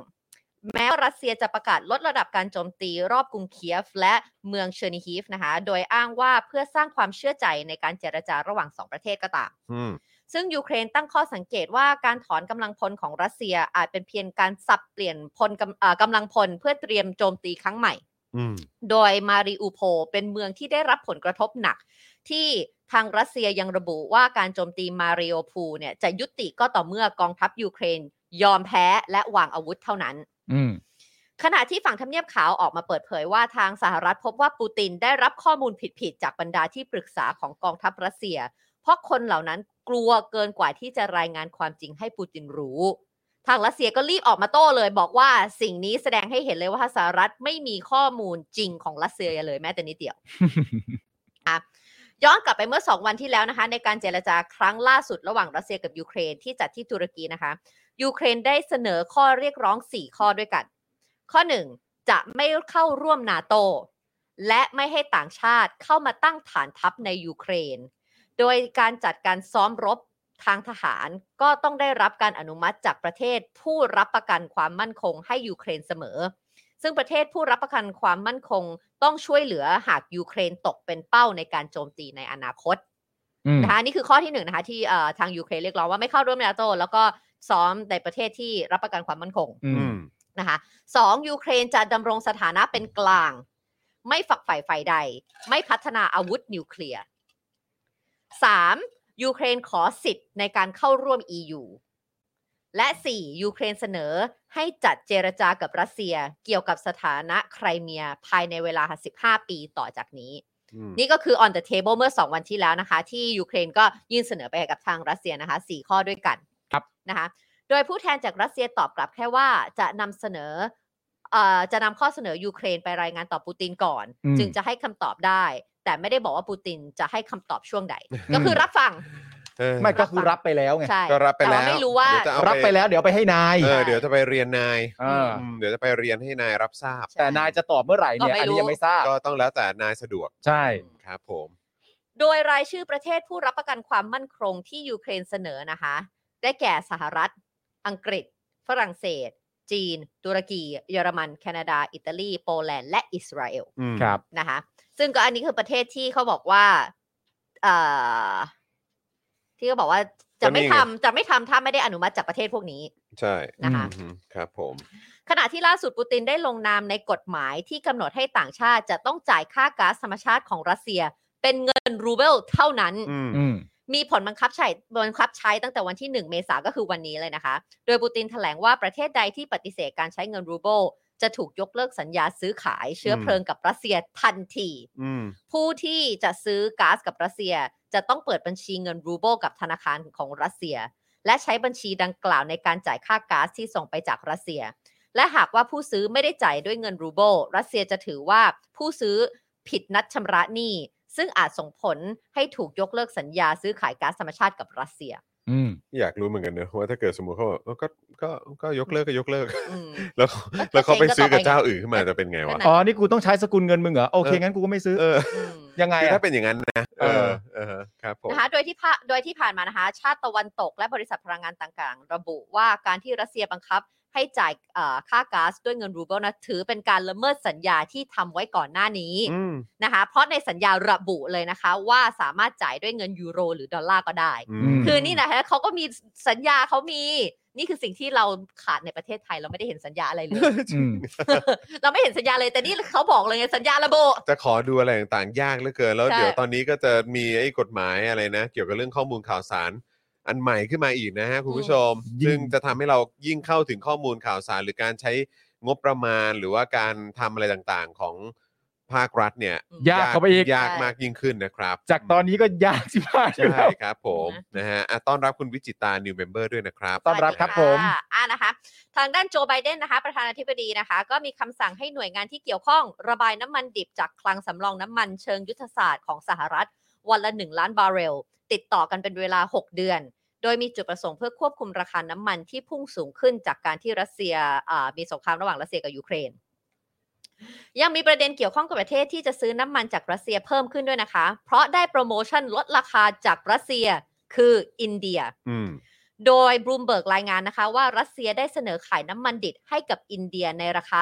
แม้ว่ารัสเซียจะประกาศลดระดับการโจมตีรอบกรุงเคียฟ และเมืองเชอร์นิฮีฟนะคะ โดยอ้างว่าเพื่อสร้างความเชื่อใจในการเจรจาระหว่างสองประเทศก็ตาม อืม ซึ่งยูเครนตั้งข้อสังเกตว่าการถอนกำลังพลของรัสเซียอาจเป็นเพียงการสับเปลี่ยนพลกำเอ่อกำลังพลเพื่อเตรียมโจมตีครั้งใหม่ อืม โดยมาริอูโพลเป็นเมืองที่ได้รับผลกระทบหนัก ที่ทางรัสเซียยังระบุว่าการโจมตีมาริโอพูลเนี่ยจะยุติก็ต่อเมื่อกองทัพยูเครน ยอมแพ้และวางอาวุธเท่านั้น อืม ขณะที่ฝั่งทำเนียบขาวออกมาเปิดเผยว่าทางสหรัฐพบว่าปูตินได้รับข้อมูลผิดๆ จากบรรดาที่ปรึกษาของกองทัพรัสเซีย เพราะคนเหล่านั้นกลัวเกินกว่าที่จะรายงานความจริงให้ปูตินรู้ ทางรัสเซียก็รีบออกมาโต้เลย บอกว่าสิ่งนี้แสดงให้เห็นเลยว่าสหรัฐไม่มีข้อมูลจริงของรัสเซียเลยแม้แต่นิดเดียว ย้อนกลับไปเมื่อ 2 วันที่แล้วนะคะ ในการเจรจาครั้งล่าสุดระหว่างรัสเซียกับยูเครนที่จัดที่ตุรกีนะคะยูเครนได้เสนอข้อเรียกร้อง 4 ข้อด้วยกัน ข้อ 1 จะไม่เข้าร่วมนาโต และไม่ให้ต่างชาติเข้ามาตั้งฐานทัพในยูเครน โดยการจัดการซ้อมรบทางทหารก็ต้องได้รับการอนุมัติจากประเทศผู้รับประกันความมั่นคงให้ยูเครนเสมอ ซึ่งประเทศผู้รับประกันความมั่นคงต้องช่วยเหลือหากยูเครนตกเป็นเป้าในการโจมตีในอนาคต อืม นะคะนี่คือข้อที่หนึ่งนะคะที่เอ่อทางยูเครนเรียกร้องว่าไม่เข้าร่วมนาโตแล้วก็ซ้อมในประเทศที่รับประกันความมั่นคง อื อื ม ม นะคะสองยูเครนจะดำรงสถานะเป็นกลาง ไม่ฝักใฝ่ฝ่ายใด ไม่พัฒนาอาวุธนิวเคลียร์สามยูเครนขอสิทธิ์ในการเข้าร่วม EU และสี่ยูเครนเสนอให้จัดเจรจากับรัสเซียเกี่ยวกับสถานะไครเมียภายในเวลา 15 ปีต่อจากนี้ อืม นี่ก็คือ on the table เมื่อ 2 วันที่แล้วนะคะ ที่ยูเครนก็ยื่นเสนอไปกับทางรัสเซียนะคะ 4 ข้อด้วยกัน ครับ นะคะ โดยผู้แทนจากรัสเซียตอบกลับแค่ว่าจะนำเสนอเอ่อจะนำข้อเสนอยูเครนไปรายงานต่อปูตินก่อน อืม จึงจะให้คำตอบได้ แต่ไม่ได้บอกว่าปูตินจะให้คำตอบช่วงใด ก็คือรับฟัง เออ ไม่ก็คือรับไปแล้วไง ใช่ ก็รับไปแล้วแต่่าว ไม่รู้ว่า เดี๋ยจะเอา รับไปแล้วเดี๋ยวไปให้นาย เออเดี๋ยวจะไปเรียนนาย เออ มเดี๋ยวจะไปเรียนให้นายรับทราบ แต่นายจะตอบเมื่อไหร่เนี่ก็ยไม่ อัน รู้ นี้ยังไม่ทราบ ก็ต้องแล้วแต่นายสะดวก ใช่ ครับผม โดยรายชื่อประเทศผู้รับประกันความมั่นคงที่ยูเครนเสนอนะคะ ได้แก่สหรัฐ อังกฤษ ฝรั่งเศส จีน ตุรกี เยอรมัน แคนาดา อิตาลี โปแลนด์ และอิสราเอล อืม ครับ นะคะ ซึ่งก็อันนี้คือประเทศที่เขาบอกว่าเอ่อที่เขาบอกว่าจะไม่ทำจะไม่ทำถ้าไม่ได้อนุมัติจากประเทศพวกนี้ ใช่ นะคะ อืมครับผม ขณะที่ล่าสุดปูตินได้ลงนามในกฎหมายที่กำหนดให้ต่างชาติจะต้องจ่ายค่าก๊าซธรรมชาติของรัสเซีย เป็นเงินรูเบิลเท่านั้น อืม อืม มีผลบังคับใช้บังคับใช้ตั้งแต่วันที่ 1 เมษาก็คือวันนี้เลยนะคะ โดยปูตินแถลงว่าประเทศใดที่ปฏิเสธการใช้เงินรูเบิลจะถูกยกเลิกสัญญาซื้อขายเชื้อเพลิงกับรัสเซียทันที อืม ผู้ที่จะซื้อก๊าซกับรัสเซีย จะต้องเปิดบัญชีเงินรูเบิลกับธนาคารของรัสเซีย และใช้บัญชีดังกล่าวในการจ่ายค่าก๊าซที่ส่งไปจากรัสเซีย และหากว่าผู้ซื้อไม่ได้จ่ายด้วยเงินรูเบิลรัสเซียจะถือว่าผู้ซื้อผิดนัดชำระหนี้ ซึ่งอาจส่งผลให้ถูกยกเลิกสัญญาซื้อขายก๊าซธรรมชาติกับรัสเซีย อืม อยากรู้เหมือนกันเนอะว่าถ้าเกิดสมมติเขาบอกเออก็ก็ก็ยกเลิกก็ยกเลิก อืม แล้วเขา แล้ว แล้วเขาไปซื้อกับ เจ๊งก็ต่อไป เจ้าอื่นขึ้นมาจะเป็นไง ก็ วะ นั่น อ๋อ นี่กูต้องใช้สกุลเงินมึงเหรอ โอเค เออ งั้นกูก็ไม่ซื้อ เออ อืม ยังไง คือ อะ ถ้าเป็นอย่างนั้นนะเอ เอ อ อ เออครับผม นะคะโดยที่พะโดยที่ผ่านมานะคะ ชาติตะวันตกและบริษัทพลังงานต่างๆ ระบุว่าการที่รัสเซียบังคับ ใ ให้จ่ายเอ่อค่าก๊าซด้วยเงินรูเบิลนะถือเป็นการละเมิดสัญญาที่ทำไว้ก่อนหน้านี้ อืม นะคะเพราะในสัญญาระบุเลยนะคะว่าสามารถจ่ายด้วยเงินยูโร หรือดอลลาร์ก็ได้ อื อื ม ม คือนี่นะคะเขาก็มีสัญญาเขามี นี่คือสิ่งที่เราขาดในประเทศไทยเราไม่ได้เห็นสัญญาอะไรเลย อืม เราไม่เห็นสัญญาเลยแต่นี่เขาบอกเลยไงสัญญาระบุ จะขอดูอะไรต่างๆ ยากเหลือเกิน แล้ว ใช่ เดี๋ยวตอนนี้ก็จะมีไอ้กฎหมายอะไรนะ เกี่ยวกับเรื่องข้อมูลข่าวสาร อันใหม่ขึ้นมาอีกนะฮะคุณผู้ชม ยิ่ง ซึ่งจะทำให้เรายิ่งเข้าถึงข้อมูลข่าวสาร หรือการใช้งบประมาณหรือว่าการทำอะไรต่างๆของภาครัฐเนี่ย ยากเข้าไปอีก ยากมากยิ่งขึ้นนะครับ จากตอนนี้ก็ยากสิบห้าอยู่ ใช่ แล้ว ครับผมนะฮะอ่ะต้อนรับคุณวิจิตา new member ด้วยนะครับ ต้อนรับครับ ส ผ วัส ม ดีะอ่านะคะ ทางด้านโจไบเดนนะคะ ประธานาธิบดีนะคะ ก็มีคำสั่งให้หน่วยงานที่เกี่ยวข้อง ระบายน้ำมันดิบจากคลังสำรองน้ำมันเชิงยุทธศาสตร์ของสหรัฐ วันละ 1 ล้านบาร์เรล ติดต่อกันเป็นเวลา 6 เดือน โดยมีจุดประสงค์เพื่อควบคุมราคาน้ำมันที่พุ่งสูงขึ้นจากการที่รัสเซียอ่ามีสงครามระหว่างรัสเซียกับยูเครน ยังมีประเด็นเกี่ยวข้องกับประเทศที่จะซื้อน้ำมันจากรัสเซียเพิ่มขึ้นด้วยนะคะ เพราะได้โปรโมชั่นลดราคาจากรัสเซียคืออินเดีย อืม โดยบลูมเบิร์กรายงานนะคะว่ารัสเซียได้เสนอขายน้ำมันดิบให้กับอินเดียในราคา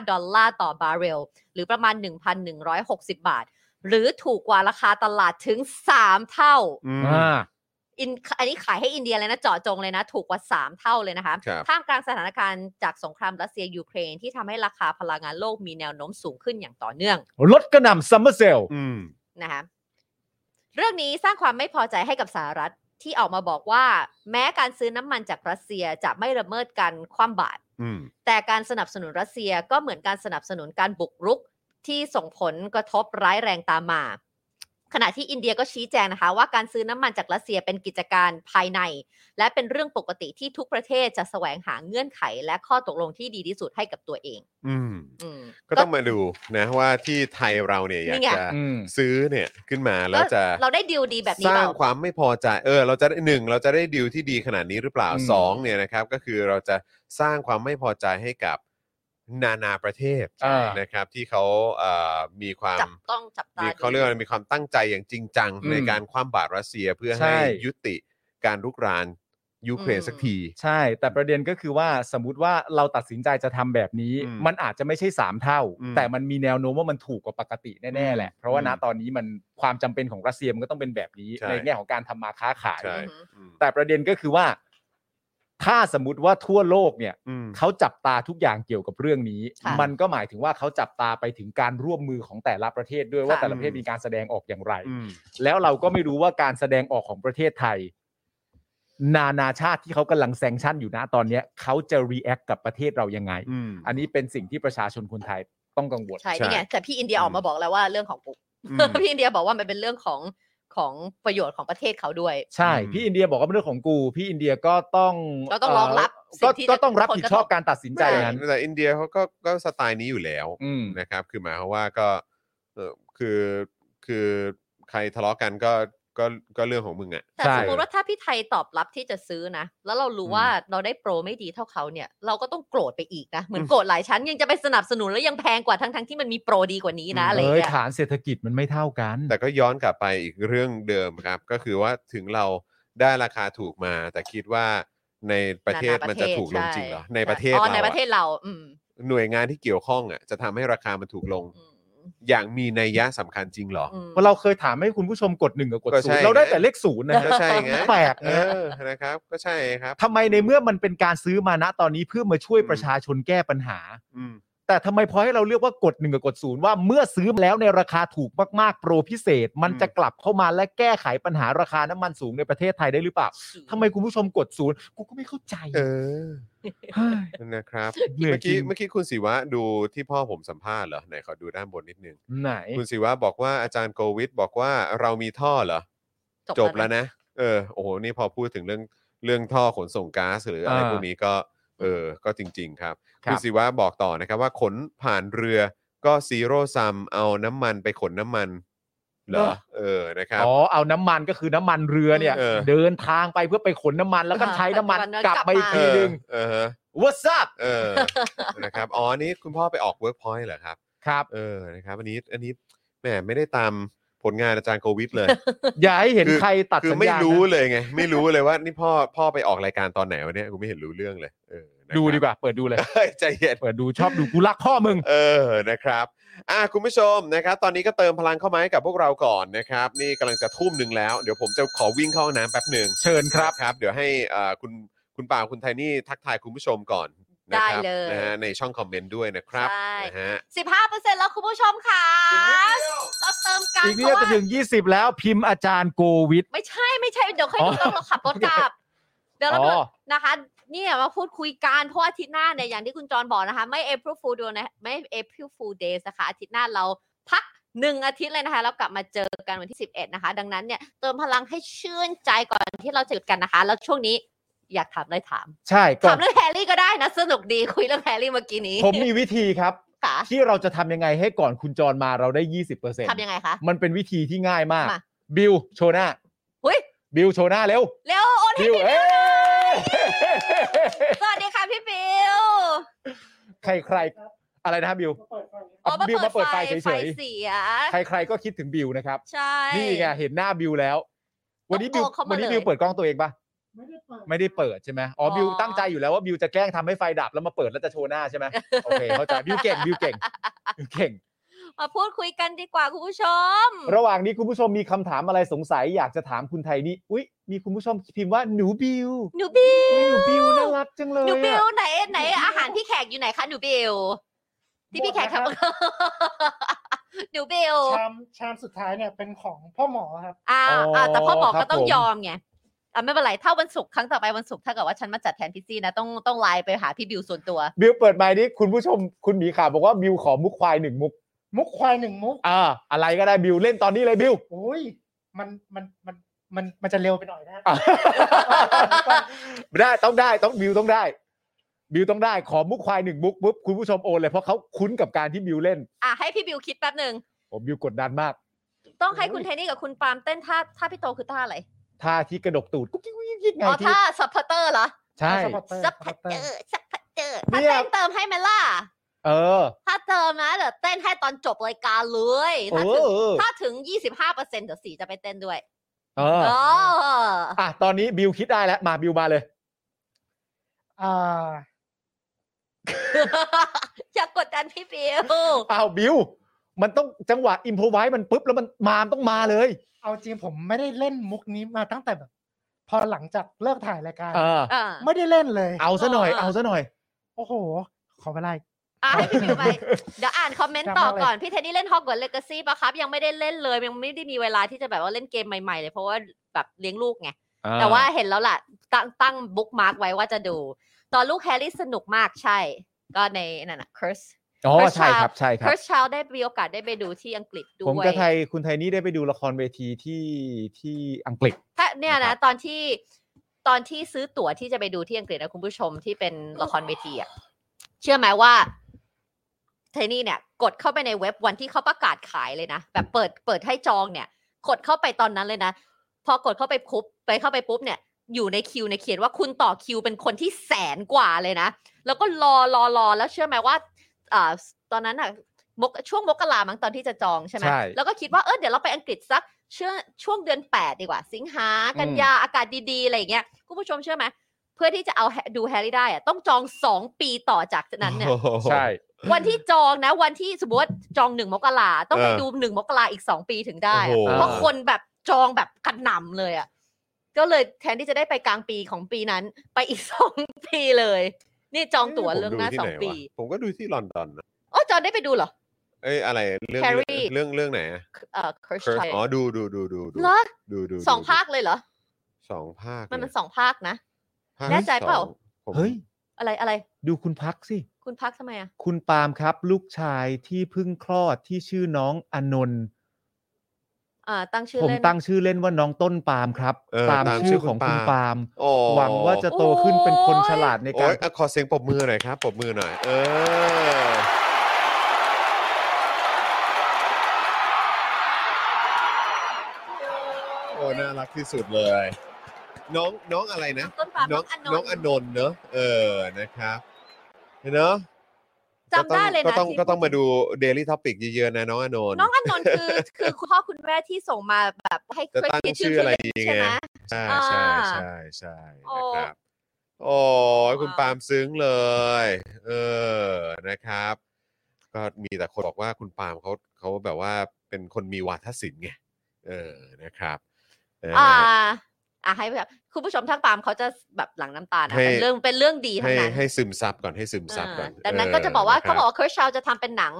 35 ดอลลาร์ต่อบาร์เรล หรือประมาณ 1,160 บาท หรือถูกกว่าราคาตลาดถึง 3 เท่า อืม อ่า อินอันนี้ขายให้อินเดียเลยนะเจาะจงเลยนะ ถูกกว่า 3 เท่าเลยนะคะ ครับ ท่ามกลางสถานการณ์จากสงครามรัสเซียยูเครนที่ทำให้ราคาพลังงานโลกมีแนวโน้มสูงขึ้นอย่างต่อเนื่อง รถกระหน่ำซัมเมอร์เซล อืม นะคะเรื่องนี้สร้างความไม่พอใจให้กับสหรัฐที่ออกมาบอกว่า แม้การซื้อน้ำมันจากรัสเซียจะไม่ละเมิดการคว่ำบาตร อืม แต่การสนับสนุนรัสเซียก็เหมือนการสนับสนุนการบุกรุกที่ส่งผลกระทบร้ายแรงตามมา ขณะที่อินเดียก็ชี้แจงนะคะ ว่าการซื้อน้ำมันจากรัสเซียเป็นกิจการภายใน และเป็นเรื่องปกติที่ทุกประเทศจะแสวงหาเงื่อนไข และข้อตกลงที่ดีที่สุดให้กับตัวเอง อืม อืม ก็ต้องมาดูนะว่าที่ไทยเราเนี่ยอยาก นี่ไง จะ อืม ซื้อเนี่ยขึ้นมาแล้วจะ เราได้ดีลดีแบบนี้ ส เป ร้าง ล่า ความไม่พอใจเออเราจะได้หนึ่งเราจะได้ดีลที่ดีขนาดนี้หรือเปล่า อืม สองเนี่ยนะครับก็คือเราจะสร้างความไม่พอใจให้กับนานาประเทศ อ่า นะครับที่เขาเอ่อมีความ จับต้องจับตา มี ดู เขาเรียกว่าอะไรมีความตั้งใจอย่างจริงจัง อืม ในการคว่ำบาตรรัสเซียเพื่อ ใช่ ให้ยุติการลุกรานยูเครน อืม สักที ใช่ แต่ประเด็นก็คือว่าสมมติว่าเราตัดสินใจจะทำแบบนี้ อืม มันอาจจะไม่ใช่ 3 เท่า อืม แต่มันมีแนวโน้มว่ามันถูกกว่าปกติแน่ๆแหละ เพราะว่าณ อืม ตอนนี้มันความจำเป็นของรัสเซียมันก็ต้องเป็นแบบนี้ ใช่ ในแง่ของการทำมาค้าขาย ใช่ อือหือ อืม แต่ประเด็นก็คือว่า ถ้าสมมติว่าทั่วโลกเนี่ย อืม เขาจับตาทุกอย่างเกี่ยวกับเรื่องนี้ ค่ะ มันก็หมายถึงว่าเขาจับตาไปถึงการร่วมมือของแต่ละประเทศด้วยว่า ค่ะ แต่ละประเทศมีการแสดงออกอย่างไร อืม แล้วเราก็ไม่รู้ว่าการแสดงออกของประเทศไทย นานาชาติที่เขากำลังแซงชั่นอยู่นะตอนเนี้ยเขาจะรีแอคกับประเทศเรายังไง อืม อันนี้เป็นสิ่งที่ประชาชนคนไทยต้องกังวล ใช่ ใช่ นี่ไงแต่พี่อินเดีย อืม ออกมาบอกแล้วว่าเรื่องของปุ๊บ อืม พี่อินเดียบอกว่ามันเป็นเรื่องของของประโยชน์ของประเทศเขาด้วย ใช่ อืม พี่อินเดียบอกว่าเป็นเรื่องของกู พี่อินเดียก็ต้อง ก็ต้องรองรับ เ สิ่งที่ ก็ก็ต้องรับ คน ผิด กระทบ ชอบการตัดสินใจอย่างนั้น แต่อินเดียเขาก็ก็สไตล์นี้อยู่แล้ว อืม นะครับ คือหมายความว่าก็เอ่อคือคือใครทะเลาะกันก็ก็ก็เรื่องของมึงอ่ะ แต่ ใช่ สมมติว่าถ้าพี่ไทยตอบรับที่จะซื้อนะ แล้วเรารู้ อืม ว่าเราได้โปรไม่ดีเท่าเขาเนี่ย เราก็ต้องโกรธไปอีกนะ เหมือนโกรธหลายชั้นยังจะไปสนับสนุนแล้วยังแพงกว่าทั้งทั้งๆที่มันมีโปรดีกว่านี้นะอะไรอย่าง เอ้ย เงี้ย ฐานเศรษฐกิจมันไม่เท่ากัน แต่ก็ย้อนกลับไปอีกเรื่องเดิมครับ ก็คือว่าถึงเราได้ราคาถูกมา แต่คิดว่าในประเทศ นานาประมันเทศจะถูกลงจริงเหรอ ใช่ ในประเทศ อ๋อ เรา ในประเทศ อะ เรา อืม หน่วยงานที่เกี่ยวข้องอ่ะจะทำให้ราคามันถูกลง อืม อย่างมีนัยยะสำคัญจริงเหรอ อืม เพราะเราเคยถามให้คุณผู้ชมกดหนึ่งกับกด ก็ ศู ใช่ นย์เราได้ ไง แต่เลขศูนย์นะ ก็ใช่ไง แปลก เอ นะ อนะครับ ก็ใช่ครับ ทำไมในเมื่อมันเป็นการซื้อมาณตอนนี้เพื่อมาช่วยประชาชนแก้ปัญหา อืม แต่ทำไมพอให้เราเลือกว่ากดหนึ่งกับกดศูนย์ว่าเมื่อซื้อแล้วในราคาถูกมากๆ โปรพิเศษ มัน อืม จะกลับเข้ามาและแก้ไขปัญหาราคาน้ำมันสูงในประเทศไทยได้หรือเปล่าทำไมคุณผู้ชมกดศูนย์กูก็ไม่เข้าใจ เออ เฮ้ย นะครับ เหนื่อย เมื่อ จริ กี้ ง เมื่อกี้คุณศิวะดูที่พ่อผมสัมภาษณ์เหรอไหนขอดูด้านบนนิดนึง ไหน คุณศิวะบอกว่าอาจารย์โกวิทบอกว่าเรามีท่อเหรอจบแล้วนะ เออโอ้โหนี่พอพูดถึงเรื่องเรื่องท่อขนส่งก๊าซหรืออะไร อ่า พวกนี้ก็ เออ ก็จริง ๆ ครับ ครับ คุณศิวะบอกต่อนะครับว่าขนผ่านเรือก็ซีโร่ซัมเอาน้ำมันไปขนน้ำมันเหรอเออนะครับ อ๋อเอาน้ำมันก็คือน้ำมันเรือเนี่ย เออ เดินทางไปเพื่อไปขนน้ำมันแล้วก็ อ่า ใช้น้ำมัน ขนน้ำมัน กลับ กลับ มาอีก มา เอ ที อ นึง เออฮะ What's up เออ นะครับอ๋ออันนี้คุณพ่อไปออกเวิร์กพอยต์เหรอครับ ครับ เออนะครับอันนี้อันนี้แหมไม่ได้ตามผลงานอาจารย์โควิด เลย อย่าให้เห็น คือ ใครตัด คือ สัญ ไม่ ญาณ รู้ นะ เลยไง ไม่รู้เลยว่านี่พ่อพ่อไปออกรายการตอนไหนวะเนี่ยกูไม่เห็นรู้เรื่องเลยเออ นะครับ ดูดีกว่า เปิดดูเลย เฮ้ยใจเย็น เปิดดูชอบดูกูรักพ่อมึง เออ นะครับ อ่ะคุณผู้ชมนะครับ ตอนนี้ก็เติมพลังเข้ามาให้กับพวกเราก่อนนะครับ นี่กำลังจะทุ่มหนึ่งแล้ว เดี๋ยวผมจะขอวิ่งเข้าห้องน้ำแป๊บหนึ่ง เชิญครับ นะครับ เดี๋ยวให้เอ่อคุณคุณป่าวคุณไทนี่ทักทายคุณผู้ชมก่อนนะครั ได้เลย นะฮะในช่องคอมเมนต์ด้วยนะครับ ใช่ นะฮะ 15%แล้วคุณผู้ชมค่ะเราเติมกัน อีก เพ นี่ ราะ จะ ว่า ถึง 20 แล้วพิมพ์อาจารย์โกวิท ไม่ใช่ไม่ใช่เดี๋ยวค่อย อ๋อ ดูต้องเราขับรถกลับ เดี๋ยวเรา อ๋อ นะคะเนี่ยมาพูดคุยกันเพราะว่าอาทิตย์หน้าเนี่ยอย่างที่คุณจรบอกนะคะ ไม่ April Fool ด้วยนะไม่ April Fool Days นะคะอาทิตย์หน้าเราพักหนึ่งอาทิตย์เลยนะคะแล้วกลับมาเจอกันวันที่ 11 นะคะ ดังนั้นเนี่ยเติมพลังให้ชื่นใจก่อนที่เราจะหยุดกันนะคะ แล้วช่วงนี้อยากถามอะไรถาม ใช่ก่อ ถาม น เรื่องแฮร์รี่ก็ได้นะสนุกดีคุยเรื่องแฮร์รี่เมื่อกี้นี้ ผมมีวิธีครับ ค่ะ ที่เราจะทำยังไงให้ก่อนคุณจรมาเราได้ 20%เ ทำยังไงคะ มันเป็นวิธีที่ง่ายมาก มา บิลโชว์หน้า เฮ้ย บิลโชว์หน้าเร็ว เร็วโอนให้ บิล พี่ เอ้ บิวย สวัสดีค่ะพี่บิว ใครใครๆอะไรนะครับบิล อ๋อ เอาบิลมาเปิดไฟเฉย เสีย ๆใครใครๆก็คิดถึงบิลนะครับ ใช่ นี่ไงเห็นหน้าบิวแล้ว วันนี้ ต้ บิ อง ว โตเข้ามา วันนี้ เลย บิวเปิดกล้องตัวเองปะไม่ได้เปิดใช่ไหมอ๋อบิว อ๋อ ตั้งใจอยู่แล้วว่าบิวจะแกล้งทำให้ไฟดับแล้วมาเปิดแล้วจะโชว์หน้าใช่ไหมโอเคเข้าใจบิวเก่งบิวเก่งบิวเก่ง มาพูดคุยกันดีกว่าคุณผู้ชม ระหว่างนี้คุณผู้ชมมีคำถามอะไรสงสัยอยากจะถามคุณไทยนี่อุ้ยมีคุณผู้ชมพิมพ์ว่าหนูบิว หนูบิว อุ๊ยหนูบิวน่ารักจังเลย หนูบิ อะ วไหนไหนอาหารพี่แขกอยู่ไหนคะหนูบิว ที่พี่แขกทำ หนูบิว ชามชามสุดท้ายเนี่ยเป็นของพ่อหมอครับ อ่าอ่าแต่พ่อบอกก็ต้องยอมไงอ่ะไม่เป็นไรถ้าวันศุกร์ครั้งต่อไปวันศุกร์ถ้าเกิดว่าฉันมาจัดแทนพี่ซี่นะต้องต้องไลน์ไปหาพี่บิวส่วนตัว บิวเปิดไมค์นี่คุณผู้ชมคุณหมีขาวบอกว่าบิวขอมุกควายหนึ่งมุก มุกควายหนึ่งมุก อ่าอะไรก็ได้บิวเล่นตอนนี้เลยบิว โอ้ยมันมันมันมันมันจะเร็วไปหน่อยนะฮะ อ่ะได้ต้องได้ต้องบิวต้องได้ บิวต้องได้ขอมุกควายหนึ่งมุกปุ๊บคุณผู้ชมโอนเลยเพราะเขาคุ้นกับการที่บิวเล่น อ่ะให้พี่บิวคิดแป๊บหนึ่ง ผมบิวกดดันมาก ต้องให้คุณเทนนี่กับคุณปาล์มเต้นท่าท่าพี่โตคือท่าอะไร ท่าที่กระดกตูดกุ๊กกิ๊กกุ๊กกิ๊กกิ๊กไง อ๋อ ที่ ท่าซัพพอร์เตอร์เหรอ ใช่ supporter ซัพพอร์เตอ supporter ร์ซัพพอร์เตอร์ เนี่ ถ้าย เต้นเติมให้ไหมล่ะ เออ ถ้าเติมนะเดี๋ยวเต้นให้ตอนจบรายการเลย เอ ถ้าถึง อ ถ้าถึง 25เปอร์เซ็นต์เดี๋ยวสีจะไปเต้นด้วย เอ เอ อ อ อ่ะตอนนี้บิวคิดได้แล้วมาบิวมาเลย อ่า อย่ากดดันพี่บิว อ้าวบิวมันต้องจังหวะอิมพอไว้มันปุ๊บแล้วมันมามันต้องมาเลย เอาจริงผมไม่ได้เล่นมุกนี้มาตั้งแต่แบบ พอหลังจากเลิกถ่ายรายการ เออ เออ ไม่ได้เล่นเลย เอาซะหน่อยเอาซะหน่อย โอ้โห ขอเวลาอีก อ่ะให้พี่บิ วไป เดี๋ยวอ่านคอมเมนต์ จำ ต่อ มากเลย ก่อน พี่เทนนี่เล่นฮอกวอตเลกาซี่ปะครับ ยังไม่ได้เล่นเลย ยังไม่ได้มีเวลาที่จะแบบว่าเล่นเกมใหม่ๆเลย เพราะว่าแบบเลี้ยงลูกไง แต่ว่าเห็นแล้วล่ะ ตั้งตั้งบุ๊กมาร์กไว้ว่าจะดู ตอนลูกแฮร์รี่สนุกมากใช่ ก็ในนั่นน่ะ curse อ๋อ First ใช่ครับใช่ครับ Cursed Child ได้มีโอกาสได้ไปดูที่อังกฤษด้วย ผมกับไทยคุณไทยนี่ได้ไปดูละครเวทีที่ที่อังกฤษ ถ้าเนี่ย นะครั นะ บ ตอนที่ตอนที่ซื้อตั๋วที่จะไปดูที่อังกฤษนะคุณผู้ชมที่เป็นละครเวทีอ่ะ เชื่อไหมว่าเทนี่เนี่ย กดเข้าไปในเว็บวันที่เขาประกาศขายเลยนะ แบบเปิดเปิดให้จองเนี่ย กดเข้าไปตอนนั้นเลยนะ พอกดเข้าไปปุ๊บไปเข้าไปปุ๊บเนี่ย อยู่ในคิวในยเขียนว่าคุณต่อคิวเป็นคนที่แสนกว่าเลยนะ แล้วก็รอรอรอแล้วเชื่อไหมว่าเอ่อตอนนั้นอะมกช่วงมกรามั้งตอนที่จะจองใช่ไหม ใช่ แล้วก็คิดว่าเออเดี๋ยวเราไปอังกฤษสักช่วงช่วงเดือนแปดดีกว่า สิงหากันยาอากาศดีๆอะไรอย่างเงี้ยคุณผู้ชมเชื่อไหมเพื่อที่จะเอาดูแฮร์รี่ได้อะต้องจองสองปีต่อจากนั้นเนี่ย โอ้โห วันที่จองนะ วันที่สมมติว่าจองหนึ่งมกราต้องไป เออ ดูหนึ่งมกราอีกสองปีถึงได้อะ โอ้โห เพราะคนแบบจองแบบกระหน่ำเลยอ่ะก็เลยแทนที่จะได้ไปกลางปีของปีนั้น ไปอีก สอง ปีเลย นี่จองตั๋ว ผม เรื่องหน้า ดูที่ สอง ไวะ ปี ผมก็ดูที่ลอนดอนนะ โอ้จองได้ไปดูเหรอ เอ้ยอะไรเรื่อง Carrie เรื่องเรื่องไหนอะ เอ่อ Cursed Curse Child อ๋อดูดูดูดูดู เหรอ ดูดู สองภาคเลยเหรอ สองภาค มันเป็น เลย สองภาคนะ ภาค แน่ใจเปล่า สองผม เฮ้ย อะไรอะไร ดูคุณพักสิ คุณพักทำไมอ่ะ คุณปาล์มครับ ลูกชายที่เพิ่งคลอดที่ชื่อน้องอนนท์ อ่าตั้งชื่อ ผม เล่น ตั้งชื่อเล่นว่าน้องต้นปาล์มครับ เออ ตาม ตามชื่ ชื่ อ อ คุ ของ ณ คุณ ปา ปา ล์ ล์ ม ม โอ้ หวังว่าจะโตขึ้นเป็นคนฉลาดใน โอ้ การ ยอ่ะขอเสียงปรบมือหน่อยครับปรบมือหน่อย เออ โอ้น่ารักที่สุดเลย น้องน้องอะไรนะ ต้นปาล์ม น้อน้อง งอน น้องอน ท์ นนท์เนอะเออนะครับเห็นเนอะ จำได้เลย ก็ นะ ต้อง ที่ ก็ต้องมาดู Daily Topic เยอะๆนะน้องอนนท์ น้องอนนท์ คือ คือคุณพ่อคุณแม่ที่ส่งมาแบบให้ จะตั้ง เขียน ชื่ออะไร เล่น ดี ใช่ ไง ไหม ใช่ อ่า ใช่ใช่ใช่นะครับ โอ้ โ โอ้ยคุณปาล์มซึ้งเลย เออนะครับ ก็มีแต่คนบอกว่าคุณปาล์มเขาเขาแบบว่าเป็นคนมีวาทศิลป์ไงเออนะครับนะฮะ อ่าอ่ะให้แบบคุณผู้ชมทักตามเขาจะแบบหลังน้ำตานะ ให้ เป็นเรื่องเป็นเรื่องดีทั้ ให้ งนั้น ให้ซึมซับก่อนให้ซึมซับก่อน อ่าดังนั้นก็จะบอกว่า นะค เขา รั บอกว่าเคิร์ชชาวจะทำเป็นหนัง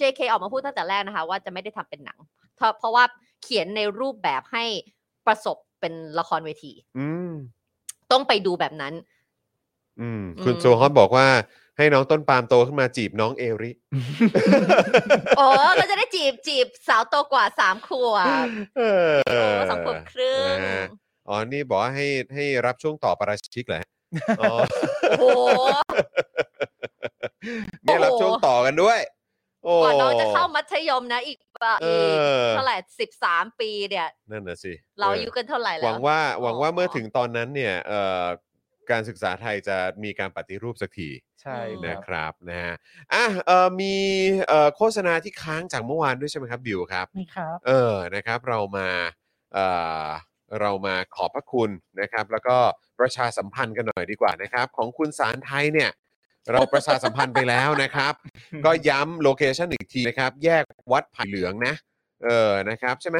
JK ออกมาพูดตั้งแต่แรกนะคะ ว่าจะไม่ได้ทำเป็นหนังเพราะเพราะว่าเขียนในรูปแบบให้ประสบเป็นละครเวที อืม ต้องไปดูแบบนั้น อืมคุณ อืม โซฮอตบอกว่า ให้น้องต้นปาล์มโตขึ้นมาจีบน้องเอริ โอ้ก็จะได้จีบจีบสาวโตกว่าสามขวบ เอ โอ้ อ สองขวบครึ่ง นะฮะ อ๋อ นี่บอกว่าให้ให้รับช่วงต่อประชิกเหรอฮะอ๋อ โอ้โห เนี่ยรับช่วงต่อกันด้วย โอ้ กว่าน้องจะเข้ามัธยมนะอีกแบบ เอ อีก อ เท่าไหร่สิบสามปีเนี่ย นั่นน่ะสิ เรา ออ อายุกันเท่าไหร่ ห แล้ วั ว งว่าหวังว่า อ๋อ เมื่อถึงตอนนั้นเนี่ยเอ่อการศึกษาไทยจะมีการปฏิรูปสักที ใช่ อืม ค นะ รับ ครับนะฮะอ่ะเอ่อมีเอ่อโฆษณาที่ค้างจากเมื่อวานด้วยใช่ไหมครับบิวครับ นี่ครับ เออ นะครับ เรามาเอ่อเรามาขอบพระคุณนะครับ แล้วก็ประชาสัมพันธ์กันหน่อยดีกว่านะครับ ของคุณสารไทยเนี่ย เราประชาสัมพันธ์ไปแล้วนะครับ ก็ย้ำโลเคชันอีกทีนะครับ แยกวัดไผ่เหลืองนะ เออ นะครับ ใช่ไหม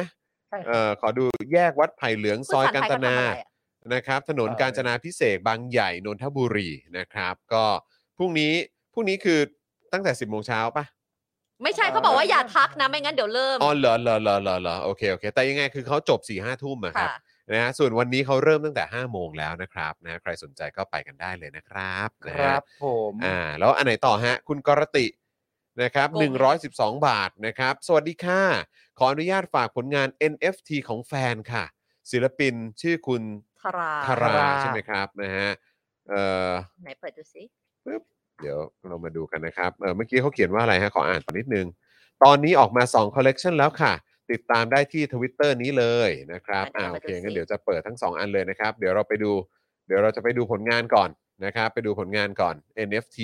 ใช่ค เอ รับ อขอดูแยกวัดไผ่เหลือง คุณ ซอย สร กัน ไท ต ก็ทำ นา อะไรอะ นะครับถนน ใช่ กาญจนาพิเศษกบางใหญ่นนทบุรีนะครับ ก็พรุ่งนี้พรุ่งนี้คือตั้งแต่ 10บโมงเช้าปะ ไม่ใช่เขาบอกว่าอย่าทักนะไม่งั้นเดี๋ยวเริ่ม อ๋อเหรอเหรอเหรอเหรอเหรอโอเคโอเค แต่ยังไงคือเขาจบ4ี่ห้าทุ่มอะครับ ค่ะ นะฮะส่วนวันนี้เขาเริ่มตั้งแต่5้าโมงแล้วนะครับนะใครสนใจก็ไปกันได้เลยนะครับนะ ค ฮะ รับผม อ่าแล้วอันไหนต่อฮะ คุณกรตินะครับ โกง 112 บาทนะครับ สวัสดีค่ะ ขออนุญาตฝากผลงาน NFT ของแฟนค่ะ ศิลปินชื่อคุณ ทารา ธาราใช่ไหมครับนะฮะเอ่อ ไหนเปิดดูสิ เดี๋ยวเรามาดูกันนะครับเออเมื่อกี้เขาเขียนว่าอะไรฮะ ขออ่านต่อนิดนึง ตอนนี้ออกมา2 collection แล้วค่ะ ติดตามได้ที่ทวิตเตอร์นี้เลยนะครับอ่าโอเคงั้นเดี๋ยวจะเปิดทั้ง 2 อันเลยนะครับ เดี๋ยวเราไปดู เดี๋ยวเราจะไปดูผลงานก่อนนะครับ ไปดูผลงานก่อน NFT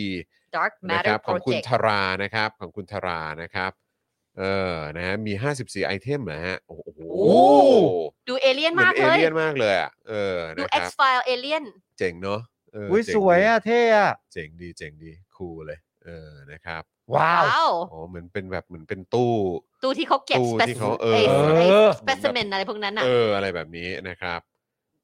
Dark นะค Matter รับของคุณ Project ธารานะครับ ของคุณธารานะครับ เออนะฮะมี 54 ไอเทมนะฮะโอ้โห โอ้ ดูเอเลี่ยน เหมือ มาน ก เอ เลย เลี่ยนมากเลยอ่ะเออ ดู นะค X รับ File เอเลี่ยน เจ๋งเนาะเออ อุ้ย เจ๋ง ส ดี วยอ่ะเท่อะ เจ๋งดีเจ๋งดีคูลเลยเออนะครับ ว้าว ว้าว อ๋อเหมือนเป็นแบบเหมือนเป็นตู้ ตู้ที่เขาเก็บ ตู้ specimen ที่เขาเออ ไอ้ไอ้ เออ specimen อะไรพวกนั้นอ่ะ เอออะไรแบบนี้นะครับ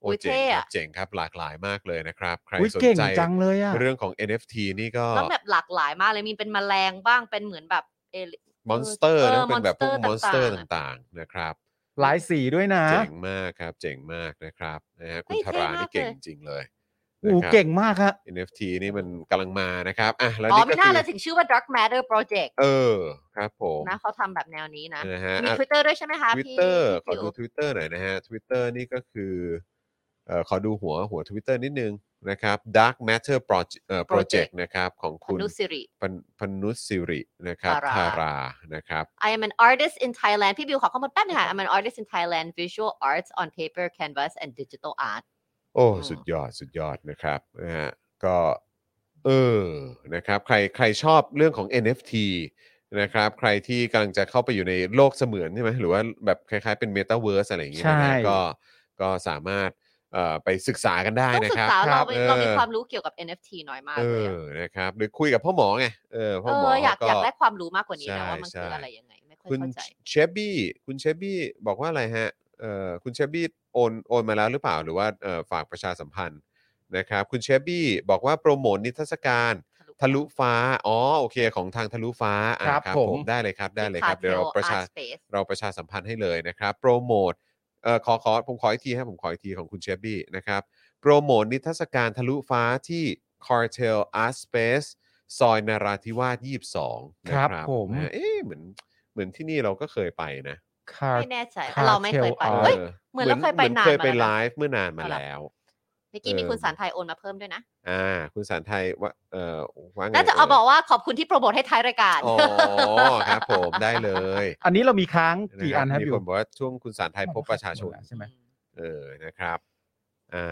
โอ้ อุ๊ย เจ๋ง เท่ ค อะ รับเจ๋งครับหลากหลายมากเลยนะครับ ใคร อุ้ย สน เก่ง ใจ จังเลยอ่ะ เรื่องของ NFT นี่ก็ แล้วแบบหลากหลายมากเลยมีเป็นแมลงบ้างเป็นเหมือนแบบเอเลี่ยน มอนสเตอร์ เออ นะเป็นแบบพวกมอนสเตอ monster ร์ต่างๆนะครับ หลายสีด้วยนะ เจ๋งมากครับเจ๋งมากนะครับนะฮะคุณ เฮ้ย ธารา เท่มาก นี่เก่ง เลย จริงเลยนะโอ้ครับ เก่งมากฮะ NFT นี่มันกำลังมานะครับอ่ะแล้ว อ๋อ นี่ก็ ไม่น่า คื เล อย ถึงชื่อว่า Dark Matter Project เออครับผม นะเขาทำแบบแนวนี้นะ นะฮะ มี อ่ะ Twitter ด้วยใช่ไหมคะ ทวิต พี่ เตอร์ขอ พี่ ดู อิ๋ว ทวิตเตอร์หน่อยนะฮะทวิตเตอร์นี่ก็คือเอ่อขอดูหัวหัวทวิตเตอร์นิดนึงนะครับ Dark Matter Project เอ่อ Project นะครับ ของ อ คุณ นุสิริ พนพนุสสิรินะครับ ธา ธา รา รานะครับ I am an artist in Thailand พี่บิวขอข้อมูลแป๊บนึงค่ะ I'm an artist in Thailand visual arts on paper canvas and digital art โอ้ อืม สุดยอดสุดยอดนะครับนะฮะก็เออนะครับใครใครชอบเรื่องของ NFT นะครับ ใครที่กำลังจะเข้าไปอยู่ในโลกเสมือนใช่ไหมหรือว่าแบบคล้ายๆเป็น Metaverse อะไรอย่างเงี้ยนะ ใช่ ฮะก็ก็สามารถเอ่อไปศึกษากันได้ ต้อง นะ ศึ ค ก รับ ษาคเรารับ ไป ออ เรามีความรู้เกี่ยวกับ NFT น้อยมาก เอ เลย อ อะ นะครับ หรือคุยกับพ่อหมอไง เออ พ่อ เอ หมอ อ อ อยากอยากได้ ก็ ความรู้มากกว่านี้ ใช่ นะว่ามัน ใช่ คืออะไรยังไงไม่ค่อย คุณ เข้าใจ เชฟบี้ คุณเชฟบี้บอกว่าอะไรฮะ เออคุณเชฟบี้โอน โอนมาแล้วหรือเปล่า หรือว่า เออฝากประชาสัมพันธ์นะครับ คุณเชฟบี้บอกว่าโปรโมทนิทรรศการ ทะลุฟ้า อ๋อ โอเค ของทางทะลุฟ้าอ่ะ ครับผม ได้เลยครับ ได้เลยครับ Cartel เดี๋ยวเราประชา Art Space เราประชาสัมพันธ์ให้เลยนะครับ โปรโมท เอ่อ ขอ ขอ ผมขออีกทีฮะผมขออีกทีของคุณเชฟบี้นะครับ โปรโมทนิทรรศการทะลุฟ้าที่ Cartel Art Space ซอยนาราธิวาส22นะครับ ครับผม นะฮะเอ๊ะเหมือนเหมือนที่นี่เราก็เคยไปนะ คาร์ ไม่แน่ใจเราไม่เคยไป Cartel เฮ้ย เออ เหมือนเราเคยไป หมือ นา เคน ยไป มาแล้วนะ ไลฟ์เมื่อนานมาแล้ว เมื่อกี้มีคุณสารไทยโอนมาเพิ่มด้วยนะ อ่า คุณสารไทยว่าเอ่อว่าไง น่าจะเอา ย บอกว่าขอบคุณที่โปรโมทให้ท้ายรายการ อ๋อครับผมได้ เลย อันนี้เรามีค้างกี่อันครับ มี อ ค ยู่ นบอกว่าช่วงคุณสารไทยพบประชาชน ใช่ไหม เออ นะครับ อ่า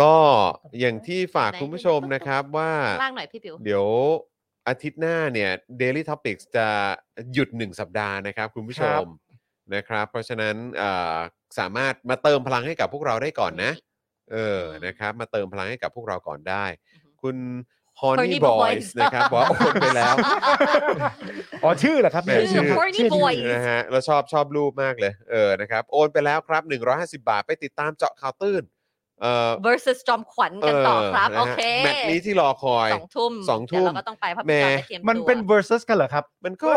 ก็อย่างที่ฝาก ไหน คุณ ดู ผู้ชม ตุ๊กๆ นะครับว่า ล่างหน่อยพี่บิว เดี๋ยวอาทิตย์หน้าเนี่ย Daily Topics จะหยุด 1 สัปดาห์นะครับ คุณผู้ช ครั ม บ นะครับ เพราะฉะนั้นเอ่อสามารถมาเติมพลังให้กับพวกเราได้ก่อนนะ เออนะครับ มาเติมพลังให้กับพวกเราก่อนได้ อือฮึ คุณ Horny Horny Boys Boys นะครับ บอกว่าโอนไปแล้ว อ๋อชื่อเหรอครับ แหม่ เนี่ย ชื่อ Horny Boys นะฮะแล้วชอบชอบรูปมากเลยเออนะครับ โอนไปแล้วครับ 150 บาทไปติดตามเจาะข่าวตื้นเออ versus จอมขวัญกันต่อครับ นะ โอ ฮะ เค แมตช์นี้ที่รอคอย สองทุ่ม สองทุ่ม เดี๋ยวเราก็ต้องไปเพราะ แหม่ พี่จอมไปเตรียมตัว มันเป็น versus กันเหรอครับ มัน ก็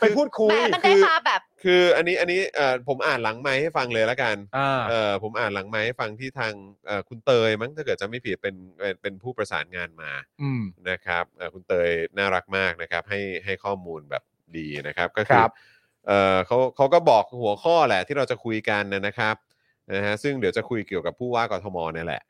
ไปพูดคุย แหม่มันได้ คือ มาแบบ คืออันนี้อันนี้เออผมอ่านหลังไม้ให้ฟังเลยละกัน อ่า เออผมอ่านหลังไม้ให้ฟังที่ทางเอ่อคุณเตยมั้งถ้าเกิดจำไม่ผิดเป็นเป็นเป็นผู้ประสานงานมา อืม นะครับเอ่อคุณเตยน่ารักมากนะครับ ให้ให้ข้อมูลแบบดีนะครับก็คื ค อ รับ เออเขาเขาก็บอกหัวข้อแหละที่เราจะคุยกันนะนะครับนะฮะซึ่งเดี๋ยวจะคุยเกี่ยวกับผู้ว่ากทมเนี่ยแหละ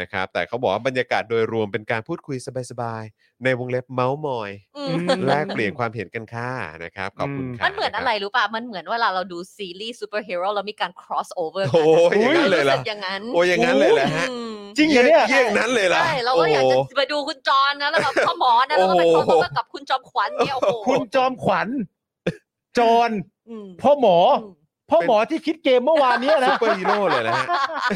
นะครับ แต่เขาบอกว่าบรรยากาศโดยรวมเป็นการพูดคุยสบายๆในวงเล็บเมาส์มอย อืม แลกเปลี่ยนความเห็นกันค่ะนะครับขอบคุณค่ะ มันเหมือน คบ อะไรรู้ป่ะ มันเหมือนเวลาเราดูซีรีส์ซูเปอร์ฮีโร่แล้วมีการ cross over โอ้ยอย่างนั้นเลยเหรอ สึกอย่างนั้น โอ้ยอย่างนั้นเลยแหละฮะ อืม จริงเหรอเนี่ย เยี่ยงนั้นเลยล่ะ ใช่เราก็อยากจะ โโห ไปดูคุณจอนนะแล้วแบบพ่อหมอนะแล้วก็ไป โอ้ cross โห over กับคุณจอมขวัญเนี่ยโอ้โห คุณจอมขวัญ จอน อืม พ่อหมอ ม พ่อหมอที่คิดเกมเมื่อวานเนี้ย ซู นะ เปอร์ฮีโร่เลย นะฮะ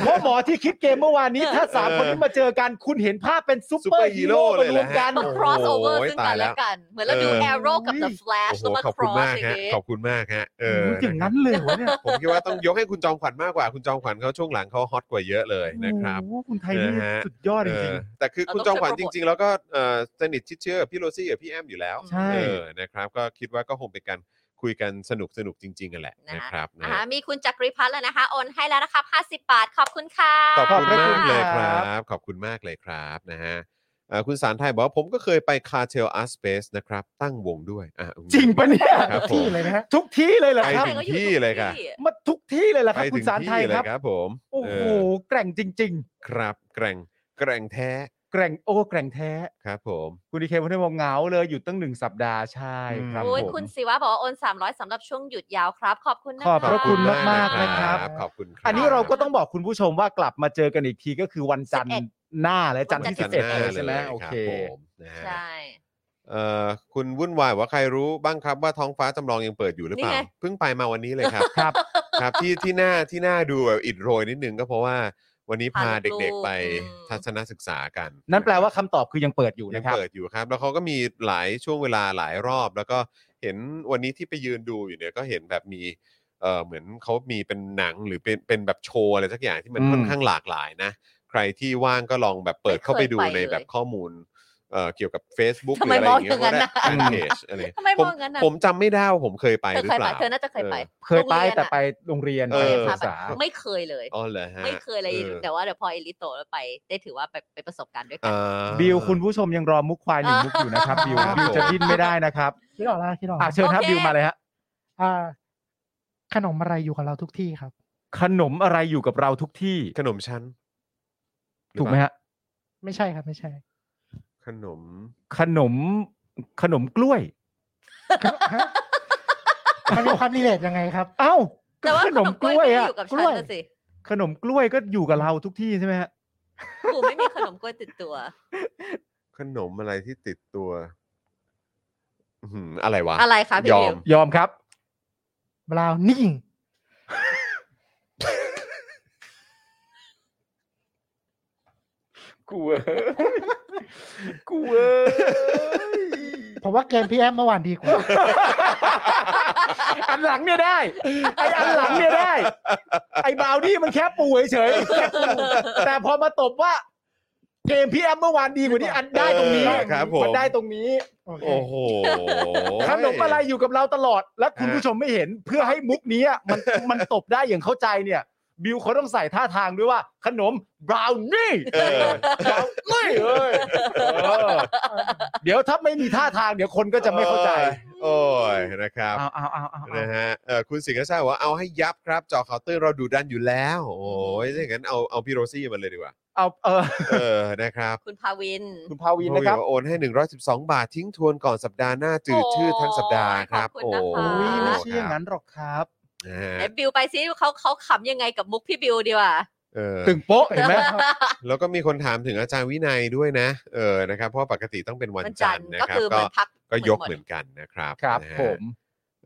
พ่อหมอที่คิดเกมเมื่อวานนี้ ถ้าสาม เออ คนนี้มาเจอกันคุณเห็นภาพเป็นซุป ซู เปอ เปอ ร์ ร์ฮี ฮี โร่ โร่ เลแหมาย รว ละ ม ฮะ กัน มา cross over โอ้ย ซึ่ง ตา กั ย น แล้วและกัน เหมือนเราดู เออ arrow กับ the โอ้ flash โห แล้วมา ขอบคุณ cross มาก อย่าง ฮะ นี้ ขอบคุณมากฮะเออ อ นะ ย่าง ครับ นั้นเลยวะเนี่ย ผมคิดว่าต้องยกให้คุณจอมขวัญมากกว่าคุณจอมขวัญเขาช่วงหลังเขาฮอตกว่าเยอะเลยนะครับ โอ้โหคุณไทยนี่ นะฮะ สุดยอดจ เอ ริง อแต่คือคุณจอมขวัญจริง ๆ แล้วก็เอ่อสนิทชิดเชื่อกับพี่โรซี่กับพี่แอมอยู่แล้ว ใช่ เออนะครับก็คิดว่าก็คงเป็นการคุยกันสนุกสนุกๆจริงๆกันแหละ นะ นะคะ ครับนะ อ่า ฮะ มีคุณจักริพัฒน์แล้วนะคะ โอนให้แล้วนะครับ 50 บาท ขอบคุณค่ะ ขอบคุณ ขอบคุ มาก ณ เลยค ครั รับ บ ขอบคุณมากเลยครับนะฮะเอ่อคุณสารไทยบอกว่าผมก็เคยไปคาเทลอาร์ตสเปซนะครับตั้งวงด้วยอ่ะ ๆ จริงปะเนี่ย ครับผม ที่เลยนะฮะ ทุกที่เลยเหรอ ไป ครับ ถึงที่เลยค่ะ มาทุกที่เลยเหรอค ไป รับ คุ ถึ ณ ง สารไทย ที่เล ครับ ครับผม โอ้โห เ แกร่งจริง ครับแกร่งแกร่งแท้ ๆ แกร่งโอ้แกร่งแท้ ครับผม คุณดีเคพันธุ์บอกเหงาเลยอยู่ตั้งหนึ่งสัปดาห์ใช่ครับ โอ้ย ผม คุณศิวะบอกว่าโอน300สำหรับช่วงหยุดยาวครับ ขอบคุณนะคะ ขอบพระคุณมาก นะครับ ขอบคุณคบ อันนี้เราก็ต้องบอกคุณผู้ชมว่ากลับมาเจอกันอีกทีก็คือวันจันทร์หน้าและจันทร์ที่ วั สิ น บ จั เอ็ นทร์ดใช่ไหม น้าลย โอเค รับผมนะฮะ ใช่ เอ่อคุณวุ่นวายว่าใครรู้บ้างครับว่าท้องฟ้าจำลองยังเปิดอยู่หรือเปล่า นี่ไง เพิ่งไปมาวันนี้เลย ครับ ครับ ครับที่ที่หน้าที่หน้าดูแบบอิดโรยนิดนึงก็เพราะว่าวันนี้พา พาลูก เด็กๆไป อืม ทัศนศึกษากัน นั่นแปลว่าคำตอบคือยังเปิดอยู่ ยัง นะครับ เปิดอยู่ครับ แล้วเขาก็มีหลายช่วงเวลาหลายรอบ แล้วก็เห็นวันนี้ที่ไปยืนดูอยู่เนี่ยก็เห็นแบบมีเออเหมือนเขามีเป็นหนังหรือเป็นเป็นแบบโชว์อะไรสักอย่างที่มัน อืม ค่อนข้างหลากหลายนะ ใครที่ว่างก็ลองแบบเปิดเข้าไปดูในแบบข้อมูลเอ่อเกี่ยวกับ Facebook ห ทำ รือ ไม อะไรอย่างเงี้ย มองอย่างนั้น ได้แฟน่ะนเพจอะไร ทำไม ผม ม องอย่างนั้นน่ะ ผมจำไม่ได้ว่าผมเคยไป เธอ หรือ เคย เป ไป ล่า เธอน่าจะเคยไป เคยโรไปงรีน แต่ อะ ไปโรงเรียน เอ ไป อ ศึกษา ไม่เคยเลย อ๋อเหรอฮะ ไม่เคยเลย ออ แต่ว่าเดี๋ยวพอเอลิโตแล้วไปได้ถือว่าไปไปประสบการณ์ด้วยกั อ่าน บิวคุณผู้ชมยังรอมุกควายหนึ่งมุกอยู่นะครับบิว ครับ บิวจะดิ้นไม่ได้นะครับ คิดออกแล้วคิดออก อ่ะ แล้ว เชิญครับ โอเค บิวมาเลยฮะ อ่า ขนมอะไรอยู่กับเราทุกที่ครับ ขนมอะไรอยู่กับเราทุกที่ ขนมชั้น ถูกไหม รือเปล่า ฮะ ไม่ใช่ครับ ไม่ใช่ ขนม ขนมขนมกล้วย มันมีความรีเลทยังไงครับ เอ้าก็ แต่ว่า ขนมกล้วย ไม่ได้ อ่ะ อยู่กับ ก ฉัน ล้วย น่ะสิ ขนมกล้วยก็อยู่กับเราทุกที่ใช่ไหมฮะ กูไม่มีขนมกล้วยติดตัว ขนมอะไรที่ติดตัวอื้อหืออะไรวะ อะไรคะพี่ ยอ บิ ม วย อมครับ บราวนิ่ง กูเอ้ยกูเอ้ย ผมว่าเกมพี่แอมเมื่อวานดี กว่า อันหลังเนี่ยได้ ไออันหลังเนี่ยได้ ไอบราวนี่มันแค่ปูเฉยๆแค่ปูแต่พอมาตบว่า เกมพี่แอมเมื่อวานดีกว่านี้อันได้ตรงนี้ เออครับผม นได้ตรงนี้ โอเค โอ้โห ขนมอะไรอยู่กับเราตลอด และคุณผู้ชมไม่เห็นเพื่อให้มุกนี้อะมันมันตบได้อย่างเข้าใจเนี่ย บิวเขาต้องใส่ท่าทางด้วยว่า ขนมบราวนี่ เออ เอ้ยเอ้ยเออเดี๋ยวถ้าไม่มีท่าทางเดี๋ยวคนก็จะไม่เข้าใจ โอ้ยนะครับ เอาเอาเอาเอา นะฮะเอ่อคุณสิงห์ก็ทราบว่าเอาให้ยับครับจอเคาน์เตอร์เราดูดันอยู่แล้ว โอ้ยถ้าอย่างนั้นเอาเอาพี่โรซี่มาเลยดีกว่า เอาเออ เออ นะครับ คุณพาวิน คุณภาวินนะครับ โอ้ยโอนให้ 112 บาททิ้งทวนก่อนสัปดาห์หน้าจืด โอ้ย ชื่อทั้งสัปดาห์ครับ ขอบคุณนะคะ อุ้ยไม่ใช่อ ค ย่าง รับ นั้นหรอกครับ นะฮะ ไหนบิวไปซิเขาเขาขำยังไงกับมุกพี่บิวดีกว่า เออ ตึงโป๊ะเห็นไหม แล้วก็มีคนถามถึงอาจารย์วินัยด้วยนะ เออ นะครับ เพราะว่าปกติต้องเป็นวัน วันจัจัน นทร์ทร์นะ ก็ ครับ คือ ก็ มันพัก ก็ยก หมด เหมือนกันนะครับ ครับ นะฮะ ผม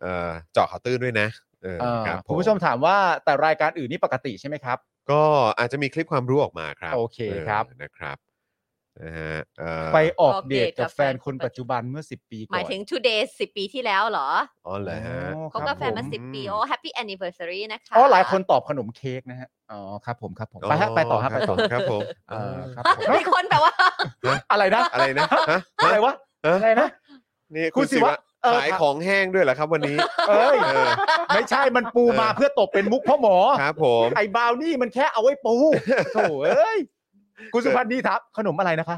เออเจาะข่าวตื้นด้วยนะ เออ เออ ครับ คุณผู้ชมถามว่าแต่รายการอื่นนี่ปกติใช่ไหมครับ ก็อาจจะมีคลิปความรู้ออกมาครับ โอเคครับ ออนะครับนะฮะเอ่อ ไปออกเดทกับแฟนคนปัจจุบันเมื่อ 10 ปี ห ก่ มาย อน ถึง today 10 ปีที่แล้วเหรอ อ๋อเหรอฮะ อ๋อ คบกับแฟนมา ผม 10 ปี โอ้ happy anniversary นะคะ อ๋อหลายคนตอบขนมเค้กนะฮะอ๋อครับผมครับผมไปฮะไปต่อฮะไปต่อ ครับผมครับผม เออครับ ฮะ ผม หลายคนแปลว่า อะไรนะ อะไรนะฮะ อะไร ฮะ วะ ฮะ อะไรนะ นี่ คุ คุณ ณ ศิ สิ วะ วะ เออ ขายของแห้งด้วยเหรอครับวันนี้ เอ้ย เออ ไม่ใช่มันปูมาเพื่อตบเป็นมุกพ่อหมอ ครับผม ไอ้บราวนี่มันแค่เอาไว้ปูโถ่เอ้ยคุณสุพันธ์ดีครับ ขนมอะไรนะคะ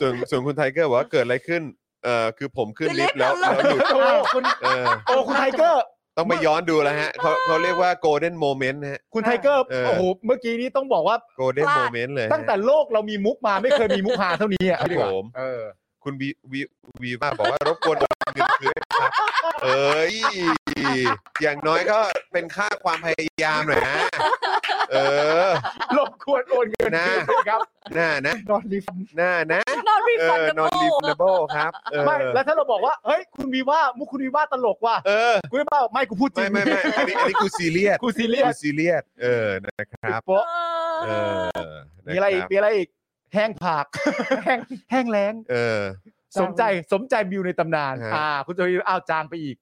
ส่วนส่วนคุณไทเกอร์บอกว่าเกิดอะไรขึ้นเอ่อคือผมขึ้นลิฟต์แล้ว ลิฟต์แล้วแล้วหลุด โอ้ คุณ เออ โอ้คุณไทเกอร์ ต้องไปย้อนดูแล้วฮะเขาเขาเรียกว่า golden moment นะฮะ คุณไทเกอร์ เออ โอ้โหเมื่อกี้นี้ต้องบอกว่า golden พลาด moment เลยฮะ ตั้งแต่โลกเรามีมุกมาไม่เคยมีมุกหาเท่านี้อ่ะ ครับ ดีกว่า ผม เออ คุณวีวีวีว่าบอกว่ารบกวนโอนเงินคืนครับเอ้ยอย่างน้อยก็เป็นค่าความพยายามหน่อยนะเออ รบกวนโอนเงิน นะ คืนด้วยครับ หน้านะ นอนรีฟัน หน้านะ not เออนอน refundable รีฟันเบิลครับเออ ไม่แล้วถ้าเราบอกว่าเฮ้ยคุณวีว่ามุกคุณวีว่าตลกว่ะ เออ คุณวีว่าไม่กูพูดจริ ไม่ ง ไม่ไม่อันนี้อันนี้กูซีเรียส กูซีเรีย กู ส ซีเรียสเออนะครับ โป๊ะ เออ มีอะไรอีนกคบ มีอะไรอีกแห้งผัก แห้ง แห้งแล้ง เออ สมใจสมใจบิวในตำนาน ฮะ อ่า คุณจะอ้าวจางไปอีก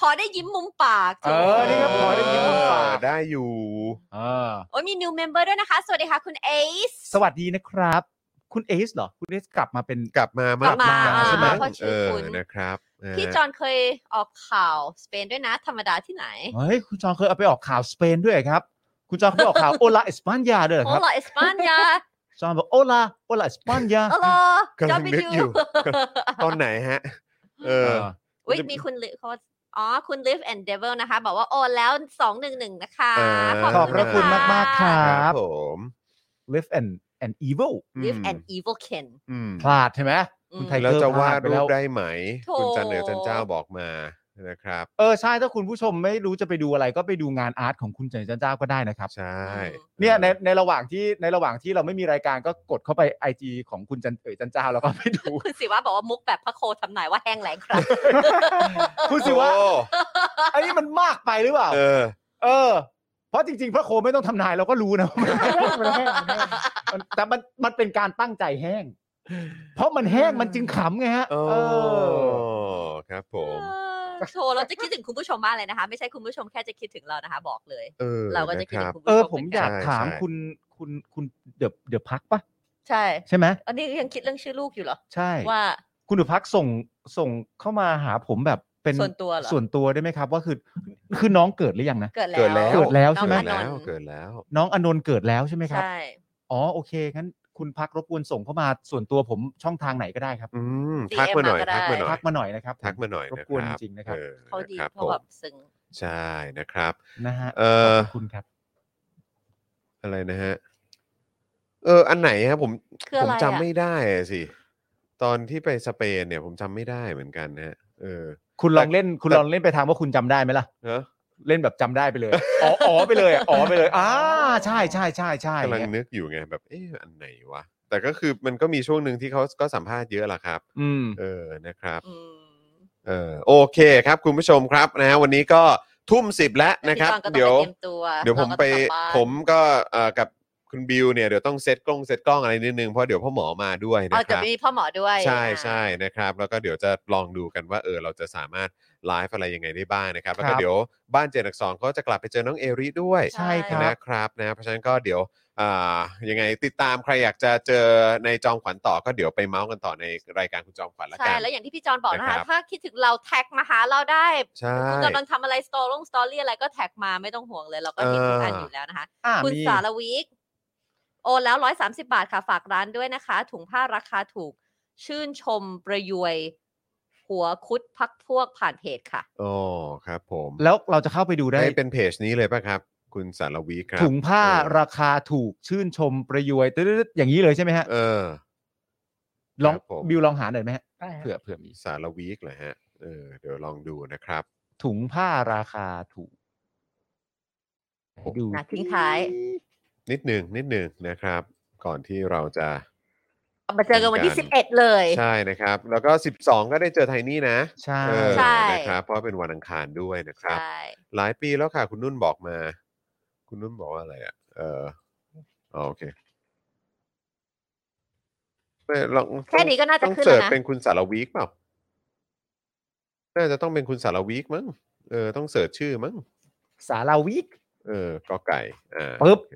พอได้ยิ้มมุมปาก เออนี่ก็พอได้ยิ้มมุมปาก เออได้อยู่ อ่า โอ้ยมี new member ด้วยนะคะ สวัสดีค่ะ คุณ Ace สวัสดีนะครับ คุณเอซเหรอ คุณเอซกลับมาเป็น กลับมาก ลับมา ใช่ไหม เพราะชื่ เอ อ อ คุณ นะครับเออ พี่จอนเคยออกข่าวสเปนด้วยนะ ธรรมดาที่ไหน เฮ้ย คุณจองเคยเอาไปออกข่าวสเปนด้วยครับ คุณจองเคยไปออกข่าวโอลาเอสปานยาด้วยเหรอ โอ้ ครับ โหเอสปานยา จองบอกโอลาโอลาเอสปานยา โอ้โหจ กำลั อง ไป นึก ดู อยู่ ตอนไหนฮะ เออ เว้ยมีคุณลิเขาอ๋อ คุณ Live and Devil นะคะ บอกว่าโอนแล้ว 211 นะคะ อ่า ขอบพระคุณ น มากๆคร คั รับบ ผม Live and and evil อืม Live and Evil Ken อืม พลาดใช่ไหมคุณไทเกอแล้ร์วจะ พ วา ล ด ดไป รู แล้ ป ว ได้ไหม โถ คุณจันเหนือจันเจ้าบอกมานะครับ เออ ใช่ ถ้าคุณผู้ชมไม่รู้จะไปดูอะไร ก็ไปดูงานอาร์ตของคุณเจนจันเจ้าก็ได้นะครับ ใช่ เนี่ยในในระหว่างที่ในระหว่างที่เราไม่มีรายการก็กดเข้าไปไอจของคุณจันเอ๋ยจันเจ้าแล้วก็ไปดู คุณสิว่าบอกว่ามุกแบบพระโคทำนายว่าแห้งแล้งครับ คุณสิวะ โอ้ อันนี้มันมากไปหรือเปล่า เออ เออ เพราะจริง ๆ พระโคไม่ต้องทำนายเราก็รู้นะ ว่ามัน แห้งมันแห้งมันแห้ง มันแต่มันมันเป็นการตั้งใจแห้ง เพราะมันแห้งมันจึงขำไงฮะ โอ้ เออ ครับผม เออโชว์เราจะคิดถึงคุณผู้ชมมากเลยนะคะ ไม่ใช่คุณผู้ชมแค่จะคิดถึงเรานะคะ บอกเลย เออ เราก็จะคิด น ถึ รับ งคุณผู้ เอ ช อ ม ผม เหนกันอยาก ใช่ ถาม ใช่ คุณคุณคุณเดือบเดือบพักปะ ใช่ ใช่ไหม อันนี้ยังคิดเรื่องชื่อลูกอยู่เหรอ ใช่ ว่า คุณเดือบพักส่งส่งเข้ามาหาผมแบบเป็น ส่วนตัวเหรอ ส่วนตัวได้ไหมครับ ว่าคือคือน้องเกิดหรือยังนะ เกิดแล้ว เกิดแล้ว เกิดแล้วใช่ไหม เกิดแล้วเกิดแล้ว น้องอนนท์เกิดแล้วใช่ไหมครับ ใช่ อ๋อโอเคงั้นคุณพักรบกวนส่งเข้ามาส่วนตัวผมช่องทางไหนก็ได้ครับ อืม DM ทักมาหน่อย มาก็ได้ ทักมาหน่อย ทักมาหน่อยนะครับ ทักมาหน่อย รบ นะ กวนจริงๆนะครับ ออ เขาดี ครับ เขาแบบซึ้ง ใช่นะครับ นะฮะ เออ ขอบคุณครับ อะไรนะฮะ เออ อันไหนฮะผม คือ ผ อะ ม ไรอะ จำไม่ได้อะสิ ตอนที่ไปสเปนเนี่ย ผมจำไม่ได้เหมือนกันนะฮะเออ คุณลองเล่นคุณลองเล่นไปทางว่าคุณจำได้ไหมล่ะ เนอะ เล่นแบบจำได้ไปเลยอ๋ออ๋อไปเลยอ่ะอ๋อไปเลยอ่าใช่ใช่ใช่ใช่ กำลังนึกอยู่ไงแบบเอออันไหนวะ แต่ก็คือมันก็มีช่วงหนึ่งที่เขาก็สัมภาษณ์เยอะล่ะครับ อืม เออนะครับ อืม เออโอเคครับ คุณผู้ชมครับนะฮะวันนี้ก็ทุ่มสิบแล้วนะครับ แล้วพี่กรณ์ก็ต้อง เดี๋ยว ไปเตรียมตัว เดี๋ยวผมไป เราก็ต้องกลับบ้าน ผมก็เอ่อกับคุณบิวเนี่ยเดี๋ยวต้องเซตกล้องเซตกล้องอะไรนิดนึงเพราะเดี๋ยวพ่อหมอมาด้วยนะ เอา ค จะ รับ มีพ่อหมอด้วย ใช่ใช่ อ่า นะครับ แล้วก็เดี๋ยวจะลองดูกันว่าเออเราจะสามารถไลฟ์อะไรยังไงได้บ้างนะครับ แล้ว ค ก็ รับ เดี๋ยวบ้านเจนอักสองก็จะกลับไปเจอน้องเอริด้วย ใช่ ใช่ครั นะ บ ครับนะเพราะฉะนั้นก็เดี๋ยวอ่ายังไงติดตามใครอยากจะเจอในจอมขวัญต่อก็เดี๋ยวไปเมาส์กันต่อในรายการคุณจอมขวัญละ ใช่ กัน แล้วอย่างที่พี่จอนบอกนะ นะครั คะ บ ถ้าคิดถึงเราแท็กมาหาเราได้ ใช่ คุณกำลังทำอะไรสตอรี่สตอรี่อะไรก็แท็กมาไม่ต้องห่วงเลย เราก็มีทุกอันอยู่แล้วนะคะ อ่า คุณ มี สารวีกโอนแล้ว 130 บาทค่ะ ฝากร้านด้วยนะคะ ถุงผ้าราคาถูก ชื่นชมประยวย หัวคุดพักพวกผ่านเพจค่ะ อ๋อครับผม แล้วเราจะเข้าไปดูได้ ให้เป็นเพจนี้เลยป่ะครับ คุณสารวีครับ ถุงผ้า เออ ราคาถูกชื่นชมประยวยตึ๊ดๆอย่างนี้เลยใช่ไหมฮะ เออ ลอง ครับผม บิวลองหาหน่อยไหมฮะ ได้ฮะ เผื่อเผื่อมี สารวีกเหรอฮะเออเดี๋ยวลองดูนะครับ ถุงผ้าราคาถูกดู นะทิ้งท้าย นิดหนึ่งนิดหนึ่งนะครับ ก่อนที่เราจะ มาเจอกันวันที่ 11 เลย ใช่นะครับ แล้วก็ 12 ก็ได้เจอไทนี่นะ ใช่ เออ ใช่ นะครับเพราะเป็นวันอังคารด้วยนะครับ ใช่ หลายปีแล้วค่ะ คุณนุ่นบอกมา คุณนุ่นบอกว่าอะไรอ่ะ เอออ๋อโอเคเอ้ยลอง แค่นี้ก็น่าจะ ต้อง ขึ้น เสิร์แล้วช นะ เป็นคุณสารวีกเปล่าน่าจะต้องเป็นคุณสารวีกมั้งเออต้องเสิร์ชชื่อมั้ง สาราวิก เออกอไก่อ่า ปึ๊บ โอเค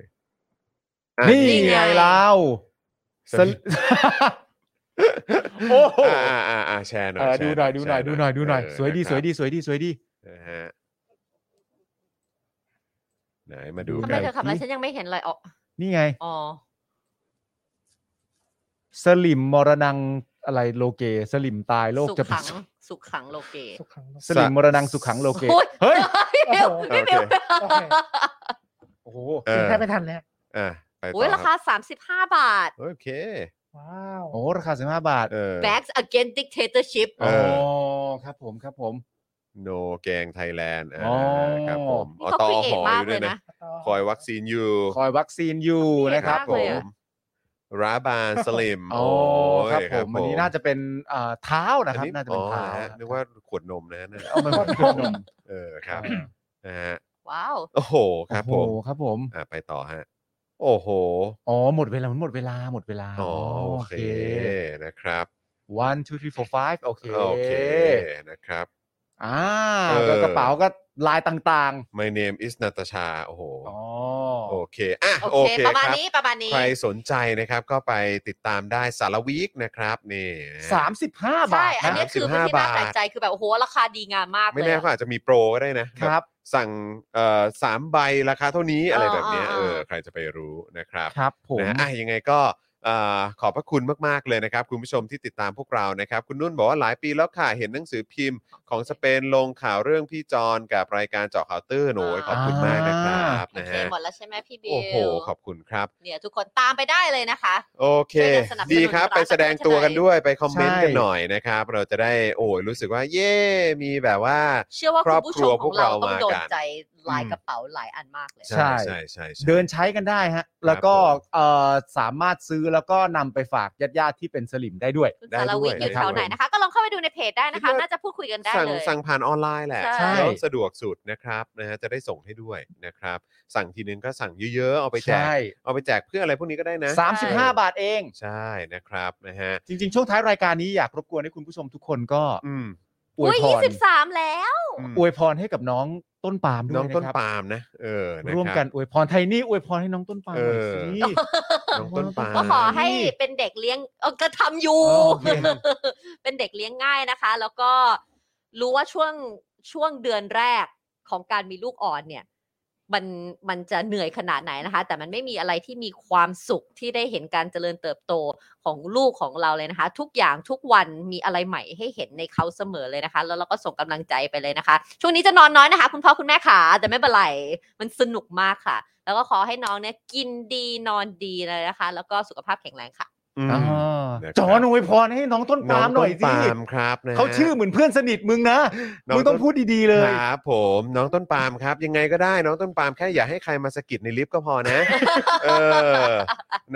อ่ะ นี่ ไง ไงเรา สลิ โอ้โห อ่าอ่าอ่าแชร์หน่อย เออ แช ดู ร์ หน่อยดูหน่อย แชร์ ดูหน่อยดูหน่อย เ สวยดี นะค ส รับ วยดีสวยดีสวยดี นะฮะไหนมาดู ดู ทำ กั ไม น เธอขับมาฉันยังไม่เห็นเลยอ๋อ นี่ไง อ๋อ สลิมมรณังอะไรโลเก สลิมตายโลก สุ จะเป็ ขั น งสุขังโลเก สุขังโลก สลิมมรณังสุขังโลเก โอ้ย เฮ้ย เร็ว โอเค ไม่เร็ว โอเค โอ้โห เอ กิน อ แทบไม่ทันเลย อ่ะไปต่ โอ้ย อ รา ครั คา บ 35 บาท โอเค ว้าว โอ้โหราคาสิบห้าบาท เออ Backs against dictatorship เอ โอ้ อ ครับผมครับผม โนแกงไทยแลนด์ อ๋อ ครับผม นี่เขา อ create หอ มาก ยู่ เล ด้วย ย นะ นะ คอยวัคซีนอยู่ คอยวัคซีนอยู่นะครับ มาก ผ เลย ม อะ ร้าบานสลิม โอ้ครับผมอันนี้น่าจะเป็นเอ่อเท้านะครับ น่าจะเป็นเท้า อ๋อฮะนึกว่าขวดนมนะนั่น เอาเป็นขนม เออครับนะฮะ ว้าว โอ้โหครับผ โอ้ ม โหครับผม อ่ะไปต่อฮะ โอ้โห อ๋อหมดเวลามันหมดเวลาหมดเวลา อ๋อโอเคนะครับ one two three four five โอเค โอเคนะครับ อ่า เออ แล้วกระเป๋าก็ลายต่าง My name is นาตาชาโอ้โห ๆ อ๋อ โอเคอ่ะ โอ โอ เค เค ประมาณ ครับ นี้ประมาณนี้ ใครสนใจนะครับก็ไปติดตามได้สารวีคนะครับนี่นะฮะ สามสิบห้าบา ใช่ ท อัน นะ นี้คือเป็นที่น่า 35 แปลกใจคือแบบโอ้โหราคาดีงามมากเลย ไม่แน่ อะ ก็อาจจะมีโปรก็ได้นะครับ สั่งเอ่อสามใบราคาเท่านี้อะไร อ่า แบบเนี้ย อ่า เออใครจะไปรู้นะครับ ครับผม นะอ่ะยังไงก็เอ่อขอบพระคุณมาก ๆ เลยนะครับ คุณผู้ชมที่ติดตามพวกเรานะครับ คุณนุ่นบอกว่าหลายปีแล้วค่ะ เห็นหนังสือพิมพ์ของสเปนลงข่าวเรื่องพี่จอนกับรายการเจาะข่าวตื้นโอ้ยขอบคุณมากนะครับ โอ นะ เค ฮะ หมดแล้วใช่ไหมพี่บิว โอ้โหขอบคุณครับ เนี่ยทุกคนตามไปได้เลยนะคะ โอเค ช่วยกันสนับสนุน ดีครับ ร้าน ไปแสดงตัวกันด้วยไปคอมเมนต์กัน ใช่ หน่อยนะครับ เราจะได้โอ้ยรู้สึกว่าเย่มีแบบว่า เชื่อว่า ค คุ ร ณ อบ ผู้ ค ช รัว มของเรา พวกเรา ต้อง มา โด กัน น ใจลายกระเป๋าหลายอันมากเลย ใช่ ใช่ใช่ใช่ เดินใช้กันได้ฮะ แล้วก็เอ่อสามารถซื้อแล้วก็นำไปฝากญาติๆที่เป็นสลิมได้ด้วย คุณสารวิทย์อยู่แถวไหนนะคะ ก็ลองเข้าไปดูในเพจได้นะคะ น่าจะพูดคุยกันได้ สั่ง เลย สั่งผ่านออนไลน์แหละ ใช่ แล้วสะดวกสุดนะครับนะฮะจะได้ส่งให้ด้วยนะครับ สั่งทีนึงก็สั่งเยอะๆ เอาไปแจ ใช่ กเอาไปแจกเพื่ออะไรพวกนี้ก็ได้นะ สามสิบห้าบาทเอง ใช่นะครับนะฮะ จริง ๆ ช่วงท้ายรายการนี้อยากรบกวนให้คุณผู้ชมทุกคนก็ อืม อวยพ ยี่ ร สิบสามแล้ว อืม อวยพรให้กับน้องต้นปาล์มด้ น้ ว อง ย ต้น นะครับ ปาล์มนะเออนะคบ ร่วมกันอวยพรไทยนี่อวยพรให้น้องต้นปาล์มหน่อยสิ เอ น้องต้นปาล์ม ก็ขอให้เป็นเด็กเลี้ยงเออก็ทำอยู่ อ๋อโอเค เป็นเด็กเลี้ยงง่ายนะคะ แล้วก็รู้ว่าช่วงช่วงเดือนแรกของการมีลูกอ่อนเนี่ย มันมันจะเหนื่อยขนาดไหนนะคะ แต่มันไม่มีอะไรที่มีความสุขที่ได้เห็นการเจริญเติบโตของลูกของเราเลยนะคะ ทุกอย่างทุกวันมีอะไรใหม่ให้เห็นในเขาเสมอเลยนะคะ แล้วเราก็ส่งกำลังใจไปเลยนะคะ ช่วงนี้จะนอนน้อยนะคะ คุณพ่อคุณแม่ขาแต่ไม่เป็นไรมันสนุกมากค่ะ แล้วก็ขอให้น้องเนี่ยกินดีนอนดีเลยนะคะ แล้วก็สุขภาพแข็งแรงค่ะ อืม อ่า นะครับ จอนอวยพรให้น้องต้นปาล์มหน่อย งต้ สิ ปาล์มครับนะฮะ เขาชื่อเหมือนเพื่อนสนิทมึงนะ น้อง มึงต้องพูดดีๆเลย ครับผมน้องต้นปาล์มครับ ยังไงก็ได้น้องต้นปาล์มแค่อย่าให้ใครมาสะกิดในลิฟต์ก็พอ นะ เออ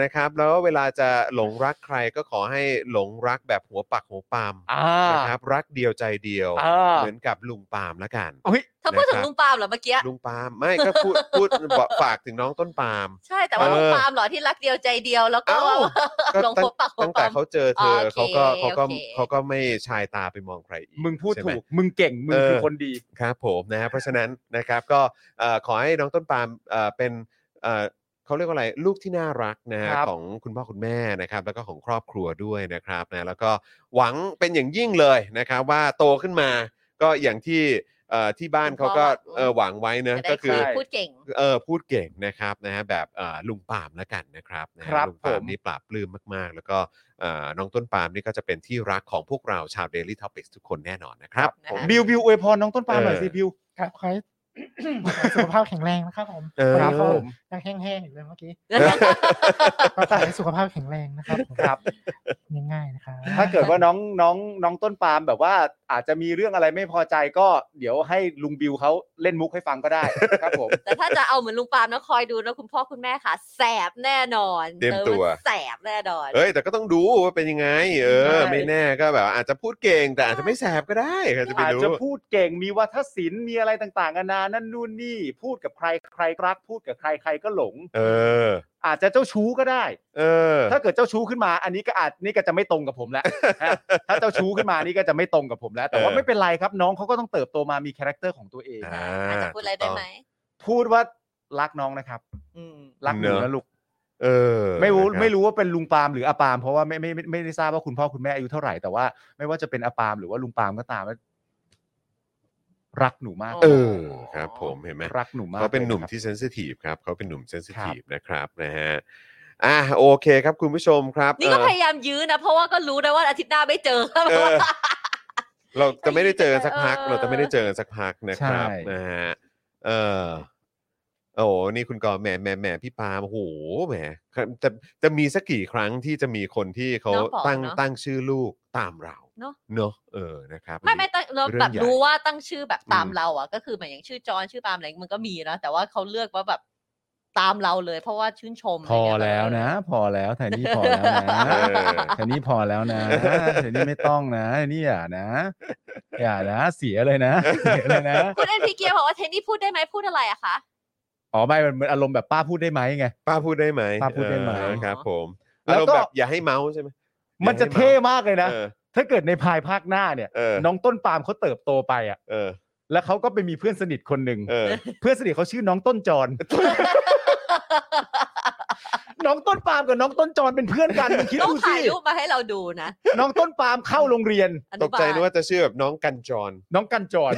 นะครับ แล้วเวลาจะหลงรักใครก็ขอให้หลงรักแบบหัวปักหัวปาล์ม อ่า นะครับรักเดียวใจเดียว อ่า เหมือนกับลุงปาล์มละกัน เฮ้ย เธอพูดถึง นะครับ ลุงปาล์มเหรอเมื่อกี้ ลุงปาล์มไม่ก็พูด พูดบอกฝากถึงน้องต้นปาล์ม ใช่แต่ว่า เออ ลุงปาล์มเหรอที่รักเดียวใจเดียวแล้วก็ เอ้า ก็ หลง ตั้ หั ง วปักหัว ตั้งแต่ ปั๊ม เขาเจอเธอ โอเค เขาก็เขาก็ โอเค เขาก็ไม่ชายตาไปมองใครอีก มึงพูด ใช่ไห ถูก มึงเก่ง มึง เออ คือคนดี ครับผมนะฮะเพราะฉะนั้นนะครับก็เอ่อขอให้น้องต้นปาล์มเอ่อเป็นเอ่อเขาเรียกว่าอะไรลูกที่น่ารักนะฮะ ครับ ของคุณพ่อคุณแม่นะครับ แล้วก็ของครอบครัวด้วยนะครับนะแล้วก็หวังเป็นอย่างยิ่งเลยนะครับ ว่าโตขึ้นมาก็อย่างที่เอ่อที่บ้านเขาก็เอ่อหวังไว้นะ จะได้ ก็คือ ย ใช่ พูดเก่ง เออพูดเก่งนะครับนะฮะแบบเอ่อลุงปาล์มแล้วกันนะครับนะฮะ ครับ ลุงปาล์ม ผม นี่ปราบปลื้มมากๆ แล้วก็เอ่อน้องต้นปาล์มนี่ก็จะเป็นที่รักของพวกเราชาว Daily Topics ทุกคนแน่นอนนะครับ ครับนะฮะ ผม บิวบิวอวยพรน้องต้นปาล์มหน่อยสิ เออ บิว ครับขอให้ ขอให้สุขภาพแข็งแรงนะครับผม เออ วันนี้ก็ยังแห้งๆอยู่เลยเมื่อกี้ก็ขอให้สุขภาพแข็งแรงนะครับผม ครับ ง่ายๆนะครับ ถ้าเกิดว่าน้องน้องน้องต้นปาล์มแบบว่าอาจจะมีเรื่องอะไรไม่พอใจก็เดี๋ยวให้ลุงบิวเขาเล่นมุกให้ฟังก็ได้ครับผม แต่ถ้าจะเอาเหมือนลุงปาล์มนะคอยดูนะคุณพ่อคุณแม่ค่ะ แสบแน่นอน เตรียม จอ ตัว นแสบแน่นอน เอ้ยแต่ก็ต้องดูว่าเป็นยังไง เออ ใช่ ไม่แน่ก็แบบ อาจจะพูดเก่งแต่อาจจะไม่แสบก็ได้ใครจะไป อาจ รู้ จะพูดเก่งมีวัฒนศิลป์มีอะไรต่างๆนานานั่นนู่นนี่ พูดกับใครใครรัก พูดกับใครใครก็หลง เออ อาจจะเจ้าชู้ก็ได้ เออ ถ้าเกิดเจ้าชู้ขึ้นมา อันนี้ก็อาจนี่ก็จะไม่ตรงกับผมแล้ว ฮะถ้าเจ้าชู้ขึ้นมานี่ก็จะไม่ตรงกับผมแล้ว แต่ว่า เออ ไม่เป็นไรครับ น้องเขาก็ต้องเติบโตมามีคาแรคเตอร์ของตัวเอง อ่า อาจจะพูดอะไรได้ไหม พูดว่ารักน้องนะครับ อืม รักหนูนะลูก เออ ไม่รู้ นะครับ ไม่รู้ว่าเป็นลุงปาล์มหรืออาปาล์มเพราะว่าไม่ไม่ไม่ไม่ได้ทราบว่าคุณพ่อคุณแม่อายุเท่าไหร่แต่ว่าไม่ว่าจะเป็นอาปาล์มหรือว่าลุงปาล์มก็ตามว่ารักหนูมาก เออครับผมเห็นไหม รักหนูมาก เขาเป็นหนุ่ม ลยะครับ ที่เซนซิทีฟครับเขาเป็นหนุ่มเซนซิทีฟ ครับ นะครับนะฮะอ่ะโอเคครับคุณผู้ชมครับ นี่ก็ เอ่อ พยายามยื้อนะ เพราะว่าก็รู้นะว่าอาทิตย์หน้าไม่เจอ เออ เราจะไม่ได้เจอกันสักพัก เออ เราจะไม่ได้เจอกันสักพักนะครับ ใช่ นะฮะเออโอ้โหนี่คุณกอแหมแหมแหมพี่ปาล์มโอ้โหแหมครับจะจะมีสักกี่ครั้งที่จะมีคนที่เขา เนาะบอก ตั้ง เนาะ ตั้งชื่อลูกตามเรา เนาะ เนาะเออนะครับ ไม่ไม่ตั้งเรา เรื่อง แบบ ใหญ่ รู้ว่าตั้งชื่อแบบตาม อืม เราอ่ะ ก็คือเหมือนอย่างชื่อจอนชื่อปาล์มอะไรมันก็มีนะแต่ว่าเขาเลือกว่าแบบตามเราเลย เพราะว่าชื่นชม พอแล้วนะ พอแล้วแถนี่พอแล้วนะ เออ แถนี่พอแล้วนะแถนี่ไม่ต้องนะแถนี่อย่านะ อย่านะเสียเลยนะเสียเลยนะ คุณเอ็นพีเกียบอกว่าเทนนี่พูดได้ไหมพูดอะไรอะคะ อ๋อไม่มันมันอารมณ์แบบป้าพูดได้ไหมไง ป้าพูดได้ไหม ป้าพูดได้ไหม เออครับ ผม แล้ แล้ว ว ก็ แบบอย่าให้เมาส์ใช่ไหม มันจะเท่มากเลยนะ เออ ถ้าเกิดในภายภาคหน้าเนี่ย เออ น้องต้นปาล์มเขาเติบโตไปอ่ะ เออ แล้วเขาก็ไปมีเพื่อนสนิทคนหนึ่ง เออ เพื่อนสนิทเขาชื่อน้องต้น จร น้องต้นปาล์มกับน้องต้นจรเป็นเพื่อน กันมึงคิด ต้อง ดู ถ่า สิ ยรูปมาให้เราดูนะ น้องต้นปาล์มเข้าโรงเรียน อ ต นุ ก บาล ใจนึกว่าจะชื่อแบบน้องกันจร น้องกันจร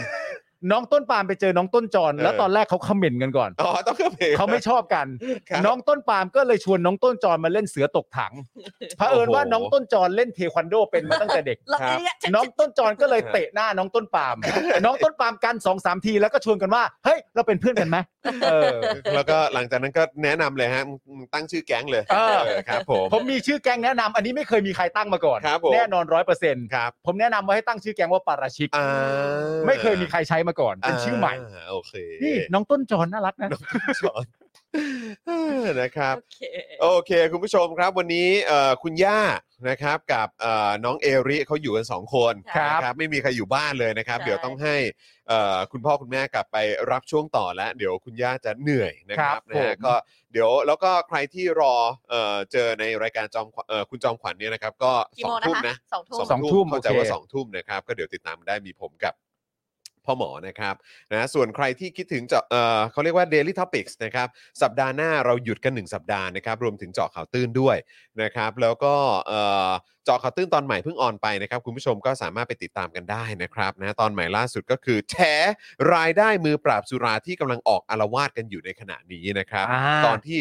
น้องต้นปาล์มไปเจอน้องต้นจร เออ แล้วตอนแรกเขาคอมเมนต์กันก่อน อ๋อ ต้องเข้าเพลง เขาไม่ชอบกัน ครับ น้องต้นปาล์มก็เลยชวนน้องต้นจรมาเล่นเสือตก ถังเผอิญว่า โอ้โห น้องต้นจรเล่นเทควันโดเป็นมาตั้งแต่เด็ก เราเรียกฉัน น้องต้นจรก็เลยเตะหน้าน้องต้นปาล์มน้องต้นปาล์มกันสองสามทีแล้วก็ชวนกันว่า เฮ้ย เราเป็นเพื่อนกัน ไหมเออ แล้วก็หลังจากนั้นก็แนะนำเลยฮะมึงมึงตั้งชื่อแก๊งเลย เออ เออครับผม ผมมีชื่อแก๊งแนะนำอันนี้ไม่เคยมีใครตั้งมาก่อน ครับผม แน่นอนร้อยเปอร์เซ็นต์ ครับ ผมแนะนำว่าให้ตั้งชื่อแก๊งว่าปาราชิก อ่า ไม่เคยมีใครใช้มาก่อน เป็นชื่อใหม่ าโอเค นี่น้องต้นจอนน่ารักนะ จอนเออนะครับ โอเค โอเค คุณผู้ชมครับวันนี้เอ่อคุณย่านะครับกับเอ่อน้องเอริเขาอยู่กัน 2 คน ครับ นะไม่มีใครอยู่บ้านเลยนะครับ ใช่ เดี๋ยวต้องให้เอ่อคุณพ่อคุณแม่กลับไปรับช่วงต่อแล้ว เดี๋ยวคุณย่าจะเหนื่อยนะครั ครับ บ นะฮะ ผม ก็เดี๋ยวแล้วก็ใครที่รอเอ่อเจอในรายการจอมขวัญเอ่อคุณจอมขวัญเนี่ยนะครับ ก็ กี่ สอ โม ง งนะ ทุ่ม คะ นะ สองทุ่ม สอง ทุ่ม เข้าใจ โอเค ว่าสองทุ่มนะครับ ก็เดี๋ยวติดตามได้มีผมกับพ่อหมอนะครับนะส่วนใครที่คิดถึงเจาะเอ่อเขาเรียกว่า Daily Topics นะครับสัปดาห์หน้าเราหยุดกัน 1 สัปดาห์นะครับรวมถึงเจาะข่าวตื้นด้วยนะครับ แล้วก็เอ่อเจาะข่าวตื้นตอนใหม่เพิ่งออนไปนะครับ คุณผู้ชมก็สามารถไปติดตามกันได้นะครับนะตอนใหม่ล่าสุดก็คือแฉรายได้มือปราบสุราที่กำลังออกอารวาสกันอยู่ในขณะนี้นะครับ อ่า ตอนที่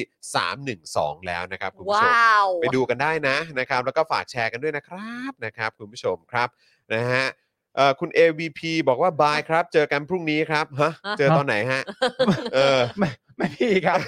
312 แล้วนะครับคุณผู้ชม ว้าว ไปดูกันได้นะนะครับ แล้วก็ฝากแชร์กันด้วยนะครับนะครับ คุณผู้ชมครับนะฮะเอ่อคุณ AVP บอกว่าบายครับ เจอกันพรุ่งนี้ครับฮะ อ่ะ เจอตอนไหนฮะเออ ไม่ไม่พี่ครับ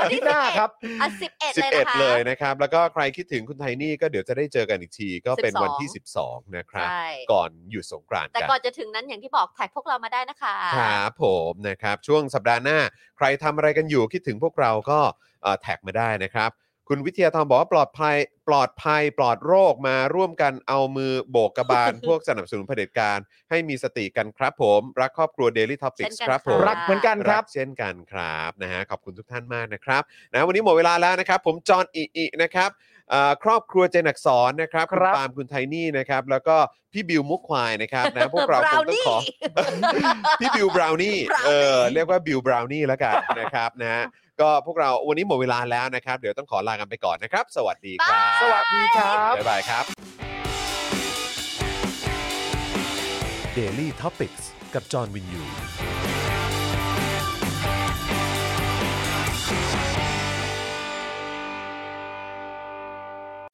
อาทิตย์หน้าครับ อ่ะสิบเอ็ด สิบ เลย เอ็ดนะคะ เลยนะครับ แล้วก็ใครคิดถึงคุณไทนี่ก็เดี๋ยวจะได้เจอกันอีกที ก็เป็นวันที่ 12 นะครับ ใช่ ก่อนหยุดสงกรานต์ แต่ กัน ก่อนจะถึงนั้นอย่างที่บอกแท็กพวกเรามาได้นะคะ ครับผมนะครับ ช่วงสัปดาห์หน้า ใครทำอะไรกันอยู่คิดถึงพวกเราก็เอ่อแท็กมาได้นะครับ คุณวิทยาธรบอกว่าปลอดภัยปลอดภัยปลอดโรคมาร่วมกันเอามือโบกกระบาล พวกสนับสนุนเผด็จการ ให้มีสติกันครับผม รักครอบครัว Daily Topics เช่นกัน ครับ ค่ะ ผม รักเหมือนกันครับ เช่นกันครับนะฮะขอบคุณทุกท่านมากนะครับนะวันนี้หมดเวลาแล้วนะครับ ผมจอห์นอิอินะครับเอ่อครอบครัวเจนอักสอนนะครับ ค คุ รั ณ บ ปาล์มคุณไทนี่นะครับแล้วก็พี่บิวมุกควายนะครับนะพวกเราคงต้องขอ พี่บิวบราวนี่ Brownie เออเรียกว่าบิวบราวนี่แล้วกัน นะครับนะฮะก็พวกเราวันนี้หมดเวลาแล้วนะครับ เดี๋ยวต้องขอลากันไปก่อนนะครับ สวัสดีครับ สวัสดีครับ บ๊ายบายครับ Daily Topics กับจอห์นวินยู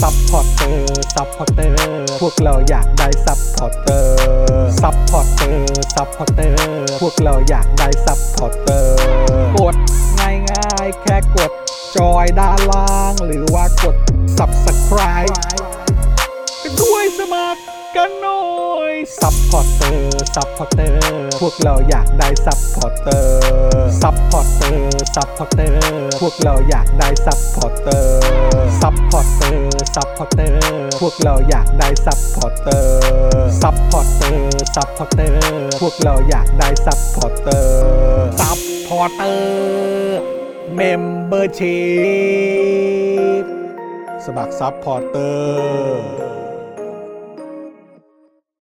ซัพพอร์เตอร์ ซัพพอร์เตอร์ พวกเราอยากได้ซัพพอร์เตอร์ ซัพพอร์เตอร์ ซัพพอร์เตอร์ พวกเราอยากได้ซัพพอร์เตอร์ กดง่ายง่ายๆแค่กดจอยด้านล่าง หรือว่ากด subscribe กันด้วยสมัครกันหน่อย ซัพพอร์เตอร์ ซัพพอร์เตอร์ พวกเราอยากได้ซัพพอร์เตอร์ ซัพพอร์เตอร์ ซัพพอร์เตอร์ พวกเราอยากได้ซัพพอร์เตอร์ ซัพพอร์เตอร์ ซัพพอร์เตอร์ พวกเราอยากได้ซัพพอร์เตอร์ ซัพพอร์เตอร์ ซัพพอร์เตอร์ พวกเราอยากได้ซัพพอร์เตอร์ ซัพพอร์เตอร์ เมมเบอร์ชีพสมัครซัพพอร์เตอร์